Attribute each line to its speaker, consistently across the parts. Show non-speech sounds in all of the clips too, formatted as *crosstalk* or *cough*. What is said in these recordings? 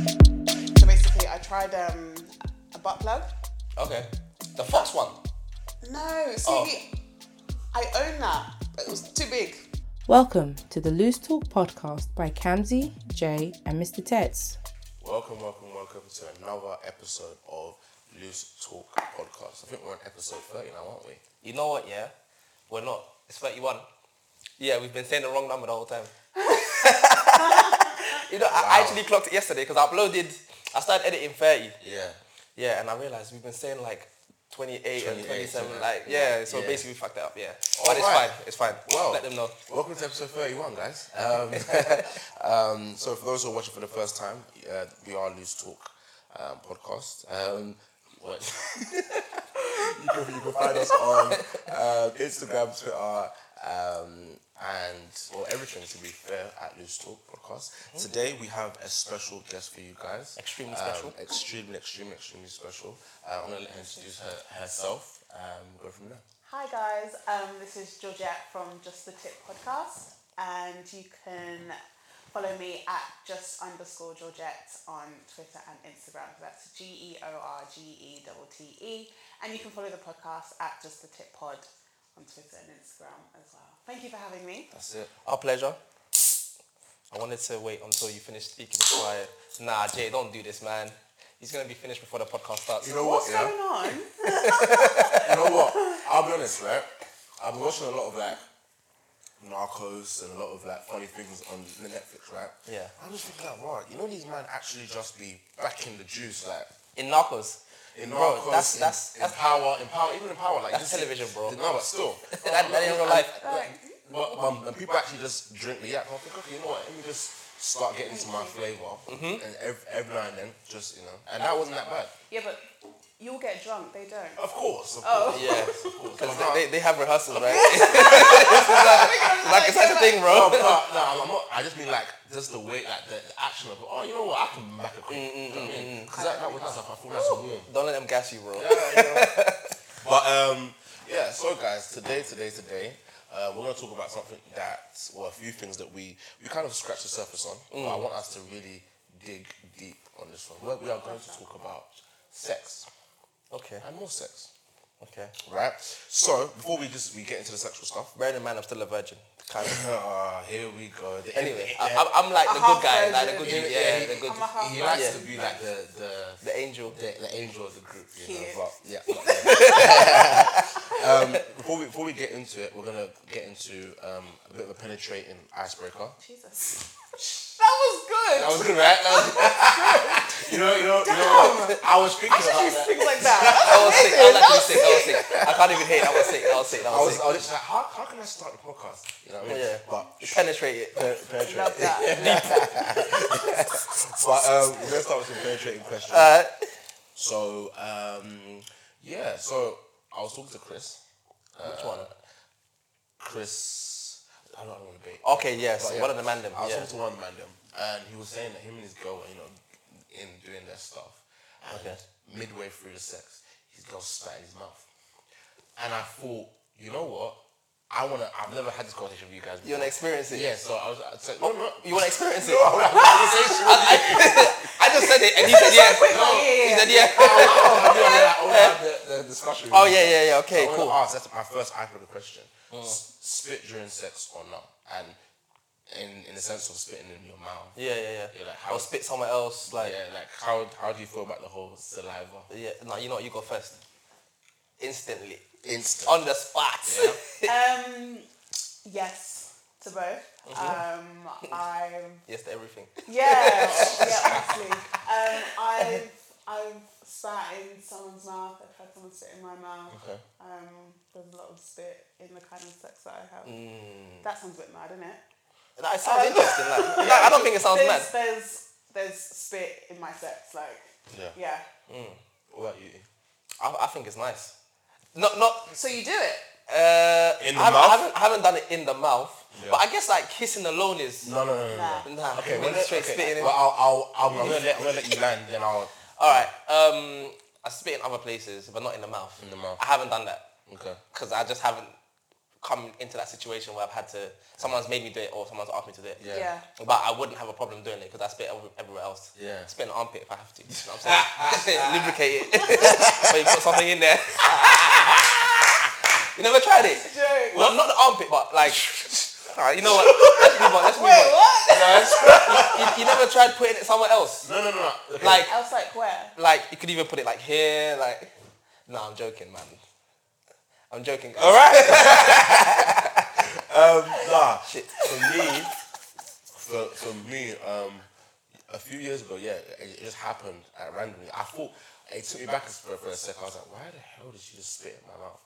Speaker 1: So basically, I tried um, a butt plug.
Speaker 2: Okay. The Fox one.
Speaker 1: No, see,
Speaker 2: Oh.
Speaker 1: I own that, but it was too big.
Speaker 3: Welcome to the Loose Talk podcast by Kamzi, Jay, and Mr. Tets.
Speaker 4: Welcome, welcome, welcome to another episode of Loose Talk Podcast. I think we're on episode 30 now, aren't we?
Speaker 2: You know what, yeah? We're not. It's 31. Yeah, we've been saying the wrong number the whole time. *laughs* you know, I- I
Speaker 4: Wow.
Speaker 2: actually clocked it yesterday because I uploaded, I started editing 30.
Speaker 4: Yeah.
Speaker 2: Yeah, and I realized we've been saying like 28, and
Speaker 4: 28,
Speaker 2: 27,
Speaker 4: yeah.
Speaker 2: like, yeah, so
Speaker 4: Yeah.
Speaker 2: basically we fucked it up, yeah.
Speaker 4: All
Speaker 2: but it's
Speaker 4: right.
Speaker 2: fine, it's fine.
Speaker 4: Well,
Speaker 2: Let them know.
Speaker 4: Welcome to episode
Speaker 2: *laughs*
Speaker 4: 31, guys. Um, *laughs* um, so, for those who are watching for the first time, uh, we are Loose Talk um, Podcast. Um, what? *laughs* you, can, you can find us on um, Instagram, Twitter, um, and well, everything to be fair at Loose Talk Podcast. Today we have a special guest for you guys.
Speaker 2: Mm-hmm. Extremely
Speaker 4: Um,
Speaker 2: special.
Speaker 4: extremely, extremely, extremely special. Uh, I'm gonna let her introduce her, herself. Um, go from there.
Speaker 1: Hi guys, um, this is Georgette from Just the Tip podcast, and you can follow me at just underscore Georgette on Twitter and Instagram. So that's G E O R G E T T E, and you can follow the podcast at Just the Tip Pod on Twitter and Instagram as well. Thank you for having me.
Speaker 4: That's it.
Speaker 2: Our pleasure. I wanted to wait until you finished speaking before I... Nah, Jay, don't do this, man. He's going to be finished before the podcast starts.
Speaker 4: You know what?
Speaker 1: What's
Speaker 4: Yeah.
Speaker 1: going on?
Speaker 4: you know what? I'll be honest, right? I've been watching a lot of like narcos and a lot of like funny things on the Netflix, right?
Speaker 2: Yeah.
Speaker 4: I'm just thinking like, wow, you know these men actually just be back in the juice, like
Speaker 2: In Narcos.
Speaker 4: in
Speaker 2: Bro,
Speaker 4: narcos,
Speaker 2: that's-
Speaker 4: in,
Speaker 2: that's-
Speaker 4: in
Speaker 2: that's-
Speaker 4: power, in power, even in power, like
Speaker 2: That's
Speaker 4: just-
Speaker 2: television, bro.
Speaker 4: No, but still,
Speaker 2: *laughs* That- that ain't real life.
Speaker 4: Like, but um, and people actually just drink the yak. I think, okay, you know what? Let me just start getting to my flavor,
Speaker 2: Mm-hmm.
Speaker 4: and every, every now and then, just you know, and that wasn't that bad.
Speaker 1: Yeah, but you'll get drunk. They don't.
Speaker 4: Of course, of *laughs* course,
Speaker 2: Yeah.
Speaker 4: Oh. of course.
Speaker 2: Because
Speaker 4: But-
Speaker 2: they, they have rehearsals,
Speaker 4: *laughs*
Speaker 2: right? like, it's such a thing, bro.
Speaker 4: No, no, no, I'm not, I just mean like just the way, like the, the action of. Oh, you know what? I can back a quick.
Speaker 2: Mm,
Speaker 4: you know what I mean? Because that, that was nice. I thought that's warm.
Speaker 2: Don't let them gas you, bro.
Speaker 4: *laughs* But um, yeah. So guys, today, today, today, uh, we're gonna talk about something that, well, a few things that we we kind of scratched the surface on. But
Speaker 2: Mm.
Speaker 4: I want us to really dig deep on this one. We we are going to talk about sex
Speaker 2: Okay.
Speaker 4: and more sex,
Speaker 2: Okay.
Speaker 4: right? So before we just we get into the sexual stuff. *clears throat*
Speaker 2: Bearing in mind, I'm still a virgin. Kind
Speaker 4: *laughs*
Speaker 2: of.
Speaker 4: Ah, here we go. The- *laughs*
Speaker 2: Anyway, I, I'm- I'm like
Speaker 1: A
Speaker 2: the
Speaker 1: half
Speaker 2: good guy, like the
Speaker 1: virgin.
Speaker 2: good dude.
Speaker 4: Yeah,
Speaker 2: Yeah,
Speaker 4: he-
Speaker 2: the good.
Speaker 1: I'm a half
Speaker 4: he likes
Speaker 2: Yeah.
Speaker 4: to be like the the
Speaker 2: The angel.
Speaker 4: the, the angel of the group, you know.
Speaker 1: Cute.
Speaker 4: But yeah. *laughs* um, before we before we get into it, we're gonna get into um, a bit of a penetrating icebreaker.
Speaker 1: Jesus. *laughs* that was good.
Speaker 4: That
Speaker 1: *laughs*
Speaker 4: was good, right? That was, *laughs* you know, you know, you know. what? I was thinking
Speaker 1: I
Speaker 4: about
Speaker 1: should do things like
Speaker 4: that. *laughs*
Speaker 1: that.
Speaker 2: I was sick. I was actually sick. I was sick. I can't even hate. I was sick. I was sick. I
Speaker 4: I
Speaker 2: was
Speaker 4: was,
Speaker 2: sick.
Speaker 4: I was just like, how, how can I start the podcast? You know what I mean?
Speaker 2: Yeah.
Speaker 4: But,
Speaker 2: Penetrate it.
Speaker 1: Love that.
Speaker 4: but um, we're gonna start with some penetrating questions.
Speaker 2: Uh,
Speaker 4: So um, yeah, so I was talking to Chris. Uh,
Speaker 2: which one?
Speaker 4: Chris, I don't want to debate.
Speaker 2: Okay, yes.
Speaker 4: But yeah,
Speaker 2: One of the mandem.
Speaker 4: I was
Speaker 2: Oh, Yeah.
Speaker 4: talking to one man them, and he was saying that him and his girl were, you know, in doing their stuff. And
Speaker 2: Okay.
Speaker 4: midway through the sex, his girl spat in his mouth. And I thought, you know what? I wanna I've never had this conversation with you guys before.
Speaker 2: You wanna experience it?
Speaker 4: Yeah, so I was I said, no, no.
Speaker 2: You want to experience it?
Speaker 4: *laughs* No, I wanna have a conversation with
Speaker 2: *laughs*
Speaker 4: you.
Speaker 2: I just said it, and
Speaker 4: *laughs*
Speaker 2: he said yes.
Speaker 1: Quick, like, yeah,
Speaker 2: He
Speaker 1: yeah,
Speaker 2: said
Speaker 1: yeah.
Speaker 2: yeah.
Speaker 4: I wanna have- I wanna have the, the discussion with
Speaker 2: Oh
Speaker 4: you.
Speaker 2: yeah, yeah, yeah. Okay,
Speaker 4: I wanna
Speaker 2: cool. Mm.
Speaker 4: ask, that's my first African question. S- spit during sex or not? And in in the sense of spitting in your mouth.
Speaker 2: Yeah, yeah,
Speaker 4: Yeah, like,
Speaker 2: yeah.
Speaker 4: how-
Speaker 2: Or spit somewhere else. Like
Speaker 4: Yeah, like how how do you feel about the whole saliva?
Speaker 2: yeah. No, you know what? You go first. Instantly.
Speaker 4: Instant.
Speaker 2: On the spot.
Speaker 4: Yeah.
Speaker 1: Um, yes to both. Um, I'm
Speaker 2: *laughs* Yes to everything.
Speaker 1: yeah, yeah, honestly. Um, I've I've spat in someone's mouth. I've had someone spit in my mouth.
Speaker 4: Okay.
Speaker 1: Um, there's a lot of spit in the kind of sex that I have.
Speaker 4: Mm.
Speaker 1: That sounds a bit mad, isn't it?
Speaker 2: That sounds interesting. Like, like, I don't think it sounds
Speaker 1: there's,
Speaker 2: mad.
Speaker 1: There's there's spit in my sex, like
Speaker 4: Yeah.
Speaker 1: yeah.
Speaker 4: What about you?
Speaker 2: I, I think it's nice. Not not
Speaker 1: So you do it.
Speaker 2: uh, I
Speaker 4: In the
Speaker 2: haven't,
Speaker 4: mouth?
Speaker 2: I haven't, I haven't done it in the mouth,
Speaker 4: Yeah.
Speaker 2: but I guess like kissing alone is
Speaker 4: No, no, no, no.
Speaker 1: Nah.
Speaker 2: nah.
Speaker 4: Okay,
Speaker 2: when
Speaker 4: when
Speaker 2: it's straight spitting. in.
Speaker 4: Well, I'll, I'll, I'll, I'm gonna let, I'm gonna let you land, then I'll.
Speaker 2: All right, um, I spit in other places, but not in the mouth.
Speaker 4: In the mouth.
Speaker 2: I haven't done that
Speaker 4: Okay. *laughs*
Speaker 2: because I just haven't come into that situation where I've had to, someone's made me do it or someone's asked me to do it.
Speaker 4: Yeah.
Speaker 1: Yeah.
Speaker 2: But I wouldn't have a problem doing it because I spit every- everywhere else.
Speaker 4: Yeah.
Speaker 2: Spit an armpit if I have to. You know what I'm saying? Lubricate it. *laughs* but you put something in there. *laughs* you never tried it?
Speaker 1: Joke.
Speaker 2: Well, not the armpit, but like. Alright, you know what? Let's move on. Let's move
Speaker 1: Wait,
Speaker 2: on.
Speaker 1: what?
Speaker 4: *laughs*
Speaker 2: You, you never tried putting it somewhere else.
Speaker 4: No, no, no. no. Okay.
Speaker 2: Like,
Speaker 1: I was like, where?
Speaker 2: like you could even put it like here. Like, no, I'm joking, man. I'm joking. All *laughs* right.
Speaker 4: Um, nah, for me, for, for me, um, a few years ago, yeah, it, it just happened at randomly. I thought it took me back for, for a sec. I was like, why the hell did she just spit in my mouth?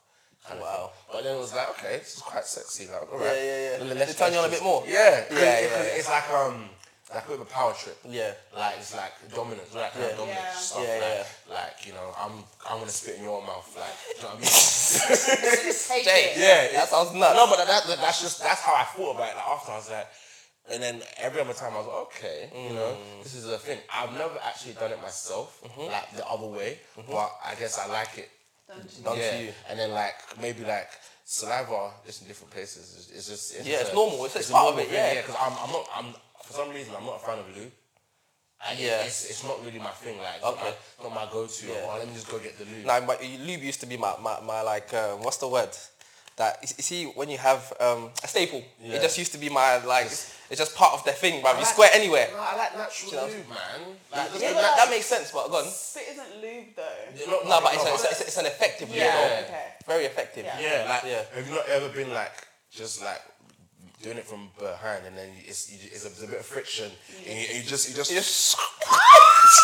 Speaker 4: Kind of
Speaker 2: Wow.
Speaker 4: thing. But then it was like, okay, this is quite sexy. Like, all right.
Speaker 2: Yeah, yeah, yeah.
Speaker 4: Let-
Speaker 2: Did
Speaker 4: let's-
Speaker 2: it turn you on a
Speaker 4: let's
Speaker 2: bit more?
Speaker 4: just- Yeah, yeah,
Speaker 2: Yeah,
Speaker 4: yeah,
Speaker 2: yeah, yeah.
Speaker 4: It's like um, like a bit of a power trip.
Speaker 2: Yeah.
Speaker 4: Like it's like dominance, right? Kind
Speaker 2: Yeah.
Speaker 4: of dominant
Speaker 1: Yeah.
Speaker 4: stuff.
Speaker 2: Yeah,
Speaker 4: like,
Speaker 2: yeah.
Speaker 4: like you know, I'm I'm gonna spit in your mouth. Like, do you know what I mean?
Speaker 2: *laughs*
Speaker 1: Take
Speaker 2: Jay.
Speaker 1: it.
Speaker 4: Yeah,
Speaker 2: That
Speaker 4: it's-
Speaker 2: sounds nuts.
Speaker 4: No, but that, that, that's just that's how I thought about it. Like, after I was like, and then every other time I was like, okay, you know,
Speaker 2: Mm.
Speaker 4: this is a thing. I've never actually done it myself,
Speaker 2: Mm-hmm.
Speaker 4: like the other way, but I guess I like it.
Speaker 1: Don't you-
Speaker 2: Done to
Speaker 4: yeah.
Speaker 2: you.
Speaker 4: And then like maybe like saliva, just in different places. It's, it's just it's
Speaker 2: Yeah,
Speaker 4: just
Speaker 2: it's
Speaker 4: a-
Speaker 2: normal. It's just
Speaker 4: a
Speaker 2: part of
Speaker 4: normal
Speaker 2: it,
Speaker 4: thing,
Speaker 2: yeah.
Speaker 4: yeah, because I'm, I'm not. I'm for some reason I'm not a fan of lube. And
Speaker 2: Yeah.
Speaker 4: yeah, it's, it's not really my thing. Like, it's
Speaker 2: Okay.
Speaker 4: not, my, not my go-to.
Speaker 2: Yeah.
Speaker 4: Or let me just go get the lube.
Speaker 2: No, my lube used to be my, my, my like um, what's the word? That you see when you have um, a staple,
Speaker 4: Yeah.
Speaker 2: it just used to be my like it's just part of their thing, bruv. You
Speaker 4: like-
Speaker 2: square anywhere.
Speaker 4: No, I like natural
Speaker 2: You know?
Speaker 4: lube, man. Like, just
Speaker 2: Yeah,
Speaker 4: the
Speaker 1: but
Speaker 2: that,
Speaker 4: nat-
Speaker 2: that makes sense, but go on.
Speaker 1: Spit isn't lube though.
Speaker 4: You're not-
Speaker 2: No, but it's,
Speaker 4: no,
Speaker 2: a, it's, a- it's an effective lube,
Speaker 1: Yeah,
Speaker 2: though.
Speaker 1: okay.
Speaker 2: Very effective.
Speaker 1: Yeah.
Speaker 4: Yeah, like
Speaker 2: Yeah.
Speaker 4: have you not ever been like just like doing it from behind and then you- it's you, it's, a, it's a bit of friction and you, you just you just
Speaker 2: You just-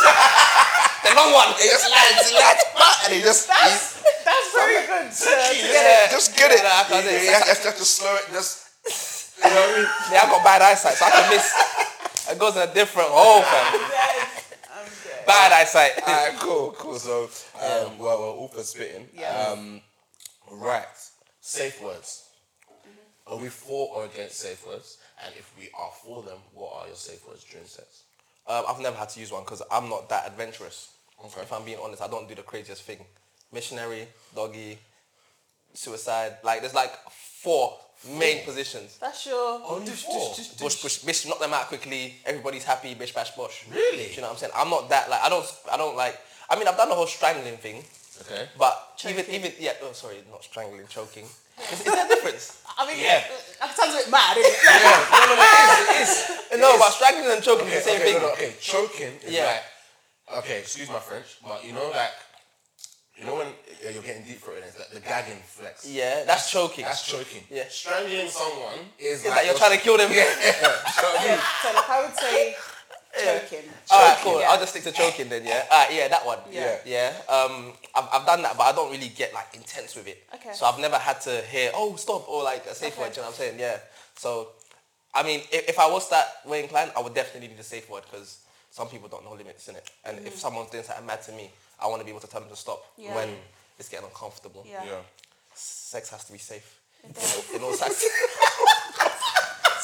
Speaker 2: the long one. *laughs*
Speaker 4: it just lands it lands back and you just you-
Speaker 1: That's *laughs* that's very good.
Speaker 4: you,
Speaker 1: To,
Speaker 4: just-
Speaker 2: yeah.
Speaker 4: just get it.
Speaker 2: Yeah, nah, I can't
Speaker 4: you,
Speaker 2: do
Speaker 4: you,
Speaker 2: it.
Speaker 4: you have to- have to slow it. Just you know what I mean.
Speaker 2: Yeah, I got bad eyesight, so I can miss. It goes in a different hole, fam.
Speaker 1: I'm dead. I'm dead.
Speaker 2: Bad eyesight.
Speaker 4: *laughs* Alright, cool, cool. So um, well, we're all for spitting.
Speaker 1: Yeah.
Speaker 4: Um, right. Safe words. Are we for or against safe words? And if we are for them, what are your safe words during sex?
Speaker 2: Um, I've never had to use one because I'm not that adventurous.
Speaker 4: Okay.
Speaker 2: If I'm being honest, I don't do the craziest thing. Missionary, doggy, suicide. Like there's like four main positions.
Speaker 1: That's your.
Speaker 4: Only four.
Speaker 2: Bush, bush, bitch, knock them out quickly. Everybody's happy. Bitch, bash, bosh.
Speaker 4: Really?
Speaker 2: Do you know what I'm saying? I'm not that like I don't I don't like. I mean, I've done the whole strangling thing,
Speaker 4: Okay.
Speaker 2: but even
Speaker 1: Choking.
Speaker 2: even yeah. Oh, sorry, not strangling,
Speaker 4: *laughs*
Speaker 2: choking. Is, is there a difference?
Speaker 1: I mean,
Speaker 4: Yeah.
Speaker 1: That sounds a bit mad. Isn't it? Yeah.
Speaker 4: Yeah, no, no, no, it is, it is.
Speaker 2: no, but strangling and choking
Speaker 4: *laughs* Okay,
Speaker 2: is the same
Speaker 4: okay,
Speaker 2: thing.
Speaker 4: no, no, okay, choking is
Speaker 2: Yeah.
Speaker 4: like, okay, excuse my French, but you know, like, you know when uh, you're getting deep throated, it's like the gagging flex.
Speaker 2: Yeah, that's choking.
Speaker 4: That's choking.
Speaker 2: Yeah.
Speaker 4: Strangling someone is
Speaker 2: it's like you're trying to kill them.
Speaker 4: *laughs* Yeah.
Speaker 1: So like, I would say choking.
Speaker 2: All right, cool.
Speaker 1: Yeah.
Speaker 2: I'll just stick to choking then. Yeah. All right, yeah, that one.
Speaker 1: Yeah.
Speaker 2: Yeah. Um, I've, I've done that, but I don't really get like intense with it.
Speaker 1: Okay.
Speaker 2: So I've never had to hear oh stop or like a safe
Speaker 1: Okay.
Speaker 2: word. You know what I'm saying? Yeah. So, I mean, if, if I was that way inclined, I would definitely need a safe word because some people don't know limits in it, and if someone's doing something mad to me, I want to be able to tell them to stop
Speaker 1: Mm. Yeah.
Speaker 2: when it's getting uncomfortable.
Speaker 1: Yeah.
Speaker 4: Yeah.
Speaker 2: Sex has to be safe.
Speaker 1: does.
Speaker 2: In
Speaker 1: *laughs*
Speaker 2: all sex.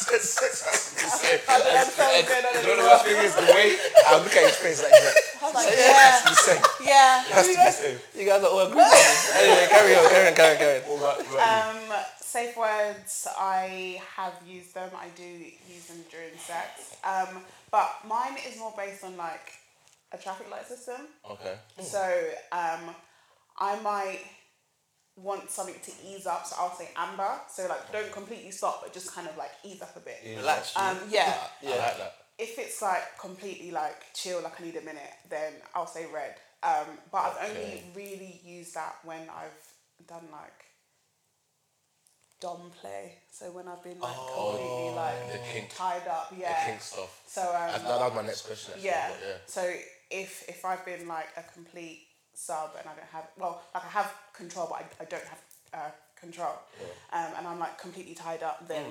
Speaker 2: *laughs*
Speaker 1: I don't understand what's going on
Speaker 4: You know the
Speaker 1: anymore.
Speaker 4: worst thing is the way I look at his face like that.
Speaker 1: I was like,
Speaker 4: That's
Speaker 1: yeah,
Speaker 4: the same.
Speaker 1: yeah.
Speaker 4: That's the same.
Speaker 2: you guys are all
Speaker 1: *laughs*
Speaker 2: agreed. on this. anyway, carry on, carry on, carry on, carry on.
Speaker 4: All right, right.
Speaker 1: Um, safe words. I have used them. I do use them during sex. Um, but mine is more based on like a traffic light system.
Speaker 4: Okay.
Speaker 1: So um, I might want something to ease up. So I'll say amber. So like, don't completely stop, but just kind of like ease up a bit.
Speaker 2: Relax.
Speaker 1: Um, yeah.
Speaker 4: I like that.
Speaker 1: if it's like completely like chill, like I need a minute, then I'll say red. Um, but I've only
Speaker 4: Okay.
Speaker 1: really used that when I've done like dom play. So when I've been like completely like
Speaker 4: The kink,
Speaker 1: tied up,
Speaker 4: Oh. the
Speaker 1: yeah.
Speaker 4: kink stuff.
Speaker 1: So
Speaker 4: That,
Speaker 1: um,
Speaker 4: that was my next question. Actually,
Speaker 1: yeah.
Speaker 4: but yeah.
Speaker 1: So if if I've been like a complete sub and I don't have well, like I have control, but I, I don't have uh, control, um, and I'm like completely tied up, then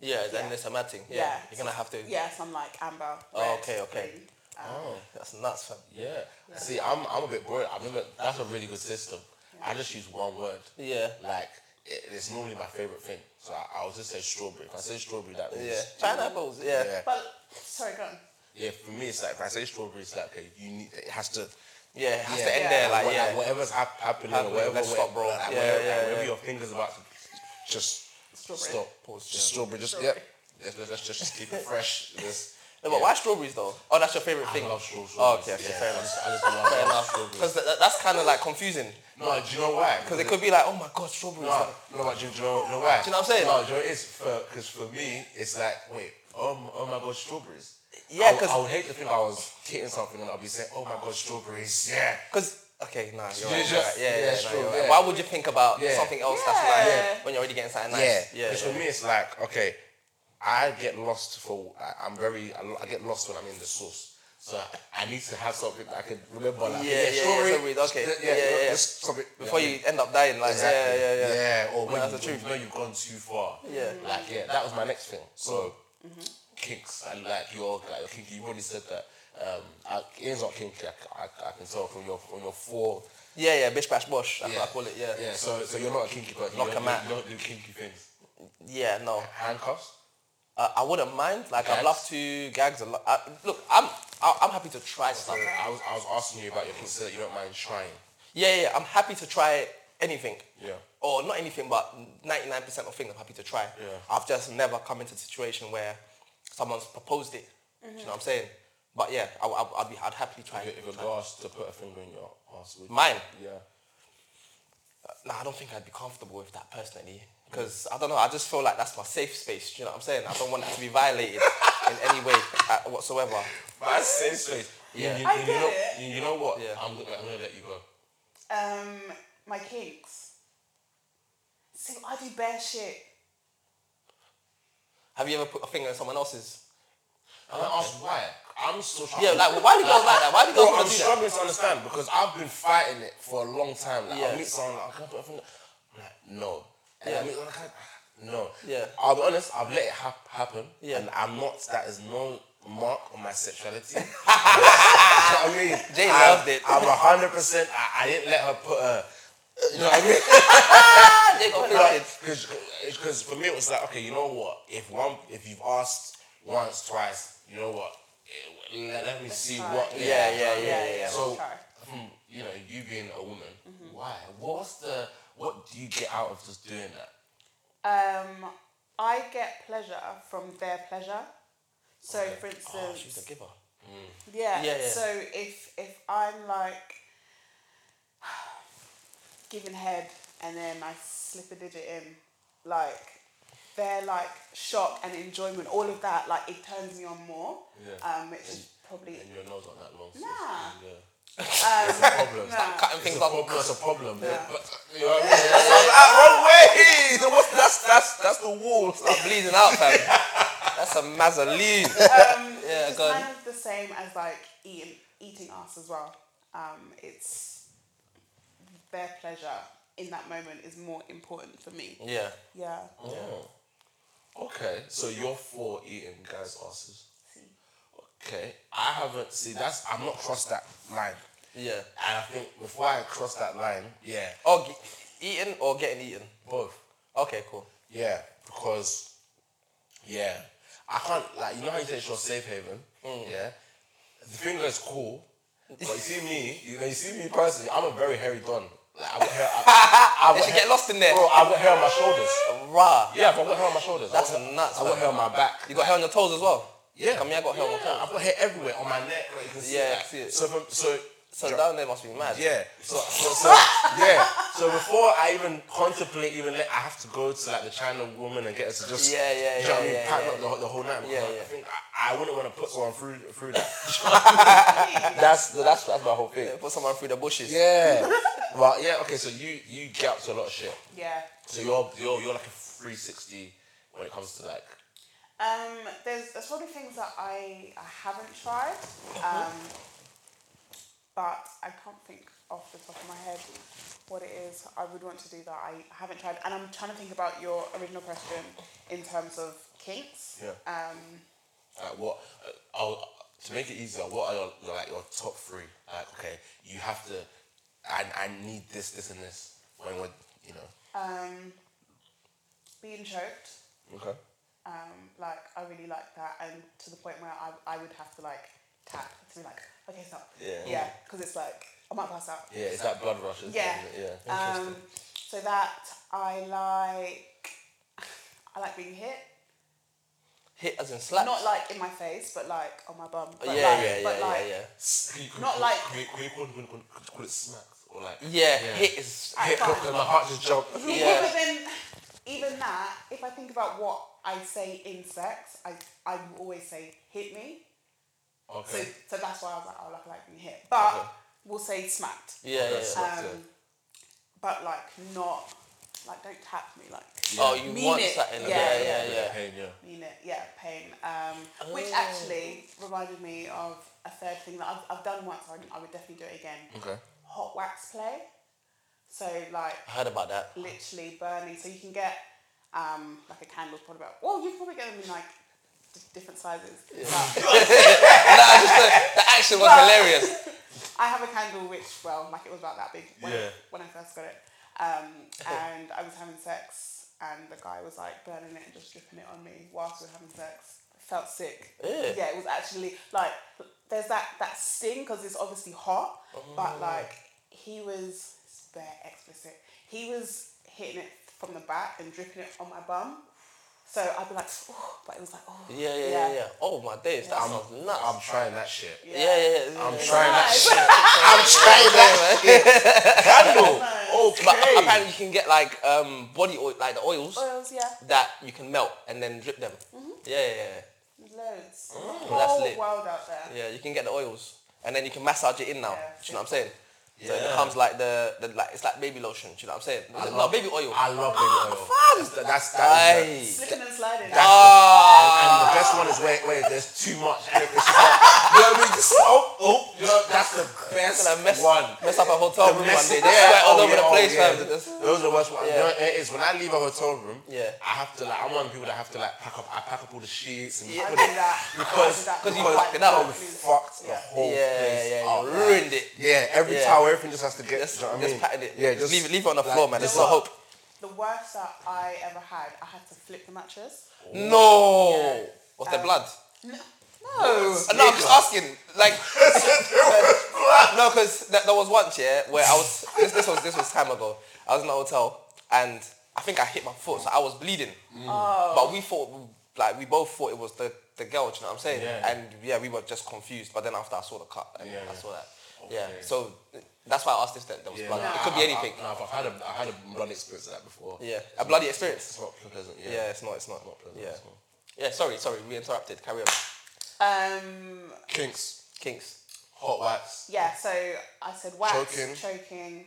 Speaker 2: Yeah, then
Speaker 1: Yeah.
Speaker 2: it's a mad thing. Yeah.
Speaker 1: Yeah.
Speaker 2: You're gonna have to
Speaker 1: yes, I'm like amber. Red,
Speaker 2: Mm. Oh, okay, okay.
Speaker 1: green.
Speaker 4: Oh.
Speaker 2: That's nuts, fam.
Speaker 4: Yeah. See, I'm I'm a bit bored. I've never. That's a really good system. I just use one word.
Speaker 2: Yeah.
Speaker 4: Like it, it's normally my favorite thing. So I, I'll just say strawberry. If I say strawberry, that means
Speaker 2: Yeah. Pineapples, yeah.
Speaker 4: yeah.
Speaker 1: But sorry, go on.
Speaker 4: Yeah. For me, it's like if I say strawberry, it's like okay, you need. It has to.
Speaker 2: Yeah, it has
Speaker 4: yeah,
Speaker 2: to end
Speaker 1: Yeah.
Speaker 2: there, like,
Speaker 4: what-
Speaker 2: yeah.
Speaker 4: whatever's hap- happening,
Speaker 2: Happening,
Speaker 4: or whatever,
Speaker 2: let's
Speaker 4: whatever-
Speaker 2: stop, bro.
Speaker 4: like,
Speaker 2: Yeah,
Speaker 4: whatever,
Speaker 2: yeah,
Speaker 4: whatever
Speaker 2: yeah.
Speaker 4: your fingers about to just
Speaker 1: Strawberry.
Speaker 4: stop.
Speaker 2: Pause,
Speaker 4: Just
Speaker 2: yeah.
Speaker 4: strawberry. Just
Speaker 1: Strawberry.
Speaker 4: yep. Let's, let's just, just keep it fresh. This.
Speaker 2: No, but
Speaker 4: yeah.
Speaker 2: why strawberries though? Oh, that's your favorite
Speaker 4: I
Speaker 2: thing.
Speaker 4: love strawberries.
Speaker 2: Oh, okay, okay,
Speaker 4: Yeah,
Speaker 2: fair
Speaker 4: I
Speaker 2: enough.
Speaker 4: just- I just
Speaker 2: Fair
Speaker 4: love- I love
Speaker 2: enough.
Speaker 4: strawberries.
Speaker 2: Because that, that's kind of like confusing.
Speaker 4: No, do you
Speaker 2: *laughs*
Speaker 4: know why?
Speaker 2: Because it could be like, oh my god, strawberries.
Speaker 4: No,
Speaker 2: like-
Speaker 4: no, but do you, do you know, you know why?
Speaker 2: Do you know what I'm saying?
Speaker 4: No, do you know what it is for because for me it's like wait, oh, my- oh my god, strawberries.
Speaker 2: Yeah,
Speaker 4: I would-
Speaker 2: 'cause-
Speaker 4: I would hate to think I was hitting something and I'd be saying, oh my god, strawberries. Yeah.
Speaker 2: Because okay, nah, you're right,
Speaker 4: Yeah,
Speaker 2: you're right.
Speaker 4: just-
Speaker 2: Yeah,
Speaker 4: yeah,
Speaker 2: yeah, nah,
Speaker 4: sure,
Speaker 2: you're right.
Speaker 4: yeah.
Speaker 2: Why would you think about
Speaker 4: Yeah.
Speaker 2: something else
Speaker 1: Yeah.
Speaker 2: that's nice
Speaker 1: Yeah.
Speaker 2: when you're already getting something
Speaker 4: Yeah.
Speaker 2: nice? Yeah,
Speaker 4: Because
Speaker 2: yeah.
Speaker 4: for me, it's like okay, I get lost for I, I'm very I, lo- I get lost when I'm in the sauce. So I, I need to have something that I can remember. Like,
Speaker 2: Yeah, yeah, yeah,
Speaker 4: strawberry,
Speaker 2: strawberry, okay.
Speaker 4: th-
Speaker 2: Yeah, yeah, yeah.
Speaker 4: just something
Speaker 2: Before
Speaker 4: yeah,
Speaker 2: you end up dying, like
Speaker 4: Exactly.
Speaker 2: yeah, yeah, yeah.
Speaker 4: Or when
Speaker 2: that's
Speaker 4: you,
Speaker 2: the truth.
Speaker 4: when you've gone too far.
Speaker 2: Yeah. Mm-hmm.
Speaker 4: Like yeah, that was my next thing. So kinks and like your like your kinky. You already said that. Um, I, it's not kinky. I, I, I can tell from your from your four.
Speaker 2: Yeah, yeah, bitch bash bosh. That's what I call it. Yeah.
Speaker 4: Yeah. So so you're not a kinky, but
Speaker 2: Knock
Speaker 4: you,
Speaker 2: 'em
Speaker 4: don't-
Speaker 2: out.
Speaker 4: you don't do kinky things.
Speaker 2: Yeah, no.
Speaker 4: Handcuffs.
Speaker 2: Uh, I wouldn't mind. Like I'd
Speaker 4: Gags?
Speaker 2: love to gags a lot. I, look, I'm I- I'm happy to try stuff. Yeah,
Speaker 4: I was, I was asking you about your kinks so that you don't mind trying.
Speaker 2: yeah, yeah, I'm happy to try anything.
Speaker 4: Yeah.
Speaker 2: Or not anything, but 99% of things I'm happy to try.
Speaker 4: Yeah.
Speaker 2: I've just never come into a situation where someone's proposed it. Do you know what I'm saying? But yeah, I, I, I'd be I'd happily try.
Speaker 4: If, if a
Speaker 2: try.
Speaker 4: girl asked to put a finger in your ass, would you?
Speaker 2: Mine?
Speaker 4: Yeah.
Speaker 2: Nah, I don't think I'd be comfortable with that personally. Because I don't know, I just feel like that's my safe space. Do you know what I'm saying? I don't want that to be
Speaker 4: *laughs*
Speaker 2: violated in any way uh, whatsoever.
Speaker 4: My safe space.
Speaker 2: Yeah.
Speaker 4: You, you,
Speaker 1: I
Speaker 4: you
Speaker 1: get
Speaker 4: know,
Speaker 1: it.
Speaker 4: You, you know what?
Speaker 2: Yeah.
Speaker 4: I'm, gonna- I'm gonna let you go.
Speaker 1: Um, my kinks. So I do bare shit.
Speaker 2: Have you ever put a finger in someone else's?
Speaker 4: And I asked why. I'm still trying.
Speaker 2: Yeah, like why do girls like that? Why do girls
Speaker 4: Bro,
Speaker 2: want
Speaker 4: I'm
Speaker 2: to do that?
Speaker 4: struggling to understand because I've been fighting it for a long time. Like,
Speaker 2: Yeah.
Speaker 4: I meet someone like, "Oh, can I put a finger? I'm like, no. And
Speaker 2: Yeah.
Speaker 4: I meet someone, "Can I-" no.
Speaker 2: Yeah.
Speaker 4: I'll be honest. I've let it hap- happen.
Speaker 2: Yeah.
Speaker 4: And I'm not. That is no mark on
Speaker 2: *laughs*
Speaker 4: my sexuality. Do you know what I mean,
Speaker 2: Jay
Speaker 4: I'm-
Speaker 2: loved it.
Speaker 4: I'm hundred percent. I I didn't let her put a. You know what I mean?
Speaker 2: Ah, they got offended.
Speaker 4: because for me it was like okay you know what if one if you've asked once twice you know what eh, let, let me see
Speaker 1: try.
Speaker 4: what
Speaker 2: Yeah, yeah, yeah,
Speaker 1: yeah,
Speaker 2: yeah.
Speaker 1: let's
Speaker 4: so
Speaker 1: try.
Speaker 4: hmm, you know you being a woman why what's the what do you get out of just doing that
Speaker 1: Um, I get pleasure from their pleasure. So, for instance,
Speaker 2: Oh, she's a giver.
Speaker 1: Yeah.
Speaker 2: Yeah, yeah.
Speaker 1: So if if I'm like *sighs* giving head and then I slip a digit in, like they're like shock and enjoyment, all of that, like it turns me on more.
Speaker 4: Yeah.
Speaker 1: Um, which is probably
Speaker 4: and your nose on that long so it's-
Speaker 1: Nah.
Speaker 4: yeah
Speaker 1: um,
Speaker 4: problem
Speaker 1: nah.
Speaker 2: Cutting
Speaker 4: It's
Speaker 2: things
Speaker 4: a
Speaker 2: up.
Speaker 4: problem. It's a problem.
Speaker 1: Yeah.
Speaker 4: But, you know what I mean? That's- that's- wrong way. What's- That's that's that's the wall.
Speaker 2: Stop bleeding out, fam. That's a mazzoline. yeah,
Speaker 1: it's
Speaker 2: go on.
Speaker 1: kind of the same as like eating eating us as well. Um, it's their pleasure in that moment is more important for me.
Speaker 2: Yeah.
Speaker 1: Yeah.
Speaker 4: Oh. Okay, so you're for eating guys' asses. Okay, I haven't. See, that's I'm not crossed that line,
Speaker 2: Yeah.
Speaker 4: and I think before I cross that line, yeah, oh,
Speaker 2: Or ge- Oh, eating or getting eaten.
Speaker 4: both,
Speaker 2: Okay, cool.
Speaker 4: yeah, because, yeah, I can't like you know how you say it's your safe haven,
Speaker 2: Mm.
Speaker 4: yeah. The finger is cool, but you see me, you know, you see me personally, I'm a very hairy don. Like I got hair, I, I
Speaker 2: They
Speaker 4: got
Speaker 2: should get
Speaker 4: hair,
Speaker 2: lost in there.
Speaker 4: bro, I got hair on my shoulders.
Speaker 2: Rah.
Speaker 4: Yeah, I've got hair on my shoulders.
Speaker 2: That's
Speaker 4: I got,
Speaker 2: nuts,
Speaker 4: I got
Speaker 2: man.
Speaker 4: hair on my back.
Speaker 2: You got hair on your toes as well.
Speaker 4: Yeah.
Speaker 2: I mean, I got hair on my
Speaker 4: Yeah,
Speaker 2: toes.
Speaker 4: I've got hair everywhere on my neck. Like, you can see
Speaker 2: Yeah, I
Speaker 4: that.
Speaker 2: see it.
Speaker 4: So, from, so,
Speaker 2: So down there must be mad.
Speaker 4: yeah. So, so,
Speaker 2: *laughs*
Speaker 4: so yeah. So before I even contemplate even let, I have to go to like the China woman and get her to just
Speaker 2: Yeah, yeah,
Speaker 4: do you know what I
Speaker 2: yeah,
Speaker 4: mean?
Speaker 2: yeah,
Speaker 4: pack
Speaker 2: yeah.
Speaker 4: up the, whole- the whole night. because
Speaker 2: Yeah,
Speaker 4: I,
Speaker 2: yeah.
Speaker 4: I think I, I wouldn't want to put someone through through
Speaker 2: *laughs*
Speaker 4: that. *laughs* that's that's that's my whole thing.
Speaker 2: Put someone through the bushes.
Speaker 4: Yeah. But yeah, okay. So you you get up to a lot of shit.
Speaker 1: Yeah.
Speaker 4: So you're you're you're like a 360 when it comes to like
Speaker 1: Um, there's there's probably things that I, I haven't tried,
Speaker 4: Uh-huh.
Speaker 1: um, but I can't think off the top of my head what it is I would want to do that I haven't tried. And I'm trying to think about your original question in terms of kinks.
Speaker 4: Yeah.
Speaker 1: Um,
Speaker 4: Like what? Uh, I'll, to make it easier, what are your your, like your top three? Like okay, you have to. I I need this, this, and this when we're you know.
Speaker 1: um, being choked,
Speaker 4: Okay.
Speaker 1: um, like I really like that, and to the point where I, I would have to like tap to be like, okay, stop.
Speaker 4: Yeah.
Speaker 1: Yeah, because it's like I might pass out.
Speaker 2: Um,
Speaker 1: Um,
Speaker 4: Yeah, it's that blood rush. Isn't
Speaker 1: Yeah.
Speaker 4: It? Yeah.
Speaker 1: Um, so that I like I like being hit.
Speaker 2: Hit as in slap.
Speaker 1: Not like in my face, but like on my bum. But
Speaker 2: Oh, yeah,
Speaker 1: like,
Speaker 2: yeah,
Speaker 1: but
Speaker 2: yeah,
Speaker 1: like,
Speaker 2: yeah, yeah.
Speaker 1: Not like-
Speaker 4: Can we, can we call, can we call it smack? Or like.
Speaker 2: Yeah, hit is.
Speaker 1: I
Speaker 4: Hit,
Speaker 1: can't.
Speaker 4: and my heart
Speaker 2: *laughs*
Speaker 4: just jumped.
Speaker 1: Yeah,
Speaker 2: Yeah.
Speaker 1: But then, even that, if I think about what I say in sex, I I will always say hit me. So
Speaker 4: Okay.
Speaker 1: so that's why I was like, oh, like, I like being hit. But
Speaker 2: Okay.
Speaker 1: we'll say smacked.
Speaker 2: Yeah, yeah. yeah.
Speaker 1: Um, But like not, like don't tap me. Like
Speaker 2: oh, you
Speaker 1: mean
Speaker 2: want
Speaker 1: it.
Speaker 2: something?
Speaker 1: Yeah,
Speaker 2: Yeah, yeah,
Speaker 1: yeah,
Speaker 2: yeah.
Speaker 4: Pain, yeah.
Speaker 1: mean it, yeah, pain. Um, which actually reminded me of a third thing that I've, I've done once. I, I would definitely do it again.
Speaker 4: Okay.
Speaker 1: Hot wax play. So like
Speaker 2: I heard about that.
Speaker 1: literally burning. So you can get um, like a candle, probably about. Well, you can probably get them in like d- different sizes. But
Speaker 2: The action was
Speaker 1: Well-
Speaker 2: hilarious.
Speaker 1: I have a candle which, well, like it was about that big when,
Speaker 4: Yeah.
Speaker 1: when I first got it. Um,
Speaker 2: *laughs*
Speaker 1: and I was having sex, and the guy was like burning it and just dripping it on me whilst we were having sex. I felt sick.
Speaker 2: Yeah.
Speaker 1: Yeah, it was actually like there's that that sting because it's obviously hot,
Speaker 2: Oh.
Speaker 1: but like he was it's bare explicit. He was hitting it from the back and dripping it on my bum. So I'd be like, oh, but it was like, oh,
Speaker 2: Yeah, yeah, yeah, yeah. Oh my days, that
Speaker 1: I'm-
Speaker 2: sounds nuts.
Speaker 4: I'm trying that shit.
Speaker 2: yeah, yeah, yeah.
Speaker 4: I'm
Speaker 2: yeah. *laughs*
Speaker 1: *laughs*
Speaker 4: trying that
Speaker 1: Nice.
Speaker 4: shit. I'm trying that shit. Candle. Okay.
Speaker 2: Oh, But apparently, you can get like um body oil, like the
Speaker 1: Oils,
Speaker 2: oils
Speaker 1: oh, yeah,
Speaker 2: that you can melt and then drip them. Yeah, yeah, yeah.
Speaker 1: loads.
Speaker 2: Oh, that's
Speaker 1: Whole
Speaker 2: lit.
Speaker 1: world out there.
Speaker 2: Yeah, you can get the oils, and then you can massage it in now.
Speaker 1: Yeah.
Speaker 2: Do you know what I'm saying? So it
Speaker 4: Yeah.
Speaker 2: becomes like the, the like it's like baby lotion. Do you know what I'm saying? no,
Speaker 4: love-
Speaker 2: baby oil.
Speaker 4: I love baby oil. That's that's that
Speaker 2: Aye. Ah.
Speaker 4: is the-
Speaker 1: Slipping and sliding.
Speaker 4: And the best one is where, where there's too much. and It's just like, you know what I mean? Just, oh, oh, you know, that's the best
Speaker 2: Gonna mess,
Speaker 4: one.
Speaker 2: mess up a hotel room
Speaker 4: The
Speaker 2: one
Speaker 4: mess-
Speaker 2: day. They
Speaker 4: yeah,
Speaker 2: sweat all
Speaker 4: oh,
Speaker 2: over
Speaker 4: yeah,
Speaker 2: the
Speaker 4: oh,
Speaker 2: place,
Speaker 4: yeah.
Speaker 2: fam. They just-
Speaker 4: Those are the worst ones. You
Speaker 2: Yeah.
Speaker 4: know what it is? When I leave a hotel room,
Speaker 2: Yeah.
Speaker 4: I have to like, I'm one of the people that have to like pack up, I pack up all the sheets and
Speaker 1: I do
Speaker 4: put it
Speaker 1: that.
Speaker 4: because
Speaker 1: Because
Speaker 2: you
Speaker 4: because
Speaker 2: fucked it up.
Speaker 4: we fucked the whole
Speaker 2: Yeah,
Speaker 4: place
Speaker 2: yeah, you
Speaker 4: up, man.
Speaker 2: ruined it.
Speaker 4: Yeah, every
Speaker 2: Yeah.
Speaker 4: towel, everything just has to get.
Speaker 2: Just,
Speaker 4: do you know what I
Speaker 2: just
Speaker 4: mean?
Speaker 2: patted it.
Speaker 4: Yeah,
Speaker 2: just leave, it- leave it on the
Speaker 4: like-
Speaker 2: floor, man. There's no
Speaker 1: You know what?
Speaker 2: hope.
Speaker 1: The worst that I ever had, I had to flip the mattress.
Speaker 2: No.
Speaker 1: Yeah.
Speaker 2: Was there blood?
Speaker 1: No.
Speaker 2: Uh, No, I'm just asking.
Speaker 4: *laughs*
Speaker 2: Like, no, because there, there was once, yeah, where I was. This, this was this was time ago. I was in a hotel, and I think I hit my foot, so I was bleeding. But we thought, like, we both thought it was the the girl. Do you know what I'm saying?
Speaker 4: Yeah.
Speaker 2: And yeah, we were just confused. But then after I saw the cut, and
Speaker 4: Yeah,
Speaker 2: I
Speaker 4: yeah.
Speaker 2: saw that. Yeah.
Speaker 4: Okay.
Speaker 2: So that's why I asked if there, there was
Speaker 4: Yeah,
Speaker 2: blood.
Speaker 4: no,
Speaker 2: it could
Speaker 4: I-
Speaker 2: be
Speaker 4: I-
Speaker 2: anything.
Speaker 4: I- no, I've had a, I had a bloody experience like that before.
Speaker 2: yeah, a bloody experience.
Speaker 4: It's not pleasant. Yeah.
Speaker 2: Yeah, it's not. It's not.
Speaker 4: pleasant,
Speaker 2: yeah.
Speaker 4: it's not.
Speaker 2: Yeah. Sorry. Sorry. We interrupted. Carry on.
Speaker 1: Um,
Speaker 4: Kinks,
Speaker 2: Kinks.
Speaker 4: hot wax.
Speaker 1: yeah, so I said wax,
Speaker 4: Choking.
Speaker 1: choking,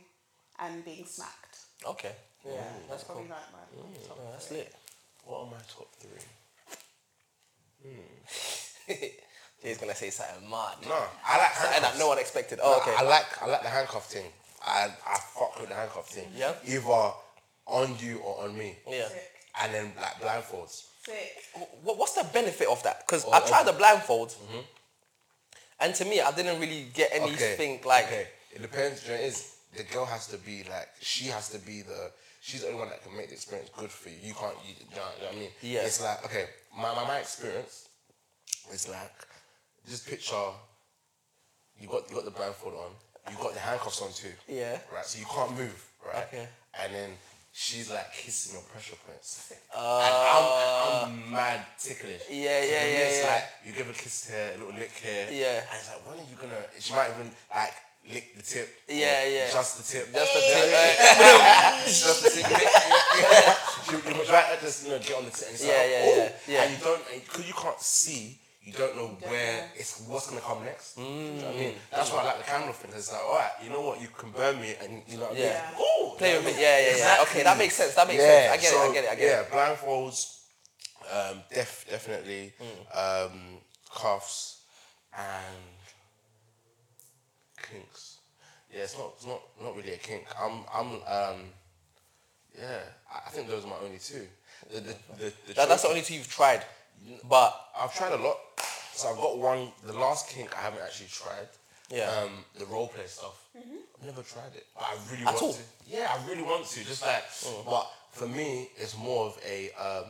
Speaker 1: and being smacked.
Speaker 2: Okay. Yeah. That's cool.
Speaker 1: Probably like that.
Speaker 2: Yeah, that's lit.
Speaker 4: What are my top three?
Speaker 2: *laughs* He's gonna say something mad.
Speaker 4: No, I like
Speaker 2: Something that
Speaker 4: handcuffs.
Speaker 2: no one expected. Oh, okay.
Speaker 4: I like I like the handcuff thing. I I fuck with the handcuff thing.
Speaker 2: Yeah.
Speaker 4: Either on you or on me.
Speaker 2: yeah.
Speaker 1: Sick.
Speaker 4: And then like blindfolds.
Speaker 1: Sick.
Speaker 2: Wha- What's the benefit of that? Because
Speaker 4: Oh,
Speaker 2: I tried
Speaker 4: okay.
Speaker 2: the blindfold,
Speaker 4: Mm-hmm.
Speaker 2: and to me, I didn't really get
Speaker 4: Okay.
Speaker 2: anything like.
Speaker 4: okay. It depends. You know, it is the girl has to be like she has to be the she's the only one that can make the experience good for you. You can't. You, you know what I mean?
Speaker 2: Yeah.
Speaker 4: It's like okay, my my, my experience is like just picture you got you got the blindfold on, you got the handcuffs on too.
Speaker 2: Yeah.
Speaker 4: Right. So you can't move. Right.
Speaker 2: Okay.
Speaker 4: And then. She's like kissing your pressure points. and I'm, I'm mad ticklish.
Speaker 2: Uh, Yeah,
Speaker 4: So
Speaker 2: yeah,
Speaker 4: for me,
Speaker 2: yeah,
Speaker 4: It's
Speaker 2: yeah.
Speaker 4: like you give a kiss here, a little lick here.
Speaker 2: Yeah.
Speaker 4: And it's like, when are you gonna? She might even like lick the tip. or
Speaker 2: Yeah, yeah.
Speaker 4: Just the tip.
Speaker 2: Just the
Speaker 4: Yeah,
Speaker 2: tip, *laughs*
Speaker 4: yeah, yeah. *laughs* just the tip. lick, yeah, yeah. She, you would try to just you know, get on the tip. And it's
Speaker 2: Yeah,
Speaker 4: like,
Speaker 2: yeah,
Speaker 4: oh.
Speaker 2: yeah, yeah.
Speaker 4: And you don't because you can't see. You don't know where it's what's gonna come next. Do you know what
Speaker 2: Mm.
Speaker 4: I mean? That's why I like the candle thing. 'cause It's like, all right, you know what? You can burn me, and you know what
Speaker 2: Yeah.
Speaker 4: I mean. Ooh,
Speaker 2: Play with it. Yeah, yeah, yeah. Okay, that makes sense. That makes sense. I get it. I get it. I get
Speaker 4: yeah,
Speaker 2: it.
Speaker 4: blindfolds, um, def- definitely, um, cuffs, and kinks. Yeah, it's not, it's not, not really a kink. I'm, I'm, um, yeah. I- I think those are my only two. The, the, the, the
Speaker 2: That, that's the
Speaker 4: choking-
Speaker 2: only two you've tried, but
Speaker 4: I've tried a lot. So I've got one. The last kink I haven't actually tried.
Speaker 2: Yeah.
Speaker 4: Um, the role play stuff. I've never tried it. But I really want
Speaker 2: all? Oh.
Speaker 4: to. Yeah, I really want to. Just like, but for me, it's more of a um,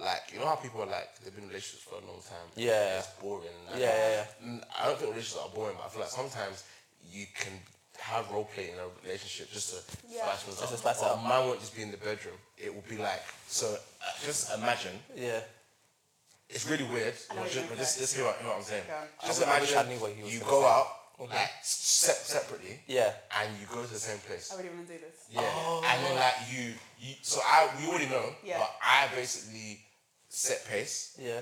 Speaker 4: like you know how people are like they've been in relationships for a long time.
Speaker 2: Yeah.
Speaker 4: It's boring. and, like,
Speaker 2: Yeah, yeah,
Speaker 4: mm, I don't think relationships are boring, but I feel like sometimes you can have role play in a relationship just to
Speaker 1: Yeah.
Speaker 4: spice things
Speaker 2: Just
Speaker 4: up.
Speaker 2: to spice it
Speaker 4: But
Speaker 2: up.
Speaker 4: Mine won't just be in the bedroom. It will be like so. uh, Just imagine.
Speaker 2: Yeah.
Speaker 4: It's really weird.
Speaker 1: know what
Speaker 4: But
Speaker 1: you
Speaker 4: just,
Speaker 1: mean,
Speaker 4: but just,
Speaker 1: right.
Speaker 4: just hear what, hear what I'm saying.
Speaker 1: Go on.
Speaker 4: Just
Speaker 2: I wish I
Speaker 4: imagine
Speaker 2: knew what he was
Speaker 4: you
Speaker 2: gonna
Speaker 4: go
Speaker 2: say.
Speaker 4: out like se- separately.
Speaker 2: Yeah.
Speaker 4: And you go to the same place.
Speaker 1: I really want to do this.
Speaker 4: Yeah. And then like you, you so I we already
Speaker 1: Oh.
Speaker 4: know,
Speaker 1: Yeah.
Speaker 4: but I basically set pace.
Speaker 2: Yeah.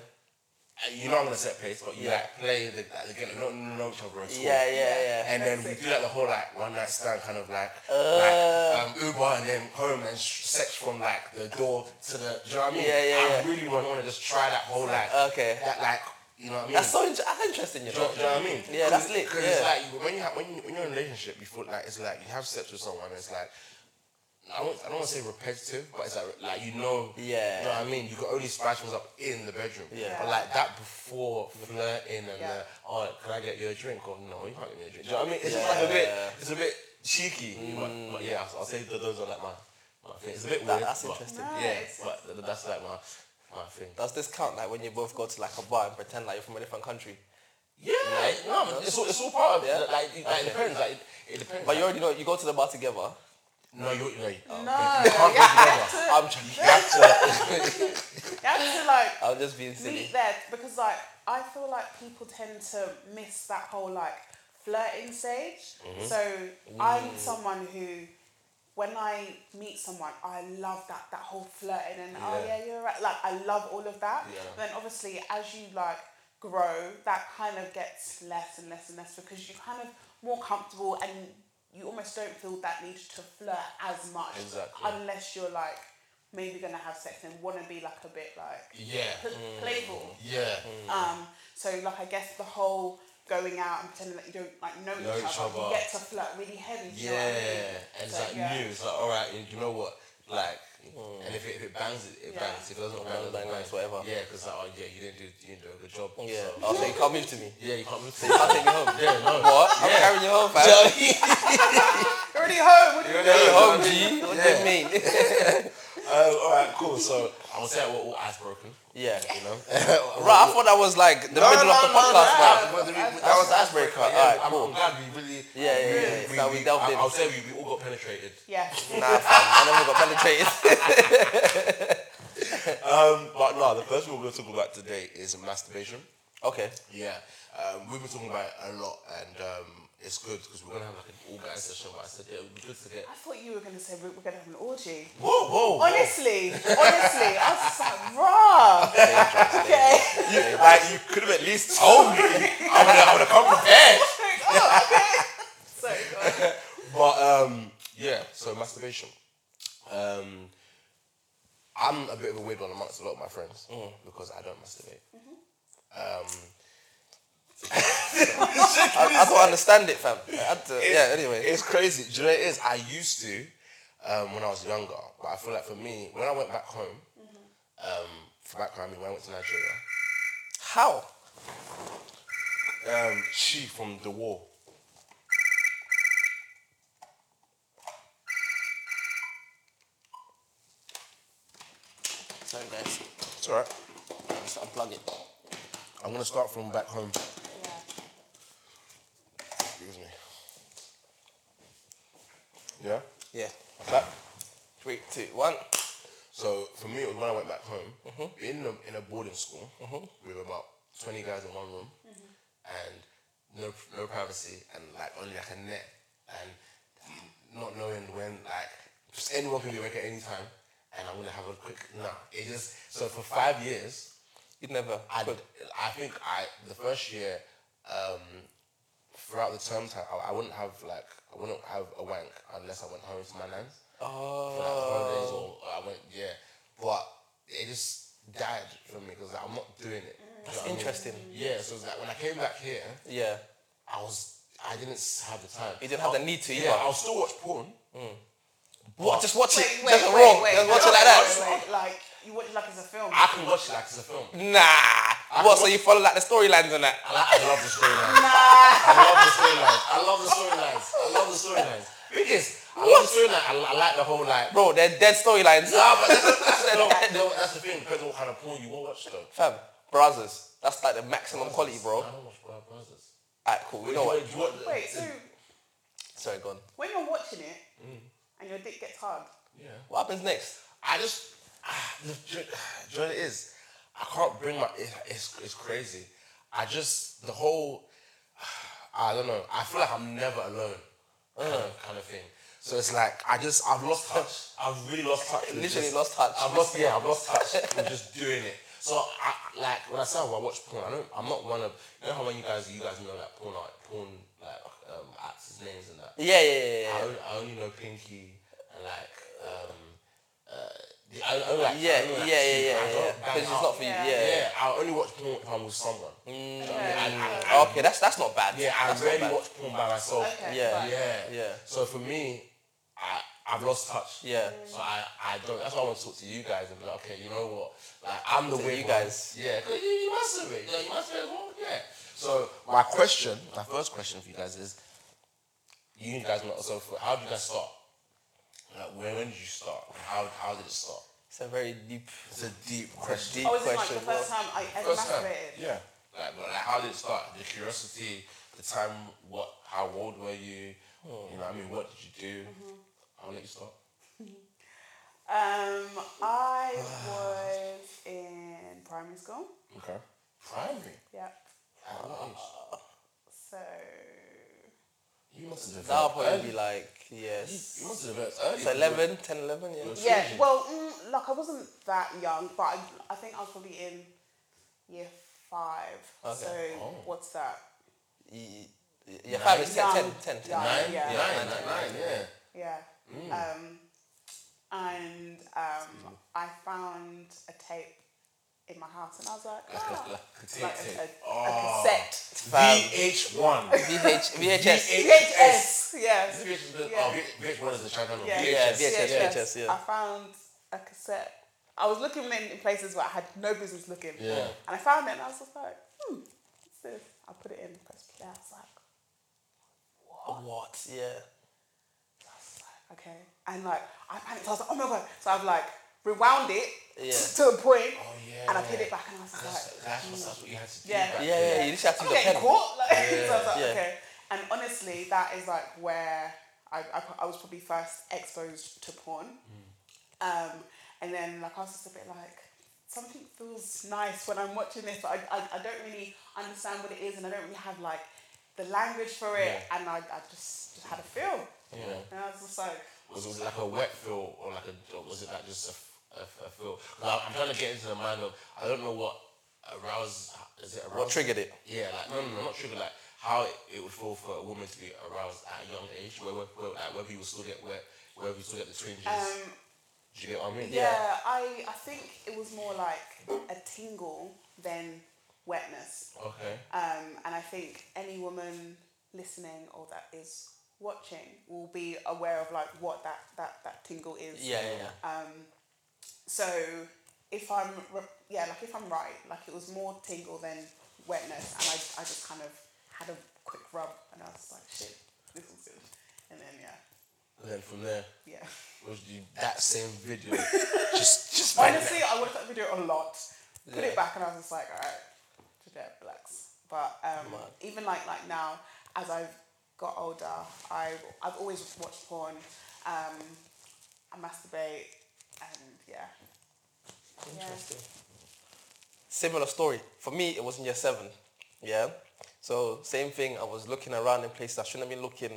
Speaker 4: And You know I'm gonna set pace, but you
Speaker 2: Yeah.
Speaker 4: like play the like, the game, you don't know each other at all.
Speaker 2: Yeah, yeah, yeah. Uh.
Speaker 4: And then we
Speaker 1: That's
Speaker 4: do like the whole like one night stand kind of like, like um, Uber and then home and sh- sex from like the door to the. Do you know what I mean?
Speaker 2: Yeah, yeah,
Speaker 4: I
Speaker 2: yeah.
Speaker 4: really want to just try that whole like.
Speaker 2: Okay.
Speaker 4: That like you know what I mean.
Speaker 2: That's so inter- that's interesting, you
Speaker 4: Do you,
Speaker 2: know.
Speaker 4: know, do you know what I mean?
Speaker 2: Yeah, that's lit,
Speaker 4: Because
Speaker 2: yeah.
Speaker 4: it's like you- when you have, when you when you're in a relationship, you feel like it's like you have sex with someone. It's like I don't I don't want to say repetitive, but it's like like you know.
Speaker 2: Yeah.
Speaker 4: You know what I mean? You can only spice things up in the bedroom.
Speaker 2: Yeah.
Speaker 4: But like that before flirting and
Speaker 1: Yeah.
Speaker 4: the oh can I get you a drink or no you can't get me a drink. Do you know what I mean? It's just
Speaker 2: Yeah. Mm.
Speaker 4: like a bit it's a bit cheeky. But, but yeah, I'll, I'll say that those are like my my thing. It's a bit
Speaker 2: That-
Speaker 4: weird.
Speaker 2: that's
Speaker 4: but-
Speaker 2: interesting.
Speaker 4: Yeah,
Speaker 1: Nice.
Speaker 4: but th- that's like my my thing.
Speaker 2: Does this count like when you both go to like a bar and pretend like you're from a different country?
Speaker 4: Yeah, no, it's all it's all part of
Speaker 2: Yeah.
Speaker 4: it. Like, it- like,
Speaker 2: Okay.
Speaker 4: it depends. Like, it, it depends.
Speaker 2: But you
Speaker 4: like-
Speaker 2: already know you go to the bar together.
Speaker 4: No, you, no, you,
Speaker 1: No,
Speaker 4: you can't go together.
Speaker 2: I'm trying
Speaker 4: You have to,
Speaker 1: You have to like
Speaker 2: I'm just being silly.
Speaker 1: meet there because like I feel like people tend to miss that whole like flirting stage.
Speaker 4: Mm-hmm.
Speaker 1: So I'm someone who when I meet someone, I love that that whole flirting and oh
Speaker 4: Yeah.
Speaker 1: yeah, you're right. Like I love all of that.
Speaker 4: Yeah.
Speaker 1: Then obviously as you like grow, that kind of gets less and less and less because you're kind of more comfortable and you almost don't feel that need to flirt as much
Speaker 4: Exactly.
Speaker 1: unless you're like maybe gonna have sex and wanna be like a bit like
Speaker 4: yeah,
Speaker 1: pl- playful.
Speaker 4: Mm. yeah.
Speaker 1: Um, so like I guess the whole going out and pretending that you don't like know,
Speaker 4: Know
Speaker 1: each,
Speaker 4: each
Speaker 1: other,
Speaker 4: other.
Speaker 1: you get to flirt really heavy. do you know what I mean?
Speaker 4: Yeah, and it's
Speaker 1: So,
Speaker 4: like
Speaker 1: yeah.
Speaker 4: new. It's like all right, you know what? Like, and if it, if it bangs, it, it
Speaker 1: Yeah.
Speaker 4: bangs. If it doesn't bang,
Speaker 2: Bang,
Speaker 4: it doesn't bang.
Speaker 2: it's whatever.
Speaker 4: Yeah, because like, oh yeah, you didn't do you didn't do a good job.
Speaker 2: Yeah.
Speaker 4: so-
Speaker 2: Oh, so you can't move to me.
Speaker 4: yeah, you can't move.
Speaker 2: You can't take me home.
Speaker 4: yeah, no.
Speaker 2: What? I'm
Speaker 4: Yeah.
Speaker 2: carrying you home, fam.
Speaker 4: So-
Speaker 1: You're already home. What do you
Speaker 4: You're
Speaker 1: mean?
Speaker 2: Carry you
Speaker 4: no,
Speaker 2: home,
Speaker 4: no.
Speaker 2: G. What
Speaker 4: Yeah.
Speaker 2: do you mean?
Speaker 4: Um, all right, cool. So I would say we're all ice broken.
Speaker 2: *laughs* yeah.
Speaker 4: You know,
Speaker 2: Right, I thought that was like the middle of the podcast, man.
Speaker 4: but the-
Speaker 1: That
Speaker 4: that's-
Speaker 2: was icebreaker.
Speaker 4: that's-
Speaker 2: Alright,
Speaker 4: I'm-
Speaker 2: cool.
Speaker 4: I'm glad we really.
Speaker 2: Yeah, yeah, yeah, yeah. So we delved
Speaker 4: I-
Speaker 2: in.
Speaker 4: I'll say we, we all got penetrated.
Speaker 1: Yeah.
Speaker 2: Nah, fam. I never got penetrated. *laughs*
Speaker 4: Um, but no, the first one we're going to talk about today is masturbation.
Speaker 2: okay.
Speaker 4: Yeah, um, we've been talking about it a lot, and um, it's good because we're going to have like an all guys session. But I said, yeah, it would be good to get.
Speaker 1: I thought you were gonna say we- we're gonna have an orgy.
Speaker 4: Whoa, whoa! whoa.
Speaker 1: Honestly, honestly, I was just like, raw. Okay.
Speaker 4: You, like you could have at least told me. I would have, I would have come prepared.
Speaker 1: *laughs* oh, okay.
Speaker 4: *laughs*
Speaker 1: So God.
Speaker 4: But um, yeah, so masturbation. Um, I'm a bit of a weird one amongst a lot of my friends because I don't masturbate. Um, *laughs*
Speaker 2: I, I don't understand it, fam. I had to, yeah, anyway.
Speaker 4: It's crazy. Do you know what it is? I used to um, when I was younger, but I feel like for me, when I went back home, um, for back home, I mean, when I went to Nigeria,
Speaker 2: How?
Speaker 4: um, she from the war.
Speaker 2: Sorry, guys.
Speaker 4: It's alright.
Speaker 2: Just unplug it.
Speaker 4: I'm gonna start from back home.
Speaker 1: Yeah.
Speaker 4: Excuse me. Yeah.
Speaker 2: Yeah.
Speaker 4: Back.
Speaker 2: Three, two, one.
Speaker 4: So for me, it was when I went back home, in a, in a boarding school with about twenty guys in one room, and no no privacy, and like only like a net, and not knowing when like just anyone can be awake at any time, and I'm gonna have a quick nah. It just so for five years,
Speaker 2: You'd never.
Speaker 4: I
Speaker 2: could.
Speaker 4: I think I the first year, um, throughout the term time, I, I wouldn't have like I wouldn't have a wank unless I went home to my nan's for like the holidays
Speaker 2: Oh.
Speaker 4: or I went yeah, but it just died for me because I'm not doing it. That's
Speaker 2: Mm. interesting.
Speaker 4: Yeah, so it's like when I came back here,
Speaker 2: Yeah.
Speaker 4: I was I didn't s- have the time.
Speaker 2: You didn't have the need to
Speaker 4: Yeah, Mm.
Speaker 2: either.
Speaker 4: I'll still watch porn.
Speaker 2: What? Just watch
Speaker 1: Wait,
Speaker 2: it.
Speaker 1: wait, wait,
Speaker 2: Just raw.
Speaker 1: wait.
Speaker 2: Just watch
Speaker 1: no,
Speaker 2: it like that.
Speaker 1: wait, wait. Like you watch it like it's a film.
Speaker 4: I can watch it like it's a film.
Speaker 2: Nah. What? So you follow like the storylines and that?
Speaker 4: I, like, I love the storyline. I love the storylines. I love the storylines. I love the storylines. Because I love the storyline. I, I like the whole like.
Speaker 2: Bro, they're dead storylines.
Speaker 4: Nah, but that's, that's, *laughs* that's, no, that's the thing. Depends on what kind of porn you want to watch though.
Speaker 2: Fam, brothers. That's like the maximum quality, bro.
Speaker 4: I don't watch Brothers.
Speaker 2: Alright, cool. We know what.
Speaker 4: You want- you want-
Speaker 1: Wait, so
Speaker 2: Sorry, go on.
Speaker 1: When you're watching it
Speaker 4: Mm.
Speaker 1: and your dick gets hard,
Speaker 2: What happens next?
Speaker 4: I just, ah, no, do you do you know what it is? I can't bring my. It, it's it's crazy. I just the whole. ah, I don't know. I feel like I'm never alone, kind of, kind of thing. So it's like I just I've lost touch. I've really lost touch. with
Speaker 2: Literally
Speaker 4: just-
Speaker 2: lost touch.
Speaker 4: I've lost yeah. I've lost touch. with just doing it. So I like when I say I watch porn. I don't. I'm not one of you know how when you guys you guys know like porn art, porn like um, actors' names and that.
Speaker 2: Yeah, yeah, yeah, yeah.
Speaker 4: I,
Speaker 2: yeah.
Speaker 4: only, I only know Pinky and like um uh the, I, I only like
Speaker 2: Yeah,
Speaker 4: I
Speaker 2: yeah,
Speaker 4: only like
Speaker 2: yeah, yeah,
Speaker 4: Steve, I don't
Speaker 2: yeah.
Speaker 4: bang
Speaker 2: Because it's
Speaker 4: out.
Speaker 2: not for you.
Speaker 1: Yeah.
Speaker 2: Yeah.
Speaker 4: Yeah, I only watch porn if I'm with someone.
Speaker 1: Yeah.
Speaker 4: I, I,
Speaker 2: Mm. Okay, that's that's not bad.
Speaker 4: yeah, I
Speaker 2: that's not
Speaker 4: rarely
Speaker 2: bad.
Speaker 4: watch porn by myself.
Speaker 1: Okay.
Speaker 2: Yeah.
Speaker 1: fine.
Speaker 4: Yeah,
Speaker 2: Yeah.
Speaker 4: So for me, I I've lost touch.
Speaker 2: Yeah.
Speaker 4: So I, I don't. That's why I want to talk to you guys and be like, okay, you know what? Like I'm the
Speaker 2: To
Speaker 4: weird
Speaker 2: you
Speaker 4: one.
Speaker 2: guys.
Speaker 4: Yeah, 'cause you, you must be. Yeah, you must be as well. Yeah. So my question, my first question for you guys is, you guys not so. far- How did you guys start? Like, when, when did you start? How how did it start?
Speaker 2: It's a very deep,
Speaker 4: It's a deep
Speaker 2: it's a
Speaker 4: question.
Speaker 2: deep
Speaker 1: Oh, is it like
Speaker 2: question.
Speaker 1: the first time I ever
Speaker 4: First time.
Speaker 1: masturbated?
Speaker 4: Yeah. Like, but like, how did it start? The curiosity, the time, what, how old were you?
Speaker 2: Hmm.
Speaker 4: You know, what I mean, what did you do? How did you start?
Speaker 1: Um, I was in primary school.
Speaker 4: Okay. Primary.
Speaker 1: Yep.
Speaker 4: At what age?
Speaker 1: So
Speaker 4: You must have
Speaker 2: That'll
Speaker 4: developed
Speaker 2: probably
Speaker 4: early.
Speaker 2: be like
Speaker 4: You,
Speaker 2: yes.
Speaker 4: you must have developed early.
Speaker 2: So 11, 10, 11, yeah.
Speaker 4: Yes.
Speaker 1: yeah,
Speaker 4: Really?
Speaker 1: well, mm, like I wasn't that young, but I, I think I was probably in year five.
Speaker 2: Okay.
Speaker 1: So
Speaker 4: Oh.
Speaker 1: what's that?
Speaker 2: Y- y- Yeah, five is 10, 10,
Speaker 1: Young.
Speaker 2: 10, 10.
Speaker 1: Young.
Speaker 4: Nine?
Speaker 1: Yeah.
Speaker 4: Nine, nine, nine, yeah.
Speaker 1: Yeah. Um, and um, I found a tape in my house, and I was like, ah. like
Speaker 4: Potato.
Speaker 1: a, a,
Speaker 4: Oh.
Speaker 1: a cassette.
Speaker 2: Fam.
Speaker 4: VH1.
Speaker 2: VH, VHS.
Speaker 1: VHS. Yes.
Speaker 4: VH1
Speaker 1: Yeah.
Speaker 4: VH1 is the channel.
Speaker 1: Yeah.
Speaker 2: Yeah,
Speaker 4: VHS.
Speaker 2: VHS,
Speaker 1: VHS.
Speaker 2: VHS, yeah.
Speaker 1: I found a cassette. I was looking in in places where I had no business looking.
Speaker 4: Yeah.
Speaker 1: And I found it and I was just like, hmm, what's this? I put it in, press play. I was like,
Speaker 2: What? Yeah.
Speaker 1: I was like, okay. And like, I panicked. I was like, oh my God. So I've like rewound it
Speaker 2: Yeah.
Speaker 1: to a point
Speaker 4: Oh, yeah.
Speaker 1: and I put it back and I was just
Speaker 4: That's,
Speaker 1: like,
Speaker 4: that's, what, that's what you had to do.
Speaker 1: Yeah.
Speaker 4: back
Speaker 2: Yeah,
Speaker 4: then.
Speaker 2: yeah, yeah. You just have to
Speaker 1: I'm
Speaker 2: use a
Speaker 1: getting
Speaker 2: pen.
Speaker 1: caught. Like, *laughs* so I was like,
Speaker 2: Yeah.
Speaker 1: okay. And honestly, that is like where I, I, I was probably first exposed to porn.
Speaker 2: Mm.
Speaker 1: Um, and then like I was just a bit like, something feels nice when I'm watching this, but I, I, I don't really understand what it is and I don't really have like the language for it. And I, I just, just had a feel.
Speaker 4: Yeah.
Speaker 1: And I was just like,
Speaker 4: Was it like a wet feel or like a, or was it like just a, f- a f- a feel? 'Cause I- I'm trying to get into the mind of, I don't know what aroused, is it aroused?
Speaker 2: What triggered it?
Speaker 4: Yeah, like, no, no, no, not triggered, like how it, it would feel for a woman to be aroused at a young age, where, where, where like, whether you will still get wet, whether you still get the twinges.
Speaker 1: um,
Speaker 4: Do you get what I mean?
Speaker 1: yeah, I, I think it was more like a tingle than wetness.
Speaker 4: Okay.
Speaker 1: Um, and I think any woman listening or that is watching will be aware of like what that that, that tingle is.
Speaker 2: Yeah, yeah, yeah.
Speaker 1: So if I'm re- yeah, like if I'm right, like it was more tingle than wetness, and I, I just kind of had a quick rub, and I was like, shit, this is good. And then yeah,
Speaker 4: And then from there,
Speaker 1: yeah.
Speaker 4: was you that same
Speaker 1: *laughs*
Speaker 4: video? just, just like that.
Speaker 1: Honestly, I watched that video a lot. Put
Speaker 2: Yeah.
Speaker 1: it back, and I was just like, all right, today it blacks. But um,
Speaker 2: Mad.
Speaker 1: even like like now, as I've got older, I've I've always watched porn. Um, I masturbate, and yeah.
Speaker 2: Interesting. Similar story. For me, it was in year seven. Yeah. So same thing. I was looking around in places I shouldn't have been looking,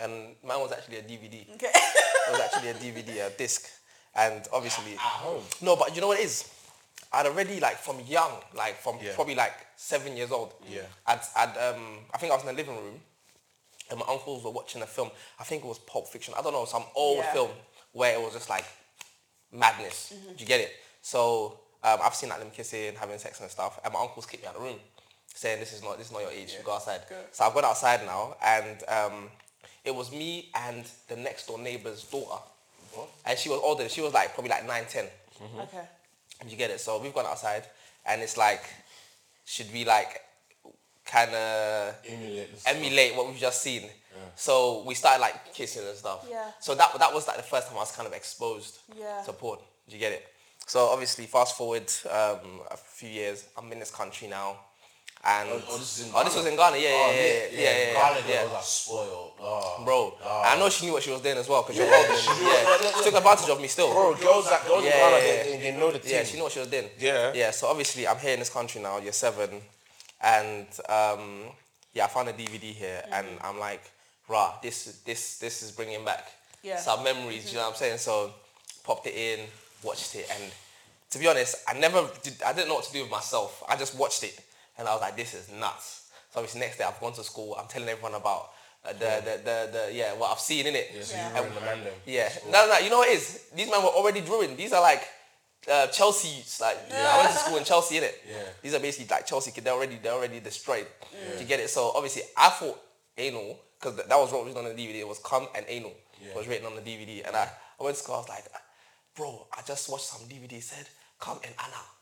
Speaker 2: and mine was actually a DVD.
Speaker 1: Okay.
Speaker 2: It was actually a DVD, a disc, and obviously.
Speaker 4: at home.
Speaker 2: No, but you know what it is? I'd already like from young, like from
Speaker 4: Yeah.
Speaker 2: probably like seven years old.
Speaker 4: Yeah.
Speaker 2: I'd, I'd um I think I was in the living room, and my uncles were watching a film. I think it was Pulp Fiction. I don't know some old
Speaker 1: Yeah. Mm-hmm.
Speaker 2: film where it was just like madness. Do you get it? So um, I've seen like them kissing, having sex and stuff, and my uncles kicked me out of the room, saying this is not this is not your age. You go outside.
Speaker 1: Good.
Speaker 2: So I've gone outside now, and um, it was me and the next door neighbor's daughter,
Speaker 4: What?
Speaker 2: and she was older. She was like probably like nine, ten.
Speaker 1: *laughs* Okay.
Speaker 2: And you get it. So we've gone outside, and it's like, should we like, kind of
Speaker 4: Emulate the stuff.
Speaker 2: emulate what we've just seen? So we started like kissing and stuff.
Speaker 1: Yeah.
Speaker 2: So that that was like the first time I was kind of exposed
Speaker 1: Yeah.
Speaker 2: to porn. Do you get it? So obviously, fast forward um, a few years, I'm in this country now, and
Speaker 4: Oh, this is in
Speaker 2: oh, this was in Ghana. Yeah, yeah,
Speaker 4: Oh,
Speaker 2: yeah, yeah, yeah, yeah, yeah,
Speaker 4: Ghana
Speaker 2: yeah.
Speaker 4: girls are spoiled.
Speaker 2: bro.
Speaker 4: oh.
Speaker 2: I know she knew what she was doing as well because you're older. than me. Yeah, she took advantage of me still.
Speaker 4: Bro, girls that girls in
Speaker 2: Yeah,
Speaker 4: Ghana,
Speaker 2: yeah,
Speaker 4: they, they, they know the team.
Speaker 2: Yeah, she knew what she was doing.
Speaker 4: Yeah.
Speaker 2: Yeah, so obviously I'm here in this country now, year seven, and um, yeah, I found a DVD here, and
Speaker 1: Mm-hmm.
Speaker 2: I'm like, rah, this this this is bringing back
Speaker 1: Yeah.
Speaker 2: some memories. You know what I'm saying? So popped it in, watched it, and to be honest, I never did. I didn't know what to do with myself. I just watched it, and I was like, this is nuts. So obviously next day I've gone to school. I'm telling everyone about. uh, The, the, the, the, yeah, what I've seen in it.
Speaker 4: So
Speaker 1: Yeah.
Speaker 4: you were in the man then.
Speaker 2: Yeah. No, no, you know what it is? These men were already drawing. These are like uh, Chelsea youths. Like I went to school in Chelsea, innit?
Speaker 4: Yeah.
Speaker 2: These are basically like Chelsea kids. They're already they're already destroyed. Do you get it? So obviously I thought anal, because that was what was on the DVD. It was cum and anal.
Speaker 4: Yeah.
Speaker 2: was written on the DVD. And I, I went to school, I was like, bro, I just watched some DVD it said cum and anal. *laughs*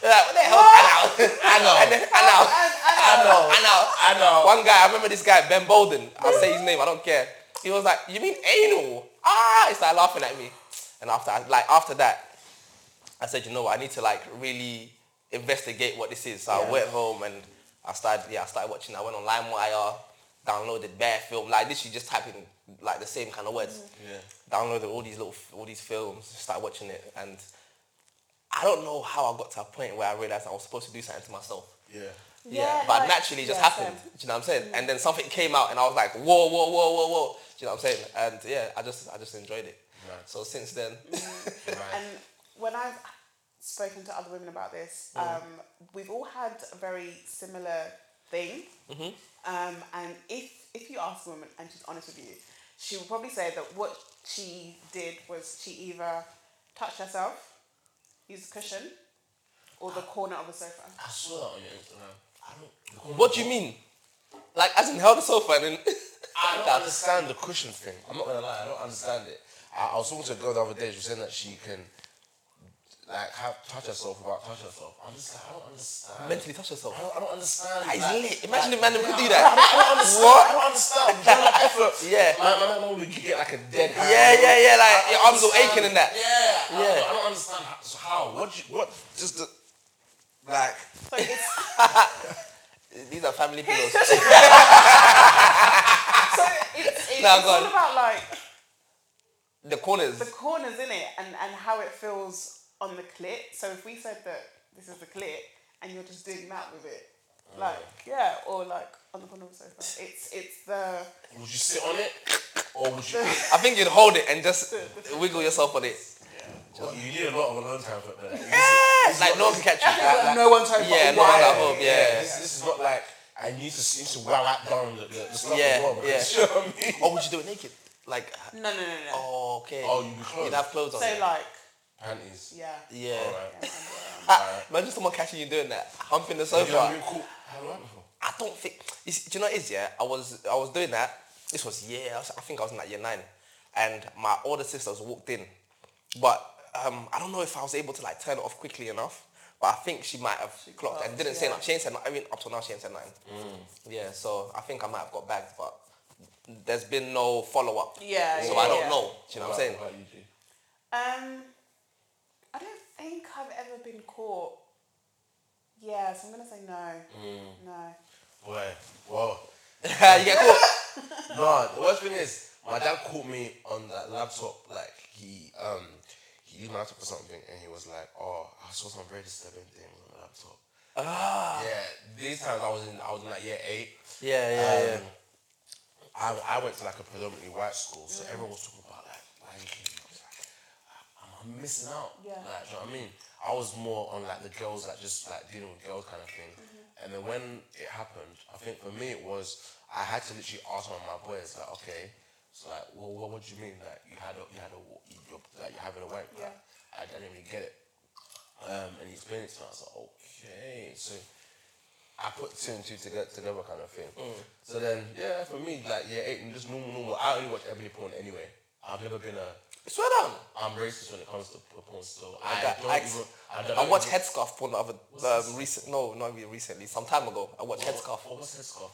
Speaker 2: They're like, what the hell is anal? Anal. *laughs* And then anal. Anal. Anal.
Speaker 4: Anal.
Speaker 2: One guy, I remember this guy, Ben Bolden. I'll say his name, I don't care. He was like, you mean anal? Ah, he started laughing at me. And after, I- like, after that, I said, you know what, I need to like really investigate what this is. So I went home and I started, yeah, I started watching. I went on LimeWire, downloaded bare film, like literally just typing like the same kind of words.
Speaker 4: Mm-hmm. Yeah.
Speaker 2: Downloaded all these little, all these films, started watching it, and I don't know how I got to a point where I realized I was supposed to do something to myself.
Speaker 4: Yeah.
Speaker 2: Yeah,
Speaker 1: Yeah,
Speaker 2: but
Speaker 1: like-
Speaker 2: naturally it just
Speaker 1: yeah,
Speaker 2: happened.
Speaker 1: same. Mm.
Speaker 2: Do you know what I'm saying? And then something came out, and I was like, whoa, whoa, whoa, whoa, whoa. Do you know what I'm saying? And yeah, I just, I just enjoyed it.
Speaker 4: Right.
Speaker 2: So since then, *laughs*
Speaker 4: Right.
Speaker 1: And when I've spoken to other women about this, um, we've all had a very similar thing.
Speaker 2: Mm-hmm.
Speaker 1: Um, and if if you ask a woman and she's honest with you, she will probably say that what she did was she either touched herself, used a cushion, or the corner of a sofa.
Speaker 4: I saw that on your Instagram. I don't.
Speaker 2: What do you mean? Like, as in held the sofa and then... *laughs*
Speaker 4: I don't understand the cushion thing. I'm not gonna lie, I don't understand it. I, I was talking to a girl the other day. She was saying that she can, like, have touch herself without touch herself. I'm just like, I don't understand.
Speaker 2: mentally touch yourself.
Speaker 4: I don't, I don't understand.
Speaker 2: That is
Speaker 4: like-
Speaker 2: lit. Imagine if man could do
Speaker 4: I
Speaker 2: that.
Speaker 4: don't, I don't understand. I don't understand. I'm trying to effort.
Speaker 2: Yeah.
Speaker 4: My, my man normally get like a dead hand.
Speaker 2: Yeah, yeah, yeah.
Speaker 4: I
Speaker 2: Like
Speaker 4: don't
Speaker 2: your arms all
Speaker 4: understand.
Speaker 2: aching and that.
Speaker 4: Yeah. I,
Speaker 2: Yeah.
Speaker 4: don't, I don't understand how. So how? What? do You, what? Just the, like.
Speaker 1: So
Speaker 2: *laughs*
Speaker 1: it's
Speaker 2: These are family pillows.
Speaker 1: *laughs* so it's, it's,
Speaker 2: Nah,
Speaker 1: it's
Speaker 2: go
Speaker 1: all
Speaker 2: on.
Speaker 1: about like
Speaker 2: The corners.
Speaker 1: the corners in it and, and how it feels on the clit. So if we said that this is the clit and you're just doing that with it, like yeah, or like on the corner of the sofa, it's it's the
Speaker 4: Would you sit on it, or
Speaker 2: *laughs*
Speaker 4: would you?
Speaker 2: I think you'd hold it and
Speaker 1: *laughs*
Speaker 2: just wiggle yourself on it.
Speaker 4: Well, you need a lot of alone time for that. This
Speaker 2: *laughs*
Speaker 4: is-
Speaker 2: Like no one can catch you.
Speaker 4: like, no one time.
Speaker 2: Yeah,
Speaker 4: but
Speaker 2: no
Speaker 4: why?
Speaker 2: one at home, yeah.
Speaker 4: This, this is not like I need to see to wow out down the, the, the stuff
Speaker 2: Yeah,
Speaker 4: as well. man.
Speaker 2: yeah.
Speaker 4: *laughs*
Speaker 2: Oh.
Speaker 4: You know what I mean?
Speaker 2: Or would you do it naked? Like
Speaker 1: no no no no.
Speaker 2: oh, okay.
Speaker 4: Oh, you'd be clothed.
Speaker 2: You'd have clothes on.
Speaker 1: so like
Speaker 4: Panties.
Speaker 1: yeah.
Speaker 2: yeah.
Speaker 4: Alright.
Speaker 2: Ah, Imagine someone catching you doing that, humping the
Speaker 4: You know what
Speaker 2: sofa.
Speaker 4: I mean? Cool. How long before?
Speaker 2: I don't think. You see, do you know what it is? Yeah, I was I was doing that. This was year. I was- I think I was in like year nine, and my older sisters walked in, but um, I don't know if I was able to like turn it off quickly enough. But I think she might have clocked and didn't say
Speaker 1: yeah.
Speaker 2: nothing. She ain't said. I mean, up till now she ain't said nothing.
Speaker 4: Mm.
Speaker 2: Yeah, so I think I might have got bagged, but there's been no follow up.
Speaker 1: Yeah,
Speaker 2: So
Speaker 1: yeah,
Speaker 2: I don't
Speaker 1: yeah.
Speaker 2: know. Do you know what I'm saying?
Speaker 4: What about you, G?
Speaker 1: Um, I don't think I've ever been caught. Yeah, so I'm gonna say no,
Speaker 2: Mm.
Speaker 1: no.
Speaker 4: Boy, whoa.
Speaker 2: you get
Speaker 4: *laughs*
Speaker 2: caught.
Speaker 4: No, the worst thing is my dad caught me on that laptop. Like he um he used my laptop for something, and he was like, "Oh, I saw some very disturbing things on the laptop." Ah. Yeah, these times I was in I was in like year eight.
Speaker 2: Yeah, yeah, yeah.
Speaker 4: Um, I, I went to like a predominantly white school, so everyone was talking about like Lion King. I was like, am I missing out?
Speaker 1: Yeah.
Speaker 4: Like, do you know what I mean? I was more on like the girls, like just like dealing with girls kind of thing. And then when it happened, I think for me it was I had to literally ask one of my boys like, okay, so like, well, what, what do you mean like you had a, you had a you, you're, like you're having a wank? Like, I didn't really get it. Um, and he explained it to me. I was like, okay, so. I put two and two together, together kind of thing. So then, yeah, for me, like, yeah, eight, and just normal, normal. I only watch ebony porn anyway. I've never been a,
Speaker 2: Swear down.
Speaker 4: I'm racist when it comes to p- porn, so
Speaker 2: I,
Speaker 4: I,
Speaker 2: got-
Speaker 4: don't
Speaker 2: I,
Speaker 4: even, I
Speaker 2: I,
Speaker 4: don't
Speaker 2: watched
Speaker 4: even,
Speaker 2: headscarf porn the other um, recent. No, not even recently. Some time ago, I watched headscarf.
Speaker 4: Oh, what's headscarf?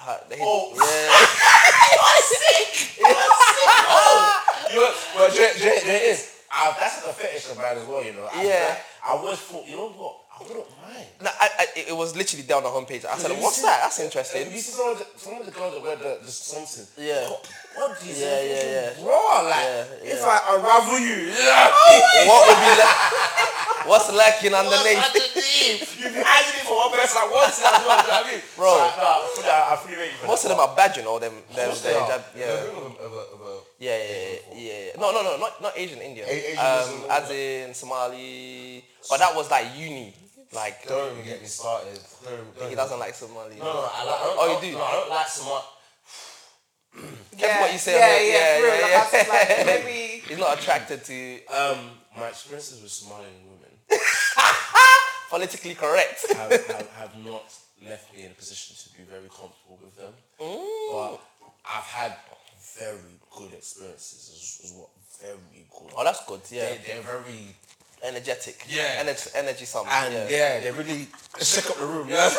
Speaker 2: Uh, the head-
Speaker 4: Oh.
Speaker 2: yeah.
Speaker 4: *laughs* You know, well, Jay, Jay, Jay is. I, that's a fetish of mine as well, you know. I,
Speaker 2: Yeah.
Speaker 4: I, I always thought, you know what? I I wouldn't mind.
Speaker 2: No, I, I, it was literally down the homepage. I said,
Speaker 4: Have you
Speaker 2: "What's
Speaker 4: seen-
Speaker 2: that? That's
Speaker 4: Have
Speaker 2: interesting."
Speaker 4: you seen some of the, some of the girls that wear the, the something?
Speaker 2: Yeah.
Speaker 4: What- What do you
Speaker 2: Yeah, yeah, yeah.
Speaker 4: Bro, like,
Speaker 2: Yeah, yeah.
Speaker 4: if I unravel you, yeah.
Speaker 2: What would be la- what's lacking underneath?
Speaker 4: *laughs* If you ask me for one person, I want that one. do you know what I mean?
Speaker 2: Bro.
Speaker 4: So, nah, fuck that, I fully rate you. for
Speaker 2: Most of them are bad, you know. Them, them,
Speaker 4: that.
Speaker 2: they jab, yeah.
Speaker 4: They're a bit of a- of a- of a-
Speaker 2: Yeah, yeah, yeah, yeah, yeah. No, no, no, not not Asian Indian.
Speaker 4: A- Asian
Speaker 2: um,
Speaker 4: Muslim.
Speaker 2: as in Somali, but that was like uni. Like
Speaker 4: Don't even get me started. Don't even- don't
Speaker 2: he
Speaker 4: even-
Speaker 2: doesn't like Somali.
Speaker 4: No, no, I like. I don't,
Speaker 2: Oh, you
Speaker 4: I-
Speaker 2: do?
Speaker 4: No, I don't like smart.
Speaker 2: Careful what you say
Speaker 1: yeah,
Speaker 2: about- yeah,
Speaker 1: yeah, for real. Like,
Speaker 2: yeah,
Speaker 1: I was
Speaker 2: yeah.
Speaker 1: like,
Speaker 2: *laughs*
Speaker 1: maybe
Speaker 2: He's not attracted to
Speaker 4: Um, my experiences with Somalian women
Speaker 2: politically
Speaker 4: *laughs*
Speaker 2: correct.
Speaker 4: have, have, have not left me in a position to be very comfortable with them. But I've had very good experiences as, as well. Very good.
Speaker 2: Oh, that's good. Yeah,
Speaker 4: They, they're very
Speaker 2: energetic.
Speaker 4: Yeah.
Speaker 2: energy, energy something.
Speaker 4: and
Speaker 2: yeah.
Speaker 4: yeah, they really shake up the room.
Speaker 2: *laughs*
Speaker 4: Yeah.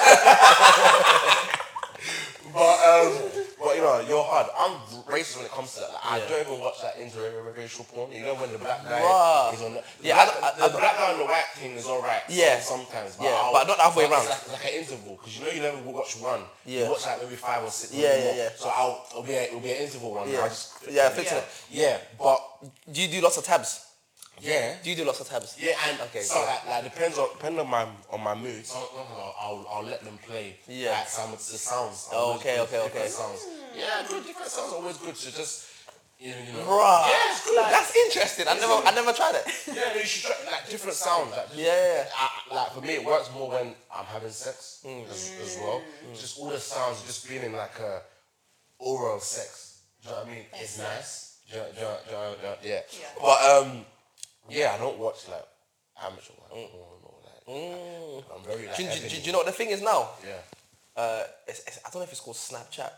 Speaker 4: but um, but you know, you're hard. I'm racist when it comes to that. Like, I
Speaker 2: Yeah.
Speaker 4: don't even watch that interracial porn. You know when the black guy
Speaker 2: Bruh.
Speaker 4: is on the, the
Speaker 2: Yeah,
Speaker 4: black,
Speaker 2: I- I-
Speaker 4: the black guy and the white thing is alright.
Speaker 2: Yeah.
Speaker 4: sometimes. But
Speaker 2: Yeah,
Speaker 4: I'll-
Speaker 2: but not the other way
Speaker 4: it's
Speaker 2: round.
Speaker 4: Like, like an interval because you know you never watch one.
Speaker 2: Yeah.
Speaker 4: you watch like maybe five or six.
Speaker 2: Yeah,
Speaker 4: maybe
Speaker 2: yeah,
Speaker 4: more.
Speaker 2: yeah.
Speaker 4: So I'll it'll be a, it'll be an interval one.
Speaker 2: yeah,
Speaker 4: I'll just,
Speaker 2: yeah. fix
Speaker 1: Yeah.
Speaker 2: it.
Speaker 4: yeah, but
Speaker 2: Do you do lots of tabs?
Speaker 4: yeah.
Speaker 2: Do you do lots of tabs?
Speaker 4: Yeah, and
Speaker 2: okay.
Speaker 4: so
Speaker 2: cool.
Speaker 4: like, like depends on depend on my on my mood. So I'll, I'll I'll let them play.
Speaker 2: Yeah.
Speaker 4: like, some of the sounds. are
Speaker 2: Oh,
Speaker 4: always
Speaker 2: okay,
Speaker 4: good,
Speaker 2: okay,
Speaker 4: different
Speaker 2: okay.
Speaker 4: Sounds. Yeah, good different sounds are always good to just you know. You know
Speaker 2: Bruh.
Speaker 4: Yeah, it's good.
Speaker 2: that's interesting. I never, I never tried
Speaker 4: *laughs*
Speaker 2: it.
Speaker 4: yeah, you should try, like different sounds. Like, just-
Speaker 2: Yeah, yeah,
Speaker 4: I, like for me, it works more when I'm having sex as, as well. Just all the sounds, just being in like a aura of sex. Do you know what I mean? It's nice. Do you, do you, do you, do you, yeah.
Speaker 1: Yeah.
Speaker 4: But um, yeah, I don't watch like amateur porn or like. I'm very like.
Speaker 2: Do, you- do, you-
Speaker 4: heavily-
Speaker 2: do you know what the thing is now?
Speaker 4: Yeah.
Speaker 2: Uh, it's, it's, I don't know if it's called Snapchat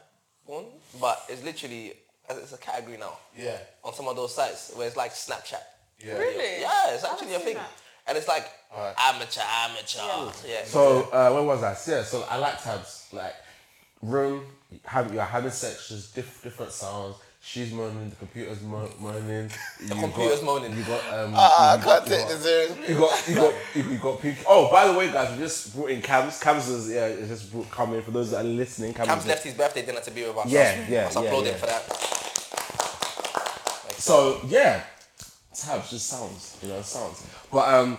Speaker 2: one, but it's literally it's a category now
Speaker 4: Yeah.
Speaker 2: on some of those sites where it's like Snapchat.
Speaker 4: Yeah.
Speaker 1: Really?
Speaker 2: Yeah, it's
Speaker 1: I
Speaker 2: actually a
Speaker 1: haven't seen
Speaker 2: thing,
Speaker 1: that.
Speaker 2: and it's like
Speaker 4: Alright.
Speaker 2: amateur, amateur. Yeah.
Speaker 4: So uh, where was I? Yeah, so I like tabs. Like room, have, you're having sex, just diff, different sounds. She's moaning, the computer's mo- moaning. The
Speaker 2: computer's moaning.
Speaker 4: You got um.
Speaker 2: Ah,
Speaker 4: you
Speaker 2: I
Speaker 4: got-
Speaker 2: can't take
Speaker 4: you got-
Speaker 2: this seriously.
Speaker 4: You got you got you, you got pink. Oh, by the way, guys, we just brought in Cams. Cams is yeah, it's just brought come in for those that are listening. Cams,
Speaker 2: Cam's
Speaker 4: is-
Speaker 2: left his birthday dinner to be with us.
Speaker 4: Yeah,
Speaker 2: Let's-
Speaker 4: yeah,
Speaker 2: Let's
Speaker 4: yeah,
Speaker 2: applaud
Speaker 4: yeah.
Speaker 2: him for that.
Speaker 4: So yeah, tabs just sounds, you know, sounds. But um,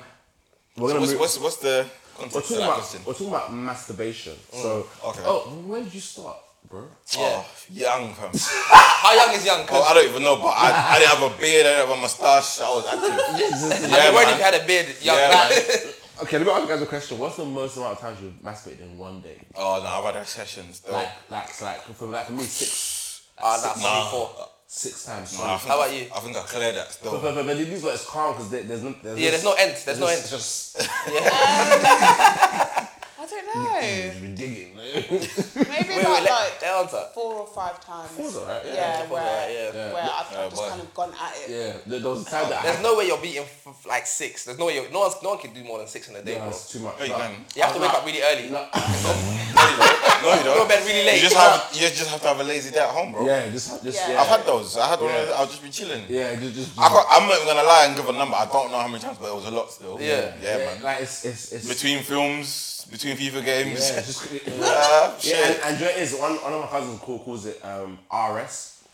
Speaker 4: we're gonna
Speaker 5: What's,
Speaker 4: move-
Speaker 5: what's, what's the
Speaker 4: we're
Speaker 5: context
Speaker 4: talking
Speaker 5: of that
Speaker 4: about
Speaker 5: question?
Speaker 4: we're talking about masturbation. So
Speaker 2: Mm,
Speaker 5: okay.
Speaker 4: oh, when did you start, bro?
Speaker 2: Yeah.
Speaker 5: Oh, young, fam.
Speaker 2: How young is young? 'Cause
Speaker 5: Oh, I don't even know, but I, I didn't have a beard, I didn't have a mustache. I was
Speaker 2: *laughs*
Speaker 5: active.
Speaker 2: I
Speaker 5: yeah,
Speaker 2: mean, when
Speaker 5: man.
Speaker 2: if you had a beard, young.
Speaker 5: Yeah,
Speaker 2: *laughs*
Speaker 4: Okay, let me ask you guys a question. What's the most amount of times you've masturbated in one day?
Speaker 5: Oh, no, I've had had sessions,
Speaker 2: Oh.
Speaker 5: though.
Speaker 4: Like, like, so like for, like for me, six,
Speaker 2: Ah, that's
Speaker 5: Nah.
Speaker 2: before.
Speaker 4: six times.
Speaker 5: Nah, I think
Speaker 2: How
Speaker 5: I-
Speaker 2: about you?
Speaker 5: I think I cleared that
Speaker 4: But,
Speaker 5: still.
Speaker 4: but, but, but these guys it's calm because there's no. There's
Speaker 2: Yeah, there's no end. There's no end.
Speaker 4: It's just
Speaker 1: I don't know.
Speaker 4: it's ridiculous.
Speaker 1: Maybe
Speaker 2: Wait,
Speaker 1: about
Speaker 2: wait, let,
Speaker 1: like
Speaker 2: let answer.
Speaker 1: four or five times.
Speaker 4: Four's alright, yeah.
Speaker 1: yeah,
Speaker 2: Four's
Speaker 1: where,
Speaker 2: alright, yeah.
Speaker 1: where I've I've just
Speaker 5: boy.
Speaker 1: kind of gone at it.
Speaker 4: *laughs* yeah, there, there was a time that I,
Speaker 2: There's no way you're beating f- like six. There's no way you're, no, one's, no one can do more than six in a day,
Speaker 4: yeah,
Speaker 2: bro. Oh,
Speaker 4: it's too much.
Speaker 5: No, you
Speaker 4: Like,
Speaker 5: can.
Speaker 2: You have to wake up really early.
Speaker 4: no,
Speaker 5: No, you don't.
Speaker 2: Go to bed really late.
Speaker 5: You just have, you just have to have a lazy day at home, bro.
Speaker 4: *coughs* yeah, just, just
Speaker 1: Yeah.
Speaker 4: yeah.
Speaker 5: I've had those. I had one.
Speaker 4: Yeah.
Speaker 5: Of, I'll just be chilling.
Speaker 4: yeah, just, just.
Speaker 5: I can't, I'm not even gonna lie and give a number. I don't know how many times, but it was a lot still.
Speaker 2: Yeah.
Speaker 5: yeah, man.
Speaker 4: Like it's it's it's.
Speaker 5: Between films, between FIFA
Speaker 4: yeah,
Speaker 5: games.
Speaker 4: it's just,
Speaker 5: *laughs* Ah,
Speaker 4: yeah,
Speaker 5: shit.
Speaker 4: and, and do you know what it is one one of my cousins call, calls it um RS,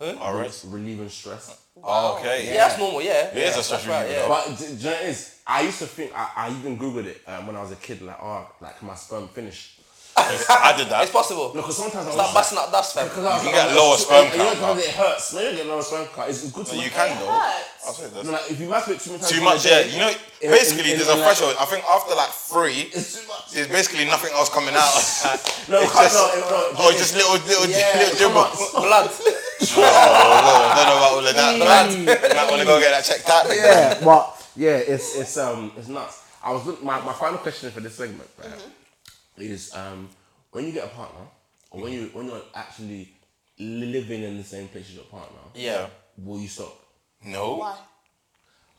Speaker 5: All right.
Speaker 4: relieving stress.
Speaker 5: Oh, okay.
Speaker 2: yeah, that's normal. Yeah,
Speaker 5: It is a
Speaker 2: That's
Speaker 5: stress
Speaker 2: right,
Speaker 5: reliever,
Speaker 2: yeah.
Speaker 5: though.
Speaker 4: But d- do you know what it is? I used to think I, I even googled it um, when I was a kid. Like, oh, like can my sperm finish?
Speaker 5: *laughs* I did that.
Speaker 2: It's possible.
Speaker 4: No, because sometimes I was
Speaker 2: Start busting up dust, fam.
Speaker 4: because I was
Speaker 5: You
Speaker 4: like,
Speaker 5: get
Speaker 4: I'm
Speaker 5: lower
Speaker 4: like,
Speaker 5: sperm
Speaker 4: You know,
Speaker 5: count,
Speaker 4: sometimes it hurts. No, you don't get lower sperm count. It's, it's good to.
Speaker 5: No, you
Speaker 4: like-
Speaker 5: can though.
Speaker 1: hurts.
Speaker 5: I'll say that.
Speaker 4: No, like, if you masturbate too many times.
Speaker 5: too
Speaker 4: in
Speaker 5: much,
Speaker 4: a
Speaker 5: yeah.
Speaker 4: day,
Speaker 5: You know,
Speaker 4: in-
Speaker 5: basically,
Speaker 4: in-
Speaker 5: there's
Speaker 4: in
Speaker 5: a
Speaker 4: like-
Speaker 5: threshold. I think after like three,
Speaker 4: *laughs* It's too much.
Speaker 5: there's basically nothing else coming out. *laughs* it's
Speaker 4: No, no, no,
Speaker 5: just,
Speaker 4: no,
Speaker 5: oh, just little, little,
Speaker 4: Yeah,
Speaker 5: little
Speaker 4: come
Speaker 5: dribble. *laughs*
Speaker 4: on. *laughs*
Speaker 5: Oh,
Speaker 2: Blood.
Speaker 5: Lord, I don't know about all of that. Blood. Might want to go get that checked out.
Speaker 4: yeah, but yeah, it's it's um it's nuts. I was look, my my final question for this segment right,
Speaker 5: Mm-hmm.
Speaker 4: is um when you get a partner or when you when you're actually living in the same place as your partner,
Speaker 2: Yeah.
Speaker 4: will you stop?
Speaker 5: No.
Speaker 1: Why?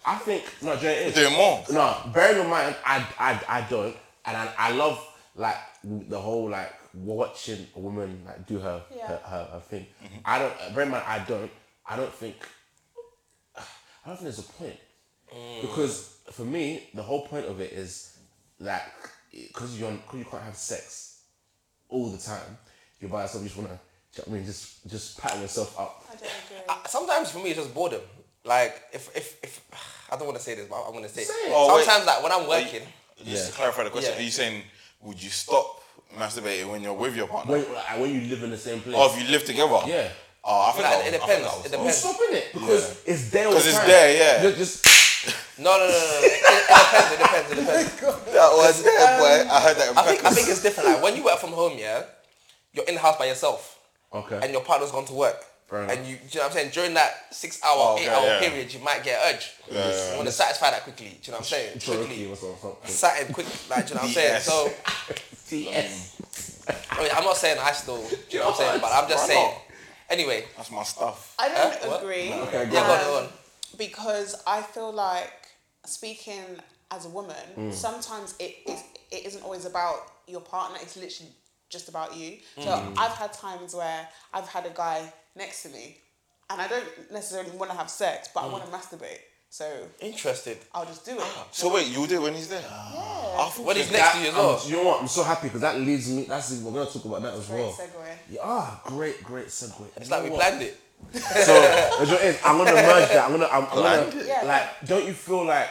Speaker 4: I think no, do you know what it is?
Speaker 5: Doing more.
Speaker 4: No, bearing in mind, I I, I don't, and I, I love like the whole like watching a woman like do her
Speaker 1: Yeah.
Speaker 4: her, her, her thing. I don't. Bearing in mind, I don't. I don't think.
Speaker 5: Mm.
Speaker 4: I don't think there's a point because for me, the whole point of it is like because you're cause you can't have sex all the time. You're by yourself. You just wanna. do you know what I mean, just just pat yourself up.
Speaker 1: I don't agree.
Speaker 2: Uh, Sometimes for me, it's just boredom. Like if if if *sighs* I don't want to say this, but I'm gonna say it.
Speaker 4: Say it.
Speaker 5: Oh, wait.
Speaker 2: Sometimes like when I'm working,
Speaker 5: Just to
Speaker 4: Yeah.
Speaker 5: clarify the question,
Speaker 2: Yeah.
Speaker 5: are you saying would you stop masturbating when you're with your partner?
Speaker 4: When, like, when you live in the same place,
Speaker 5: Or if you live together?
Speaker 4: Yeah.
Speaker 5: Oh, I think
Speaker 2: Nah,
Speaker 5: that
Speaker 2: it
Speaker 5: was- I
Speaker 2: depends, it
Speaker 5: think that was-
Speaker 4: you're
Speaker 2: depends.
Speaker 4: stopping it because it's there. all
Speaker 5: 'Cause
Speaker 4: the
Speaker 5: it's
Speaker 4: time.
Speaker 5: there, yeah.
Speaker 4: You're just
Speaker 2: no, no, no, no, no. It, it depends. It depends. It depends.
Speaker 5: That was yeah, boy. I heard that. In
Speaker 2: I think I
Speaker 5: practice.
Speaker 2: think it's different. Like when you work from home, yeah, you're in the house by yourself,
Speaker 4: okay.
Speaker 2: and your partner's gone to work,
Speaker 4: Fair enough.
Speaker 2: and you, do you know what I'm saying? During that six hour,
Speaker 5: Oh, okay,
Speaker 2: eight hour
Speaker 5: yeah.
Speaker 2: period, you might get urge. You want to satisfy that quickly. Do you know what I'm saying?
Speaker 4: Cherokee
Speaker 2: Quickly,
Speaker 4: or something.
Speaker 2: satin quick. Like do you know what I'm saying?
Speaker 5: Yes.
Speaker 2: So
Speaker 5: *laughs*
Speaker 4: TS.
Speaker 2: I mean, I'm not saying I still. Do you know what I'm saying? But I'm just
Speaker 5: Why
Speaker 2: saying.
Speaker 5: not?
Speaker 2: Anyway,
Speaker 5: that's my stuff.
Speaker 1: I don't
Speaker 2: Huh? eh, What?
Speaker 1: agree.
Speaker 4: Okay, go
Speaker 2: yeah, go on,
Speaker 4: on.
Speaker 2: go on.
Speaker 1: because I feel like speaking as a woman,
Speaker 4: Hmm.
Speaker 1: sometimes it is it isn't always about your partner. It's literally just about you. So
Speaker 4: Hmm.
Speaker 1: I've had times where I've had a guy next to me, and I don't necessarily want to have sex,
Speaker 4: Hmm.
Speaker 1: but I want to masturbate. So
Speaker 2: Interested.
Speaker 1: I'll just do it.
Speaker 4: *gasps*
Speaker 5: So wait, you do when he's there? I thought
Speaker 2: When
Speaker 5: you-
Speaker 2: he's next to you as well.
Speaker 4: um, You know what? I'm so happy because that leads me. That's we're gonna talk about that as
Speaker 1: Great
Speaker 4: well.
Speaker 1: segue.
Speaker 4: Yeah, ah, great, great segue.
Speaker 2: It's like we planned it. *laughs*
Speaker 4: So that's what it is. I'm gonna merge that. I'm gonna, I'm, I'm gonna,
Speaker 1: Yeah.
Speaker 4: like, don't you feel like?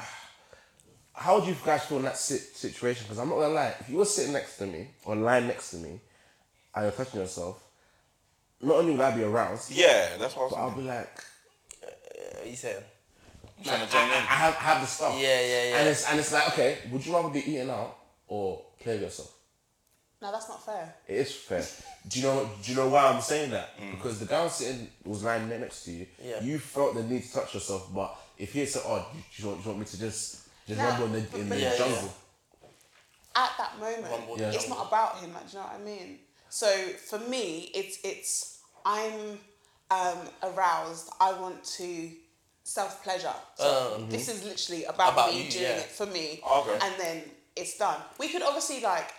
Speaker 4: *sighs* How do you guys feel in that sit- situation? Because I'm not gonna lie, if you were sitting next to me or lying next to me, and you're touching yourself, not only would I be aroused,
Speaker 5: Yeah, that's what I was
Speaker 4: but I'll
Speaker 5: thinking.
Speaker 4: be like,
Speaker 2: What are you saying?
Speaker 5: trying to
Speaker 4: I,
Speaker 5: join
Speaker 4: I
Speaker 5: in.
Speaker 4: have have the stuff.
Speaker 2: Yeah, yeah, yeah.
Speaker 4: And it's and it's like, okay, would you rather be eating out or play with yourself?
Speaker 1: No, that's not fair.
Speaker 4: It is fair. Do you know? Do you know why I'm saying that?
Speaker 5: Mm.
Speaker 4: Because the guy was sitting was lying there next to you.
Speaker 2: Yeah.
Speaker 4: You felt the need to touch yourself, but if he had said, "Oh, do you, want, do you want me to just just
Speaker 1: No,
Speaker 4: rumble in the, in the
Speaker 1: but- Yeah,
Speaker 4: jungle?"
Speaker 1: at that moment,
Speaker 2: One more
Speaker 1: it's
Speaker 2: jungle.
Speaker 1: not about him. Like, do you know what I mean? So for me, it's it's I'm um, aroused. I want to self pleasure. So this is literally about,
Speaker 2: Um, mhm. About
Speaker 1: me
Speaker 2: you,
Speaker 1: doing
Speaker 2: yeah.
Speaker 1: it for me,
Speaker 5: Okay.
Speaker 1: and then it's done. We could obviously like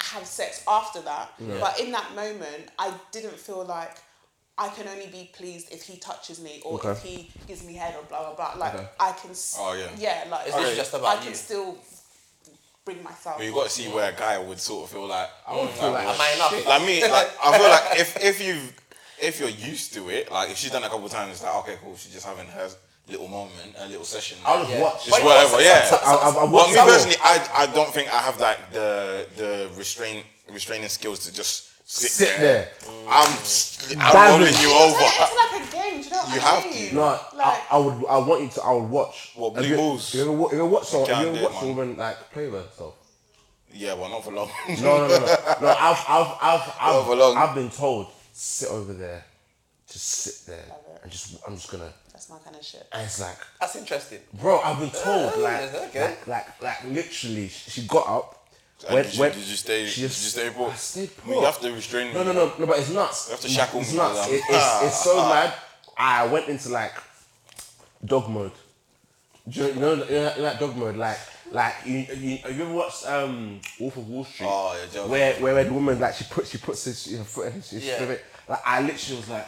Speaker 1: have sex after that, but in that moment, I didn't feel like. I can only be pleased if he touches me or
Speaker 4: Okay.
Speaker 1: if he gives me head or blah blah blah. Like
Speaker 4: Okay.
Speaker 1: I can, s-
Speaker 5: Oh, yeah.
Speaker 1: yeah, like
Speaker 2: It's literally just
Speaker 1: I
Speaker 2: about
Speaker 1: can
Speaker 2: you.
Speaker 1: still bring myself.
Speaker 5: But you got to see where a guy would sort of feel like.
Speaker 4: I would feel like,
Speaker 2: Am I enough?
Speaker 4: shit.
Speaker 5: Like me, like I feel like if if you if you're used to it, like if she's done it a couple of times, it's like okay, cool, she's just having her little moment, a little session.
Speaker 4: I'll just
Speaker 5: like,
Speaker 4: watch.
Speaker 5: just whatever, yeah.
Speaker 4: I, I, I
Speaker 5: Well,
Speaker 4: watch
Speaker 5: me personally, I, I don't think I have like the the restraint restraining skills to just sit,
Speaker 4: Sit there.
Speaker 5: I'm I'm
Speaker 4: Damn
Speaker 5: rolling
Speaker 4: it.
Speaker 5: you
Speaker 1: Like,
Speaker 5: over.
Speaker 1: It's like a game. Do you know what
Speaker 5: uh, You
Speaker 1: I
Speaker 5: have
Speaker 1: mean?
Speaker 5: to.
Speaker 4: No,
Speaker 1: Like-
Speaker 4: I, I would. I want you to. I would watch.
Speaker 5: Well,
Speaker 4: Have
Speaker 5: blue
Speaker 4: you-
Speaker 5: balls.
Speaker 4: You ever, wa- you ever watch someone?
Speaker 5: can't
Speaker 4: You ever
Speaker 5: do it,
Speaker 4: watch a
Speaker 5: man.
Speaker 4: woman like play with herself?
Speaker 5: Yeah, well, not for long.
Speaker 4: No, no, no, no. no I've, I've, I've,
Speaker 5: *laughs*
Speaker 4: I've,
Speaker 5: for long.
Speaker 4: I've been told sit over there, just sit there, and just I'm just gonna.
Speaker 1: That's my kind of shit.
Speaker 4: And it's like,
Speaker 2: That's interesting.
Speaker 4: bro, I've been
Speaker 5: Uh,
Speaker 4: told like,
Speaker 2: okay.
Speaker 4: like, like, like, literally, sh- she got up.
Speaker 5: And did you- did you stay-
Speaker 4: she
Speaker 5: did you stay put?
Speaker 4: I stayed
Speaker 5: I mean, you
Speaker 4: put.
Speaker 5: have to restrain.
Speaker 4: No, no, no, no, but it's nuts.
Speaker 5: You have to shackle
Speaker 4: It's
Speaker 5: me,
Speaker 4: nuts.
Speaker 5: brother. Ah.
Speaker 4: It, it's, it's so mad. I went into like dog mode. Do you, you know, you know that dog mode, like, like you, you, have you ever watched um, Wolf of Wall Street?
Speaker 5: *laughs* Oh, yeah, joking.
Speaker 4: where where the woman like she puts she puts his, her foot in his his
Speaker 2: Yeah.
Speaker 4: stomach. Like I literally was like,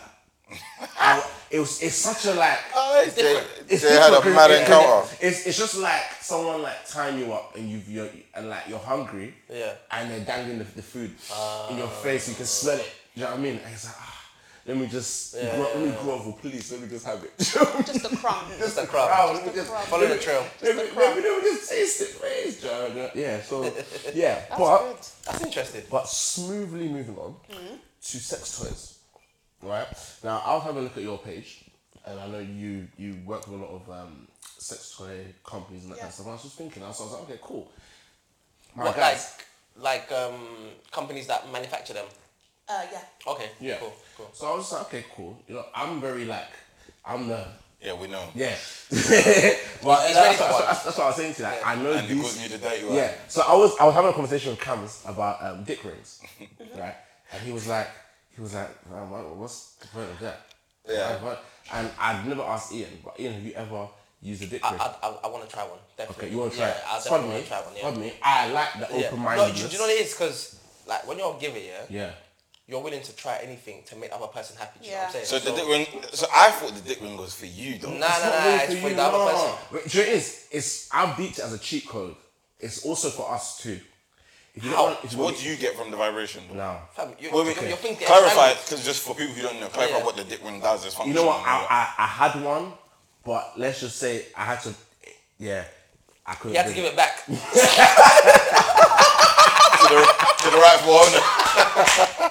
Speaker 4: I, it was it's such a like. *laughs*
Speaker 5: Jay,
Speaker 4: It's
Speaker 5: Jay had Oh, a
Speaker 4: different,
Speaker 5: mad
Speaker 4: isn't it?
Speaker 5: encounter.
Speaker 4: It's, it's just like someone like tying you up and you you're and like you're hungry.
Speaker 2: Yeah.
Speaker 4: And they're dangling the, the food in your face. You can smell it. Do you know what I mean? And it's like, ah, let me just gro- let me grovel, please. Let me just have it. *laughs* just
Speaker 1: Just a crumb.
Speaker 5: *laughs*
Speaker 2: Just a crowd.
Speaker 4: growl, let me
Speaker 1: the
Speaker 4: just
Speaker 1: crumb.
Speaker 2: Follow the trail.
Speaker 4: Let me, let me, let me just taste it, please. Do you know what I mean? Yeah. So yeah, but.
Speaker 1: That's good.
Speaker 2: That's interesting.
Speaker 4: But smoothly moving on to sex toys. Right now, I'll have a look at your page, and I know you you work with a lot of um, sex toy companies and that kind
Speaker 1: Yeah.
Speaker 4: of stuff. And I was just thinking, I was, I was like, okay, cool. My
Speaker 2: What like
Speaker 4: guys,
Speaker 2: like um companies that manufacture them?
Speaker 1: Uh, yeah.
Speaker 2: Okay.
Speaker 4: yeah.
Speaker 2: Cool. Cool.
Speaker 4: So I was just like, okay, cool. You know, I'm very like, I'm the
Speaker 5: Yeah, we know.
Speaker 4: yeah. *laughs* well,
Speaker 2: He's ready
Speaker 4: that's,
Speaker 2: for
Speaker 4: what,
Speaker 2: one.
Speaker 4: that's, that's what I was saying to you. Like, I know
Speaker 5: And he
Speaker 4: these.
Speaker 5: calls me the dirty one.
Speaker 4: Yeah. So I was I was having a conversation with Cams about um, dick
Speaker 2: *laughs*
Speaker 4: rings, right? And he was like, he was like, "Man, what, what's the point of that?
Speaker 5: Yeah.
Speaker 4: Why- why-" And I've never asked Ian, but Ian, have you ever used a dick
Speaker 2: I
Speaker 4: ring?
Speaker 2: I, I, I want to try one. Definitely.
Speaker 4: okay, you want to try?
Speaker 2: Yeah, I
Speaker 4: it?
Speaker 2: definitely
Speaker 4: me.
Speaker 2: want to try one. Yeah.
Speaker 4: Pardon me. I like the
Speaker 2: yeah.
Speaker 4: open
Speaker 2: No, do,
Speaker 4: mindedness.
Speaker 2: do you know what it is? Because like when you're a giver, yeah,
Speaker 4: Yeah.
Speaker 2: you're willing to try anything to make the other person happy. Do you know what I'm
Speaker 1: Yeah.
Speaker 2: saying?
Speaker 5: So the dick ring. So I thought the dick ring was for you, though.
Speaker 2: Nah, nah,
Speaker 4: not
Speaker 2: nah.
Speaker 4: really
Speaker 2: It's
Speaker 4: for
Speaker 2: for
Speaker 4: you,
Speaker 2: the other
Speaker 4: nah.
Speaker 2: person.
Speaker 4: But do you know what it is? It's I've beat it as a cheat code. It's also for us too. If you don't
Speaker 5: How,
Speaker 4: want- if you
Speaker 5: what
Speaker 4: want-
Speaker 5: do you get from the vibration? though?
Speaker 4: now?
Speaker 2: Fam, you,
Speaker 5: Wait, wait,
Speaker 2: you- you think they're
Speaker 5: clarify,
Speaker 2: standing-
Speaker 5: because just for people who don't know, clarify
Speaker 2: Yeah.
Speaker 5: what the dick ring does. It's
Speaker 4: You know what?
Speaker 5: functional, yeah.
Speaker 4: I, I I had one, but let's just say I had to. Yeah, I couldn't.
Speaker 2: You have to
Speaker 4: bring
Speaker 2: give it
Speaker 4: *laughs*
Speaker 2: back.
Speaker 5: to, the, to the rightful
Speaker 4: *laughs*
Speaker 5: owner.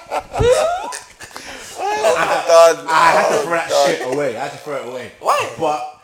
Speaker 4: I had to throw that shit away. I had to throw it away.
Speaker 2: Oh, Why?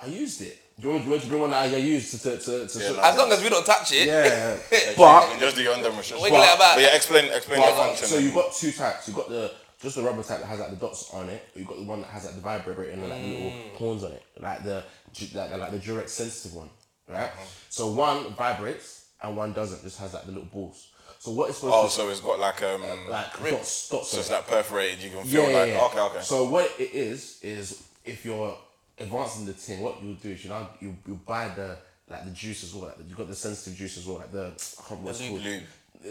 Speaker 4: But I used it. Do you want, do you want to bring one that I used to to to? to
Speaker 5: Yeah,
Speaker 4: show-
Speaker 5: no.
Speaker 2: As long as we don't touch it. *laughs*
Speaker 4: yeah.
Speaker 5: I *laughs*
Speaker 4: but
Speaker 5: mean, just do your own demonstration.
Speaker 2: Wiggle it
Speaker 5: But,
Speaker 2: about.
Speaker 5: but yeah, explain, explain the function.
Speaker 4: so you've got two types. You've got the just the rubber type that has like the dots on it. You've got the one that has like the vibrator and like the little
Speaker 2: Mm.
Speaker 4: horns on it, like the ju- like, like the direct sensitive one, right?
Speaker 2: Uh-huh.
Speaker 4: So one vibrates and one doesn't. Just has like the little balls. So what it's supposed
Speaker 5: oh,
Speaker 4: to
Speaker 5: so it's got like um,
Speaker 4: like dots, dots
Speaker 5: so
Speaker 4: on
Speaker 5: it's
Speaker 4: it.
Speaker 5: like perforated. You can
Speaker 4: Yeah,
Speaker 5: feel
Speaker 4: yeah,
Speaker 5: like
Speaker 4: yeah.
Speaker 5: okay, okay.
Speaker 4: So what it is is if you're advancing the thing, what you'll do is you know you you buy the like the juice as well. Like you got the sensitive juice as well, like the I can't remember what it's
Speaker 5: lube.
Speaker 4: called.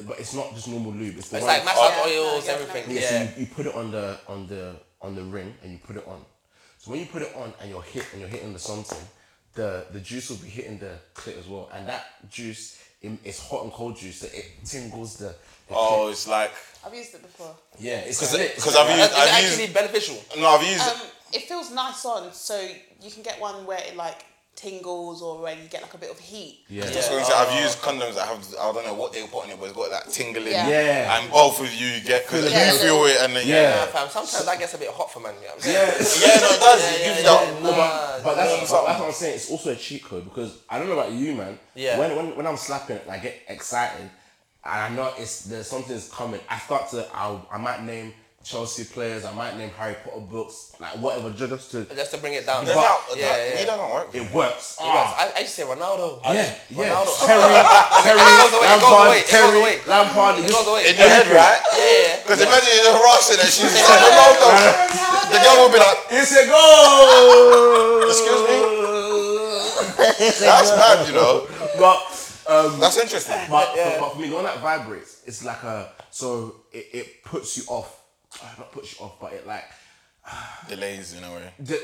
Speaker 4: But it's not just normal lube. It's, the
Speaker 2: It's
Speaker 4: one-
Speaker 2: like massage
Speaker 1: Oh.
Speaker 2: oils,
Speaker 1: Yeah.
Speaker 2: everything.
Speaker 4: yeah,
Speaker 2: Yeah.
Speaker 4: so you, you put it on the on the on the ring and you put it on. So when you put it on and you're hit and you're hitting the something, the the juice will be hitting the clit as well, and that juice im- it's hot and cold juice, so it tingles the. the
Speaker 5: Oh, it's like
Speaker 1: I've used it before.
Speaker 4: clit. yeah, it's
Speaker 5: because
Speaker 4: lit.
Speaker 5: I've
Speaker 2: Is
Speaker 5: used,
Speaker 2: it
Speaker 5: I've
Speaker 2: actually
Speaker 5: used,
Speaker 2: beneficial?
Speaker 5: no, I've used.
Speaker 1: Um, it feels nice on, so you can get one where it like tingles or where you get like a bit of heat.
Speaker 4: Yeah.
Speaker 5: I was gonna say, I've used condoms that have I don't know what they put in it, but it's got that tingling.
Speaker 1: Yeah.
Speaker 4: Yeah.
Speaker 5: And both of you get because
Speaker 1: Yeah.
Speaker 5: you feel it and then
Speaker 4: Yeah.
Speaker 2: Nah, fam, sometimes that gets a bit hot for man. You know what I'm saying?
Speaker 4: yeah.
Speaker 5: Yeah, no, it does. it gives you that.
Speaker 4: No, but, but that's,
Speaker 5: nah.
Speaker 4: but that's what I'm saying. It's also a cheat code because I don't know about you, man.
Speaker 2: Yeah.
Speaker 4: When, when, when I'm slapping it, I get excited, and I know it's there's something's coming. I start to I I might name Chelsea players. I might name Harry Potter books, like whatever, just to
Speaker 2: Just to bring it down.
Speaker 5: That's
Speaker 4: But-
Speaker 5: how-
Speaker 2: yeah,
Speaker 5: that-
Speaker 2: yeah.
Speaker 5: We don't work.
Speaker 4: it works.
Speaker 2: Yes,
Speaker 4: Ah,
Speaker 2: Oh, I, I used to say Ronaldo. I-
Speaker 4: yeah, yeah. *laughs*
Speaker 2: Ronaldo.
Speaker 4: Terry, Terry,
Speaker 2: goes away, it goes
Speaker 4: Lampard,
Speaker 2: away, it goes away.
Speaker 4: Terry, Lampard.
Speaker 2: It goes away.
Speaker 5: In your head, right?
Speaker 2: Yeah.
Speaker 5: Because imagine you're rushing and she's like, Ronaldo. The girl will be like,
Speaker 4: It's a goal.
Speaker 5: excuse me. That's bad, you know.
Speaker 4: But um,
Speaker 5: That's interesting.
Speaker 4: But, but, but for me, the one that vibrates, it's like a so it, it puts you off. Ah, Not puts you off, but it like
Speaker 5: Delays eh? in a way.
Speaker 4: the,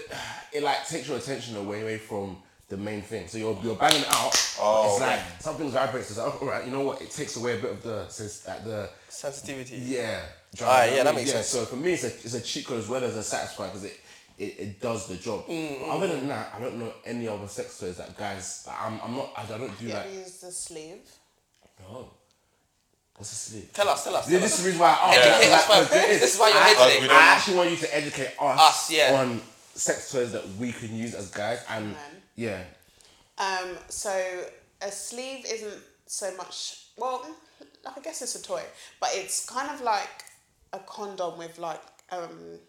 Speaker 4: it like takes your attention away away from the main thing. So you're you're banging it out.
Speaker 5: Oh,
Speaker 4: it's like
Speaker 5: okay.
Speaker 4: something vibrates. It's like all right, you know what? It takes away a bit of the since like the
Speaker 2: Sensitivity.
Speaker 4: yeah. drive,
Speaker 2: Alright,
Speaker 4: you
Speaker 2: yeah,
Speaker 4: know
Speaker 2: that
Speaker 4: what I mean?
Speaker 2: makes sense.
Speaker 4: So for me, it's a it's a cheat code as well as a satisfier because it. It, it does the job.
Speaker 2: Mm-hmm.
Speaker 4: But Other than that, I don't know any other sex toys that guys. I'm, I'm not. I, I don't do
Speaker 1: You
Speaker 4: that.
Speaker 1: ever used the sleeve?
Speaker 4: No. What's this? sleeve?
Speaker 2: Tell us, tell us.
Speaker 4: Yeah,
Speaker 2: tell
Speaker 4: this
Speaker 2: us.
Speaker 4: is the reason why I asked.
Speaker 2: Educate
Speaker 4: Like,
Speaker 2: us, fam.
Speaker 4: 'cause there is-
Speaker 2: This is why you're
Speaker 4: I,
Speaker 2: here
Speaker 5: Because
Speaker 2: today.
Speaker 5: we
Speaker 4: I
Speaker 5: don't-
Speaker 4: actually want you to educate us,
Speaker 2: Us, yeah.
Speaker 4: on sex toys that we can use as guys and
Speaker 1: Men.
Speaker 4: yeah.
Speaker 1: Um, so a sleeve isn't so much. Well, I guess it's a toy, but it's kind of like a condom with like um,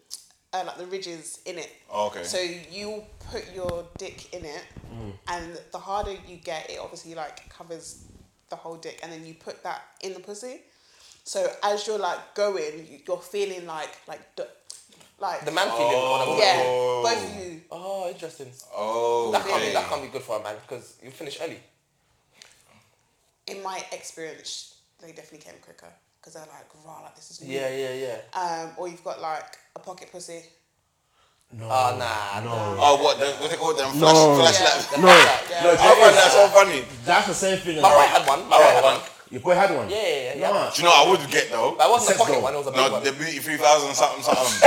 Speaker 1: uh, like the ridges in it.
Speaker 5: Okay.
Speaker 1: So you put your dick in it, and the harder you get, it obviously like covers the whole dick, and then you put that in the pussy. So as you're like going, you- you're feeling like like d- like
Speaker 2: The man feeling. or the woman
Speaker 1: yeah,
Speaker 2: feeling.
Speaker 1: both of you.
Speaker 2: Oh, interesting.
Speaker 5: Oh,
Speaker 2: That can't, be,
Speaker 5: okay.
Speaker 2: that can't be good for a man because you finish early.
Speaker 1: in my experience, they definitely came quicker because they're like, rah, like this is new.
Speaker 2: Yeah, yeah, yeah.
Speaker 1: Um, or you've got like a pocket pussy.
Speaker 4: No.
Speaker 2: Oh, nah. No.
Speaker 5: Oh, what? The, what they call them? Flash,
Speaker 4: No.
Speaker 5: Flashlight.
Speaker 1: Yeah.
Speaker 4: No,
Speaker 2: Yeah.
Speaker 4: no,
Speaker 5: I find *laughs* that
Speaker 4: that's,
Speaker 5: so funny.
Speaker 4: that's the same thing. As
Speaker 2: My boy had one. My boy had one.
Speaker 4: Your boy had one.
Speaker 2: Yeah, yeah, yeah, yeah.
Speaker 4: Nah.
Speaker 5: Do you know what I would get though?
Speaker 2: That wasn't a
Speaker 4: Sex
Speaker 2: pocket
Speaker 4: doll.
Speaker 2: one, it was a big
Speaker 5: No,
Speaker 2: one. *laughs*
Speaker 5: the beauty three thousand something *laughs* something.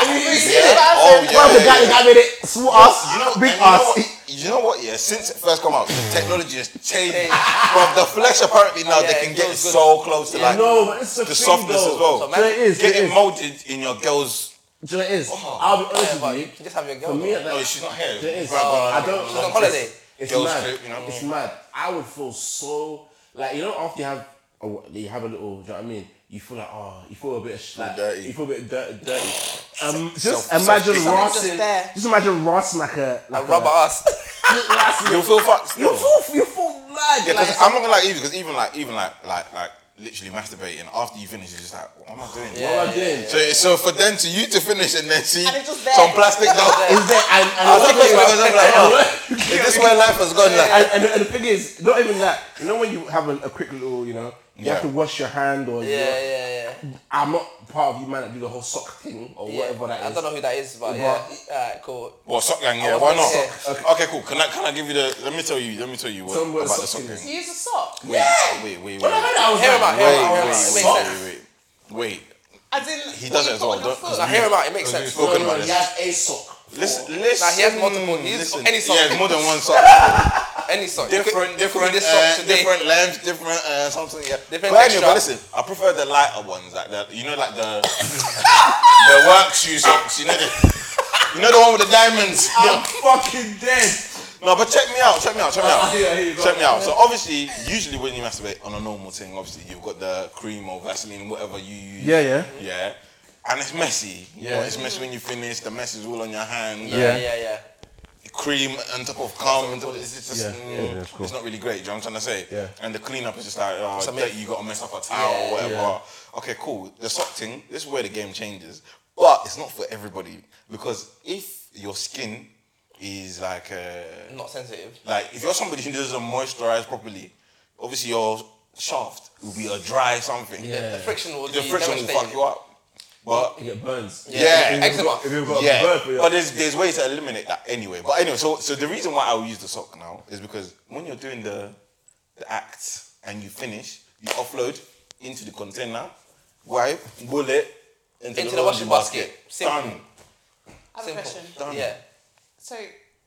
Speaker 5: Oh, yeah.
Speaker 4: Well, the guy, the guy made it small ass,
Speaker 5: You know,
Speaker 4: big
Speaker 5: and you know,
Speaker 4: ass.
Speaker 5: what, you know what? Yeah, since it first come out, the technology has changed. From the flesh, apparently now
Speaker 2: Yeah,
Speaker 5: they can
Speaker 2: it
Speaker 5: get it
Speaker 2: feels good.
Speaker 5: so close to like
Speaker 4: no, but it's a
Speaker 5: the
Speaker 4: thing,
Speaker 5: softness
Speaker 4: though.
Speaker 5: as well.
Speaker 2: So, man,
Speaker 4: Do you know what it is? Do you know
Speaker 5: Get
Speaker 4: it
Speaker 5: it
Speaker 4: is?
Speaker 5: molded in your girl's.
Speaker 4: Do you know what it is? I'll be honest
Speaker 2: Yeah, but you
Speaker 4: with
Speaker 2: can just Oh, have your girl.
Speaker 4: For me,
Speaker 2: though.
Speaker 4: at
Speaker 5: No,
Speaker 4: that,
Speaker 5: she's not here.
Speaker 4: There is.
Speaker 5: Right, right,
Speaker 4: I don't.
Speaker 2: She's on holiday.
Speaker 4: It's, it's
Speaker 5: Girls
Speaker 4: mad.
Speaker 5: trip, you know?
Speaker 4: It's mad. I would feel so like you know after you have a, w- you have a little. Do you know what I mean? You feel like oh, you feel a bit of sh- like,
Speaker 5: dirty.
Speaker 4: You feel a bit dirty. dirty. Um, just
Speaker 5: self-
Speaker 4: imagine
Speaker 5: self-pity.
Speaker 1: Something
Speaker 4: rotting.
Speaker 1: just there.
Speaker 4: Just, imagine rotting like a
Speaker 2: A
Speaker 4: like
Speaker 2: rubber ass.
Speaker 4: ass.
Speaker 5: You'll feel fucked.
Speaker 4: You
Speaker 5: still.
Speaker 4: feel you feel mad.
Speaker 5: Yeah,
Speaker 4: like,
Speaker 5: because I'm not gonna like even because even like even like like like literally masturbating after you finish, it's just like what am I doing?
Speaker 4: what am I doing?
Speaker 5: So so for them to you to finish and then see
Speaker 1: And it's just there.
Speaker 5: some plastic *laughs* dog.
Speaker 4: Is there and and,
Speaker 5: I was thinking because I'm like, oh,
Speaker 4: *laughs* You
Speaker 5: is
Speaker 4: get
Speaker 5: this
Speaker 4: me?
Speaker 5: where life has gone? Like,
Speaker 4: and, and, and the thing is, not even that. You know when you have a, a quick little, you know, You have to wash your hand or
Speaker 2: Yeah,
Speaker 4: you're-
Speaker 2: yeah, yeah.
Speaker 4: I'm not part of you man that do the whole sock thing or
Speaker 2: yeah.
Speaker 4: *laughs* whatever that is.
Speaker 2: I don't know who that is, but yeah. Alright, cool.
Speaker 5: Well, sock gang, yeah,
Speaker 2: was
Speaker 5: why
Speaker 2: gonna
Speaker 5: not?
Speaker 2: say-
Speaker 5: Oh, Okay. cool. Can I can I give you the? Let me tell you. Let me tell you what
Speaker 4: Tell me what
Speaker 5: about
Speaker 4: the
Speaker 5: the
Speaker 4: sock
Speaker 5: sock
Speaker 4: gang
Speaker 5: gang.
Speaker 4: is.
Speaker 1: You use a sock.
Speaker 5: Wait, wait, wait, wait, wait,
Speaker 4: I
Speaker 2: Hear him out,
Speaker 4: was like,
Speaker 2: hear him out, hear him out. It
Speaker 5: wait,
Speaker 2: makes
Speaker 5: wait,
Speaker 2: sense.
Speaker 5: wait, wait.
Speaker 1: As in,
Speaker 5: He does it as well. Don't,
Speaker 2: Now hear him out, it makes
Speaker 5: Because we've
Speaker 2: sense.
Speaker 5: spoken about
Speaker 4: he
Speaker 5: this.
Speaker 4: has a sock.
Speaker 5: Listen, listen.
Speaker 2: Nah, he has multiple. He has
Speaker 5: listen.
Speaker 2: any sock.
Speaker 5: Yeah, it's more *laughs* than one sock.
Speaker 2: Any sock. It could-
Speaker 5: different,
Speaker 2: it could be
Speaker 5: different,
Speaker 2: This sock
Speaker 5: uh,
Speaker 2: today.
Speaker 5: different lengths, different uh, something. Yeah,
Speaker 2: Different
Speaker 5: But anyway,
Speaker 2: texture.
Speaker 5: but listen, I prefer the lighter ones, like the you know, like the *laughs* the work shoe socks. You know, the, you know the one with the diamonds.
Speaker 4: I'm fucking dead.
Speaker 5: No, but check me out, check me out, check me out.
Speaker 4: *laughs* yeah, here you go.
Speaker 5: check me out. So obviously, usually when you masturbate on a normal thing, obviously you've got the cream or Vaseline, whatever you use.
Speaker 4: Yeah, yeah.
Speaker 5: Yeah. And it's messy. Yeah.
Speaker 4: Yeah.
Speaker 5: it's messy when you finish, the mess is all on your hand. the
Speaker 2: Yeah, yeah, yeah.
Speaker 5: Cream on top of cum and all it's just
Speaker 4: Yeah.
Speaker 5: mm,
Speaker 4: Yeah, yeah, it's cool.
Speaker 5: it's not really great, do you know what I'm trying to say?
Speaker 4: Yeah.
Speaker 5: And the cleanup is just like, oh
Speaker 2: a myth.
Speaker 5: dirty, you gotta mess up a towel
Speaker 2: Yeah.
Speaker 5: or whatever. Okay, cool. The sock thing, this is where the game changes. But it's not for everybody. Because if your skin is like uh,
Speaker 2: Not sensitive.
Speaker 5: like if you're somebody who doesn't moisturize properly, obviously your shaft will be a dry something.
Speaker 4: Yeah.
Speaker 2: The friction will
Speaker 5: The
Speaker 2: be
Speaker 5: friction will fuck
Speaker 2: devastating.
Speaker 5: you up. But
Speaker 4: You get burns.
Speaker 5: Yeah,
Speaker 4: If you've
Speaker 2: eczema.
Speaker 4: got, if you've got a burn for
Speaker 5: yeah,
Speaker 4: your
Speaker 5: but there's there's ways to eliminate that anyway. But anyway, so so the reason why I will use the sock now is because when you're doing the the act and you finish, you offload into the container, wipe, bullet into,
Speaker 2: Into
Speaker 5: the,
Speaker 2: the
Speaker 5: laundry
Speaker 2: washing basket. Simple.
Speaker 5: Done.
Speaker 1: I have a
Speaker 2: Simple.
Speaker 1: question.
Speaker 5: Done.
Speaker 2: Yeah.
Speaker 1: So,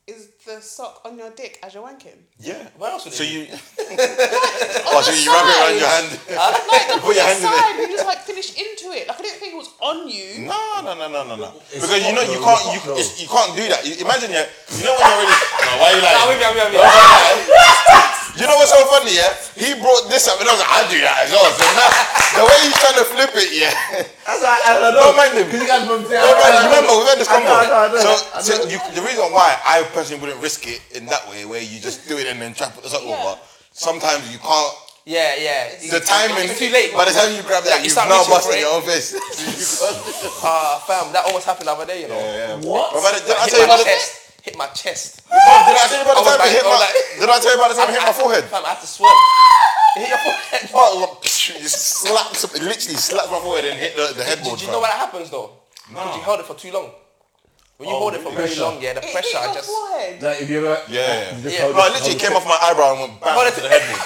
Speaker 1: is the sock on your dick as you're
Speaker 5: *laughs*
Speaker 1: wanking?
Speaker 5: Yeah.
Speaker 2: Where else would
Speaker 5: So
Speaker 2: it be?
Speaker 5: you. *laughs* oh, so you wrap it around your hand.
Speaker 1: Like,
Speaker 5: Put your hand in it.
Speaker 1: and you just like finish into it. Like, I didn't think it was on you.
Speaker 5: No, no, no, no, no, no.
Speaker 4: It's
Speaker 5: because you know
Speaker 4: hot
Speaker 5: you
Speaker 4: though, it's hot
Speaker 5: can't
Speaker 4: though.
Speaker 5: you, it's- you can't do that. You, imagine yeah, you know when you're already. no, why you
Speaker 2: Nah, I'm
Speaker 5: like?
Speaker 2: with you, I'm with you, I'm with
Speaker 5: *laughs* You know what's so funny? Yeah, he brought this up, and I was like, I do that as well. So *laughs* now the way he's trying to flip it,
Speaker 4: *laughs*
Speaker 5: yeah.
Speaker 4: That's why I don't know.
Speaker 5: Don't mind him.
Speaker 4: Because you guys don't
Speaker 5: No, man, remember we've had this
Speaker 4: I know, I
Speaker 5: combo.
Speaker 4: know, I know.
Speaker 5: So,
Speaker 4: I
Speaker 5: so
Speaker 4: know.
Speaker 5: you, the reason why I personally wouldn't risk it in that way, where you just do it and then trap it something
Speaker 1: Yeah.
Speaker 5: over. Sometimes you can't.
Speaker 2: Yeah, yeah.
Speaker 5: The timing.
Speaker 2: It's too late.
Speaker 5: By the time you grab that,
Speaker 2: you
Speaker 5: you've
Speaker 2: start
Speaker 5: now
Speaker 2: reaching for
Speaker 5: busted
Speaker 2: it.
Speaker 5: your own
Speaker 2: *laughs*
Speaker 5: face. You *laughs* can't-
Speaker 2: Ah, fam, that almost happened the other day, you know.
Speaker 4: What?
Speaker 5: But by the- did I
Speaker 2: Hit
Speaker 5: tell you
Speaker 2: my
Speaker 5: about the
Speaker 2: chest. Hit my chest.
Speaker 5: Oh, Did I tell you
Speaker 2: I
Speaker 5: about the
Speaker 2: was
Speaker 5: time it
Speaker 2: like-
Speaker 5: hit
Speaker 2: I was
Speaker 5: my?
Speaker 2: like-
Speaker 5: Did I tell you about the time it hit my
Speaker 2: I-
Speaker 5: forehead?
Speaker 2: Fam, I had to swim. It hit your forehead.
Speaker 5: *laughs*
Speaker 2: *laughs*
Speaker 5: Oh, you just slapped, it literally slapped my forehead and hit the, the headboard.
Speaker 2: Do you know why that happens though? Because you held it for too long. When you
Speaker 5: Oh,
Speaker 2: hold it for very
Speaker 4: pressure.
Speaker 2: long, yeah, the
Speaker 1: It
Speaker 2: pressure
Speaker 1: hit your
Speaker 2: just.
Speaker 1: forehead.
Speaker 4: Like if you ever.
Speaker 5: Yeah,
Speaker 4: You
Speaker 5: yeah.
Speaker 4: just
Speaker 2: Yeah,
Speaker 4: hold it-
Speaker 5: No, it literally
Speaker 4: hold
Speaker 5: came off my eyebrow and went
Speaker 2: Hold
Speaker 5: back
Speaker 2: it
Speaker 5: to
Speaker 2: to-
Speaker 5: the
Speaker 2: *laughs*
Speaker 5: headboard.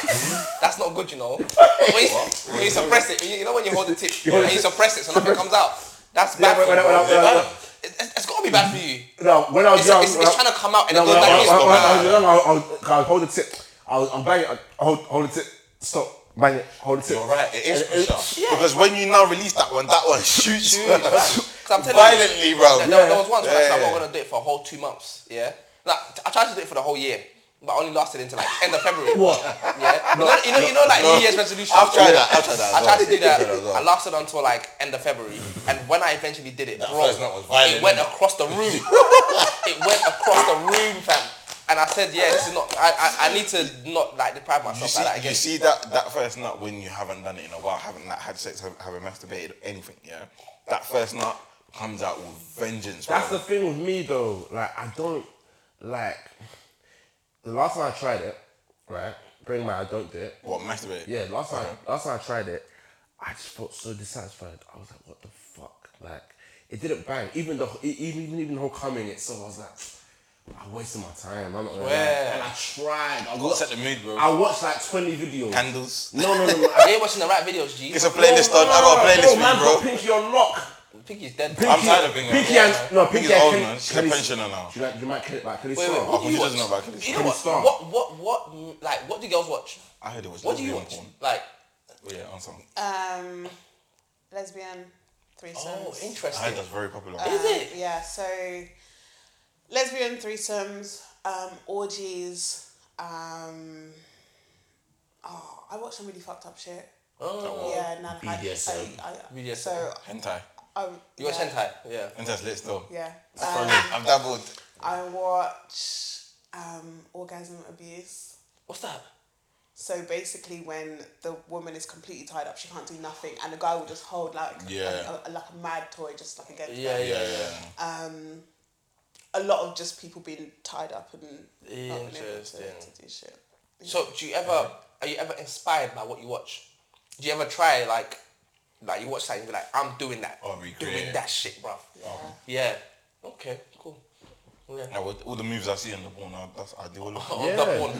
Speaker 2: That's not good, you know.
Speaker 4: *laughs*
Speaker 2: when, you, when you suppress it, you, you know when you hold the tip
Speaker 4: hold
Speaker 2: and you
Speaker 4: it-
Speaker 2: suppress it, so nothing comes out. That's
Speaker 4: Yeah,
Speaker 2: bad.
Speaker 4: when-
Speaker 2: for you,
Speaker 4: when I-
Speaker 2: bro.
Speaker 4: when I- when I-
Speaker 2: It- it's- it's gotta be bad for you.
Speaker 4: No, when I was
Speaker 2: It's,
Speaker 4: young,
Speaker 2: it's,
Speaker 4: when
Speaker 2: it's
Speaker 4: I-
Speaker 2: trying to come out and
Speaker 4: No,
Speaker 2: it
Speaker 4: when
Speaker 2: goes like
Speaker 4: I- when
Speaker 2: this.
Speaker 4: I- when I
Speaker 2: bro.
Speaker 4: was young, I- I was- I was hold the tip. I was, I'm banging. I hold, hold the tip. Stop. Bang it. Hold the tip.
Speaker 5: You're right, it is
Speaker 4: And it-
Speaker 5: pressure. Because when you now release that one, that one shoots you
Speaker 2: I'm telling
Speaker 5: violently, bro.
Speaker 2: There, there- there was once when I
Speaker 5: Yeah.
Speaker 2: said I'm not gonna do it for a whole two months. Yeah, like I tried to do it for the whole year, but I only lasted until like end of February.
Speaker 4: What?
Speaker 2: Yeah, you, know, you know, you know, like
Speaker 5: No.
Speaker 2: New Year's resolution.
Speaker 5: I've tried that, I've tried that
Speaker 2: I
Speaker 5: as
Speaker 2: tried to
Speaker 5: well.
Speaker 2: do that.
Speaker 5: I've tried that as well.
Speaker 2: I lasted until like end of February, and when I eventually did it, bro,
Speaker 5: first night was violent,
Speaker 2: it went
Speaker 5: innit?
Speaker 2: across the room.
Speaker 5: *laughs*
Speaker 2: it went across the room, fam. And I said, yeah, this is not. I, I, I need to not like deprive myself
Speaker 5: You see,
Speaker 2: like that again.
Speaker 5: you see that that first nut when you haven't done it in a while, haven't like, had sex, haven't, haven't masturbated, anything. Yeah, that first nut comes out with vengeance.
Speaker 4: That's
Speaker 5: bro.
Speaker 4: the thing with me though. Like I don't like the last time I tried it, right? Bring my I don't do it.
Speaker 5: what masturbate.
Speaker 4: Yeah, last time
Speaker 5: Uh-huh.
Speaker 4: last time I tried it, I just felt so dissatisfied. I was like, what the fuck? Like it didn't bang. Even the e- even even, even the whole coming itself, I was like, I wasted my time. I'm not gonna lie.
Speaker 2: Swear.
Speaker 4: And I tried. I
Speaker 5: What
Speaker 4: watched,
Speaker 5: set the mood, bro?
Speaker 4: I watched like 20 videos.
Speaker 5: Candles.
Speaker 4: no, no, no. *laughs* no.
Speaker 2: They ain't watching the right videos, G.
Speaker 5: It's a playlist on. I got a
Speaker 4: No,
Speaker 5: playlist
Speaker 4: man,
Speaker 5: for you,
Speaker 4: put
Speaker 5: bro.
Speaker 4: Pinky on lock.
Speaker 2: Pinky's dead.
Speaker 4: Pinky,
Speaker 5: I'm tired of being on
Speaker 4: Pinky
Speaker 5: lock.
Speaker 4: and no, Pinky
Speaker 5: Pinky's
Speaker 4: and
Speaker 5: old,
Speaker 4: Kelly-
Speaker 5: man. She's a
Speaker 4: Kelly-
Speaker 5: pensioner now.
Speaker 4: Do you like, do you like Kelly, like Kelly
Speaker 2: Wait, wait,
Speaker 4: Starr?
Speaker 2: what do
Speaker 5: He
Speaker 2: you watch?
Speaker 5: doesn't know about Kelly
Speaker 2: You
Speaker 5: Starr.
Speaker 2: know what?
Speaker 4: Kelly Starr.
Speaker 2: What what what mm, like what do girls watch?
Speaker 5: I heard it was.
Speaker 2: What do you
Speaker 5: lesbian
Speaker 2: watch?
Speaker 5: porn.
Speaker 2: Like
Speaker 5: Oh, yeah, on some.
Speaker 1: Um, lesbian threesomes.
Speaker 2: oh
Speaker 5: I heard
Speaker 2: interesting.
Speaker 5: that's very popular.
Speaker 2: Is it?
Speaker 1: Yeah, so lesbian threesomes, um, orgies. Um, oh, I watched some really fucked up shit.
Speaker 2: Oh.
Speaker 1: Yeah, nah, I,
Speaker 4: BDSM.
Speaker 1: I, I,
Speaker 2: BDSM.
Speaker 1: So,
Speaker 5: Hentai.
Speaker 1: um,
Speaker 2: You watch
Speaker 1: yeah,
Speaker 2: hentai? Yeah. Uh,
Speaker 5: Hentai's lit still.
Speaker 1: Yeah.
Speaker 5: Sorry,
Speaker 1: Um,
Speaker 5: I'm doubled.
Speaker 1: I watch um, orgasm abuse.
Speaker 2: What's that?
Speaker 1: So basically, when the woman is completely tied up, she can't do nothing, and the guy will just hold like
Speaker 5: Yeah.
Speaker 1: a, a- like a mad toy, just like against
Speaker 2: Yeah,
Speaker 1: her.
Speaker 2: yeah, yeah.
Speaker 1: A lot of just people being tied up and not being able to,
Speaker 2: Interesting.
Speaker 1: to do shit.
Speaker 2: So do you ever are you ever inspired by what you watch? do you ever try like, like you watch that and you be like, I'm doing that,
Speaker 5: Or
Speaker 2: doing
Speaker 5: recreate.
Speaker 2: that shit, bruv. Yeah. Okay. Cool. Yeah.
Speaker 5: Now, with all the moves I see in the ball now, that's ideal.
Speaker 2: On
Speaker 4: Yeah.
Speaker 2: that
Speaker 5: *laughs*
Speaker 2: one.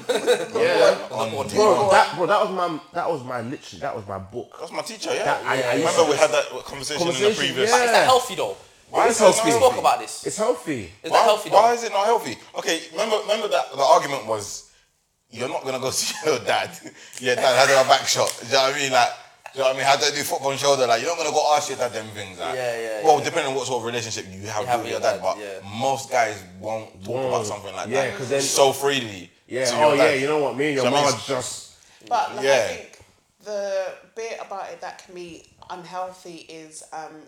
Speaker 4: Yeah.
Speaker 2: on-
Speaker 5: On demand.
Speaker 4: Bro, that, bro, that was my that was my literally that was my book.
Speaker 5: That's my teacher, yeah.
Speaker 4: That- I-
Speaker 5: I,
Speaker 4: I used
Speaker 5: remember
Speaker 4: to-
Speaker 5: we had that conversation, in the
Speaker 4: Conversation,
Speaker 5: previous.
Speaker 4: yeah.
Speaker 2: Is that healthy though?
Speaker 5: Why
Speaker 4: It's
Speaker 5: is it
Speaker 4: healthy.
Speaker 5: not
Speaker 2: We
Speaker 5: healthy?
Speaker 2: spoke about this. Is
Speaker 4: It's healthy.
Speaker 2: that
Speaker 5: Why,
Speaker 2: healthy
Speaker 5: why
Speaker 2: though?
Speaker 5: is it not healthy? Okay, remember, remember that the argument was, you're not gonna go *laughs* see your dad. Your dad had a back shot. Do you know what I mean? Like, do you know what I mean? How do I do football and shoulder? Like, you're not gonna go ask your dad them things. Like,
Speaker 2: Yeah, yeah,
Speaker 5: Well,
Speaker 2: yeah.
Speaker 5: depending on what sort of relationship you have,
Speaker 2: have with
Speaker 5: with
Speaker 2: your
Speaker 5: your
Speaker 2: dad,
Speaker 5: dad, but
Speaker 2: yeah.
Speaker 5: most guys won't talk about
Speaker 4: Won't.
Speaker 5: something like
Speaker 4: Mm. Yeah,
Speaker 5: that.
Speaker 4: 'cause then-
Speaker 5: so freely.
Speaker 4: Yeah.
Speaker 5: to your
Speaker 4: Oh yeah.
Speaker 5: dad.
Speaker 4: You know what? Me and
Speaker 5: So
Speaker 4: your
Speaker 5: I mean,
Speaker 4: mom
Speaker 5: it's-
Speaker 4: just
Speaker 1: But like,
Speaker 5: Yeah.
Speaker 1: I think the bit about it that can be unhealthy is um,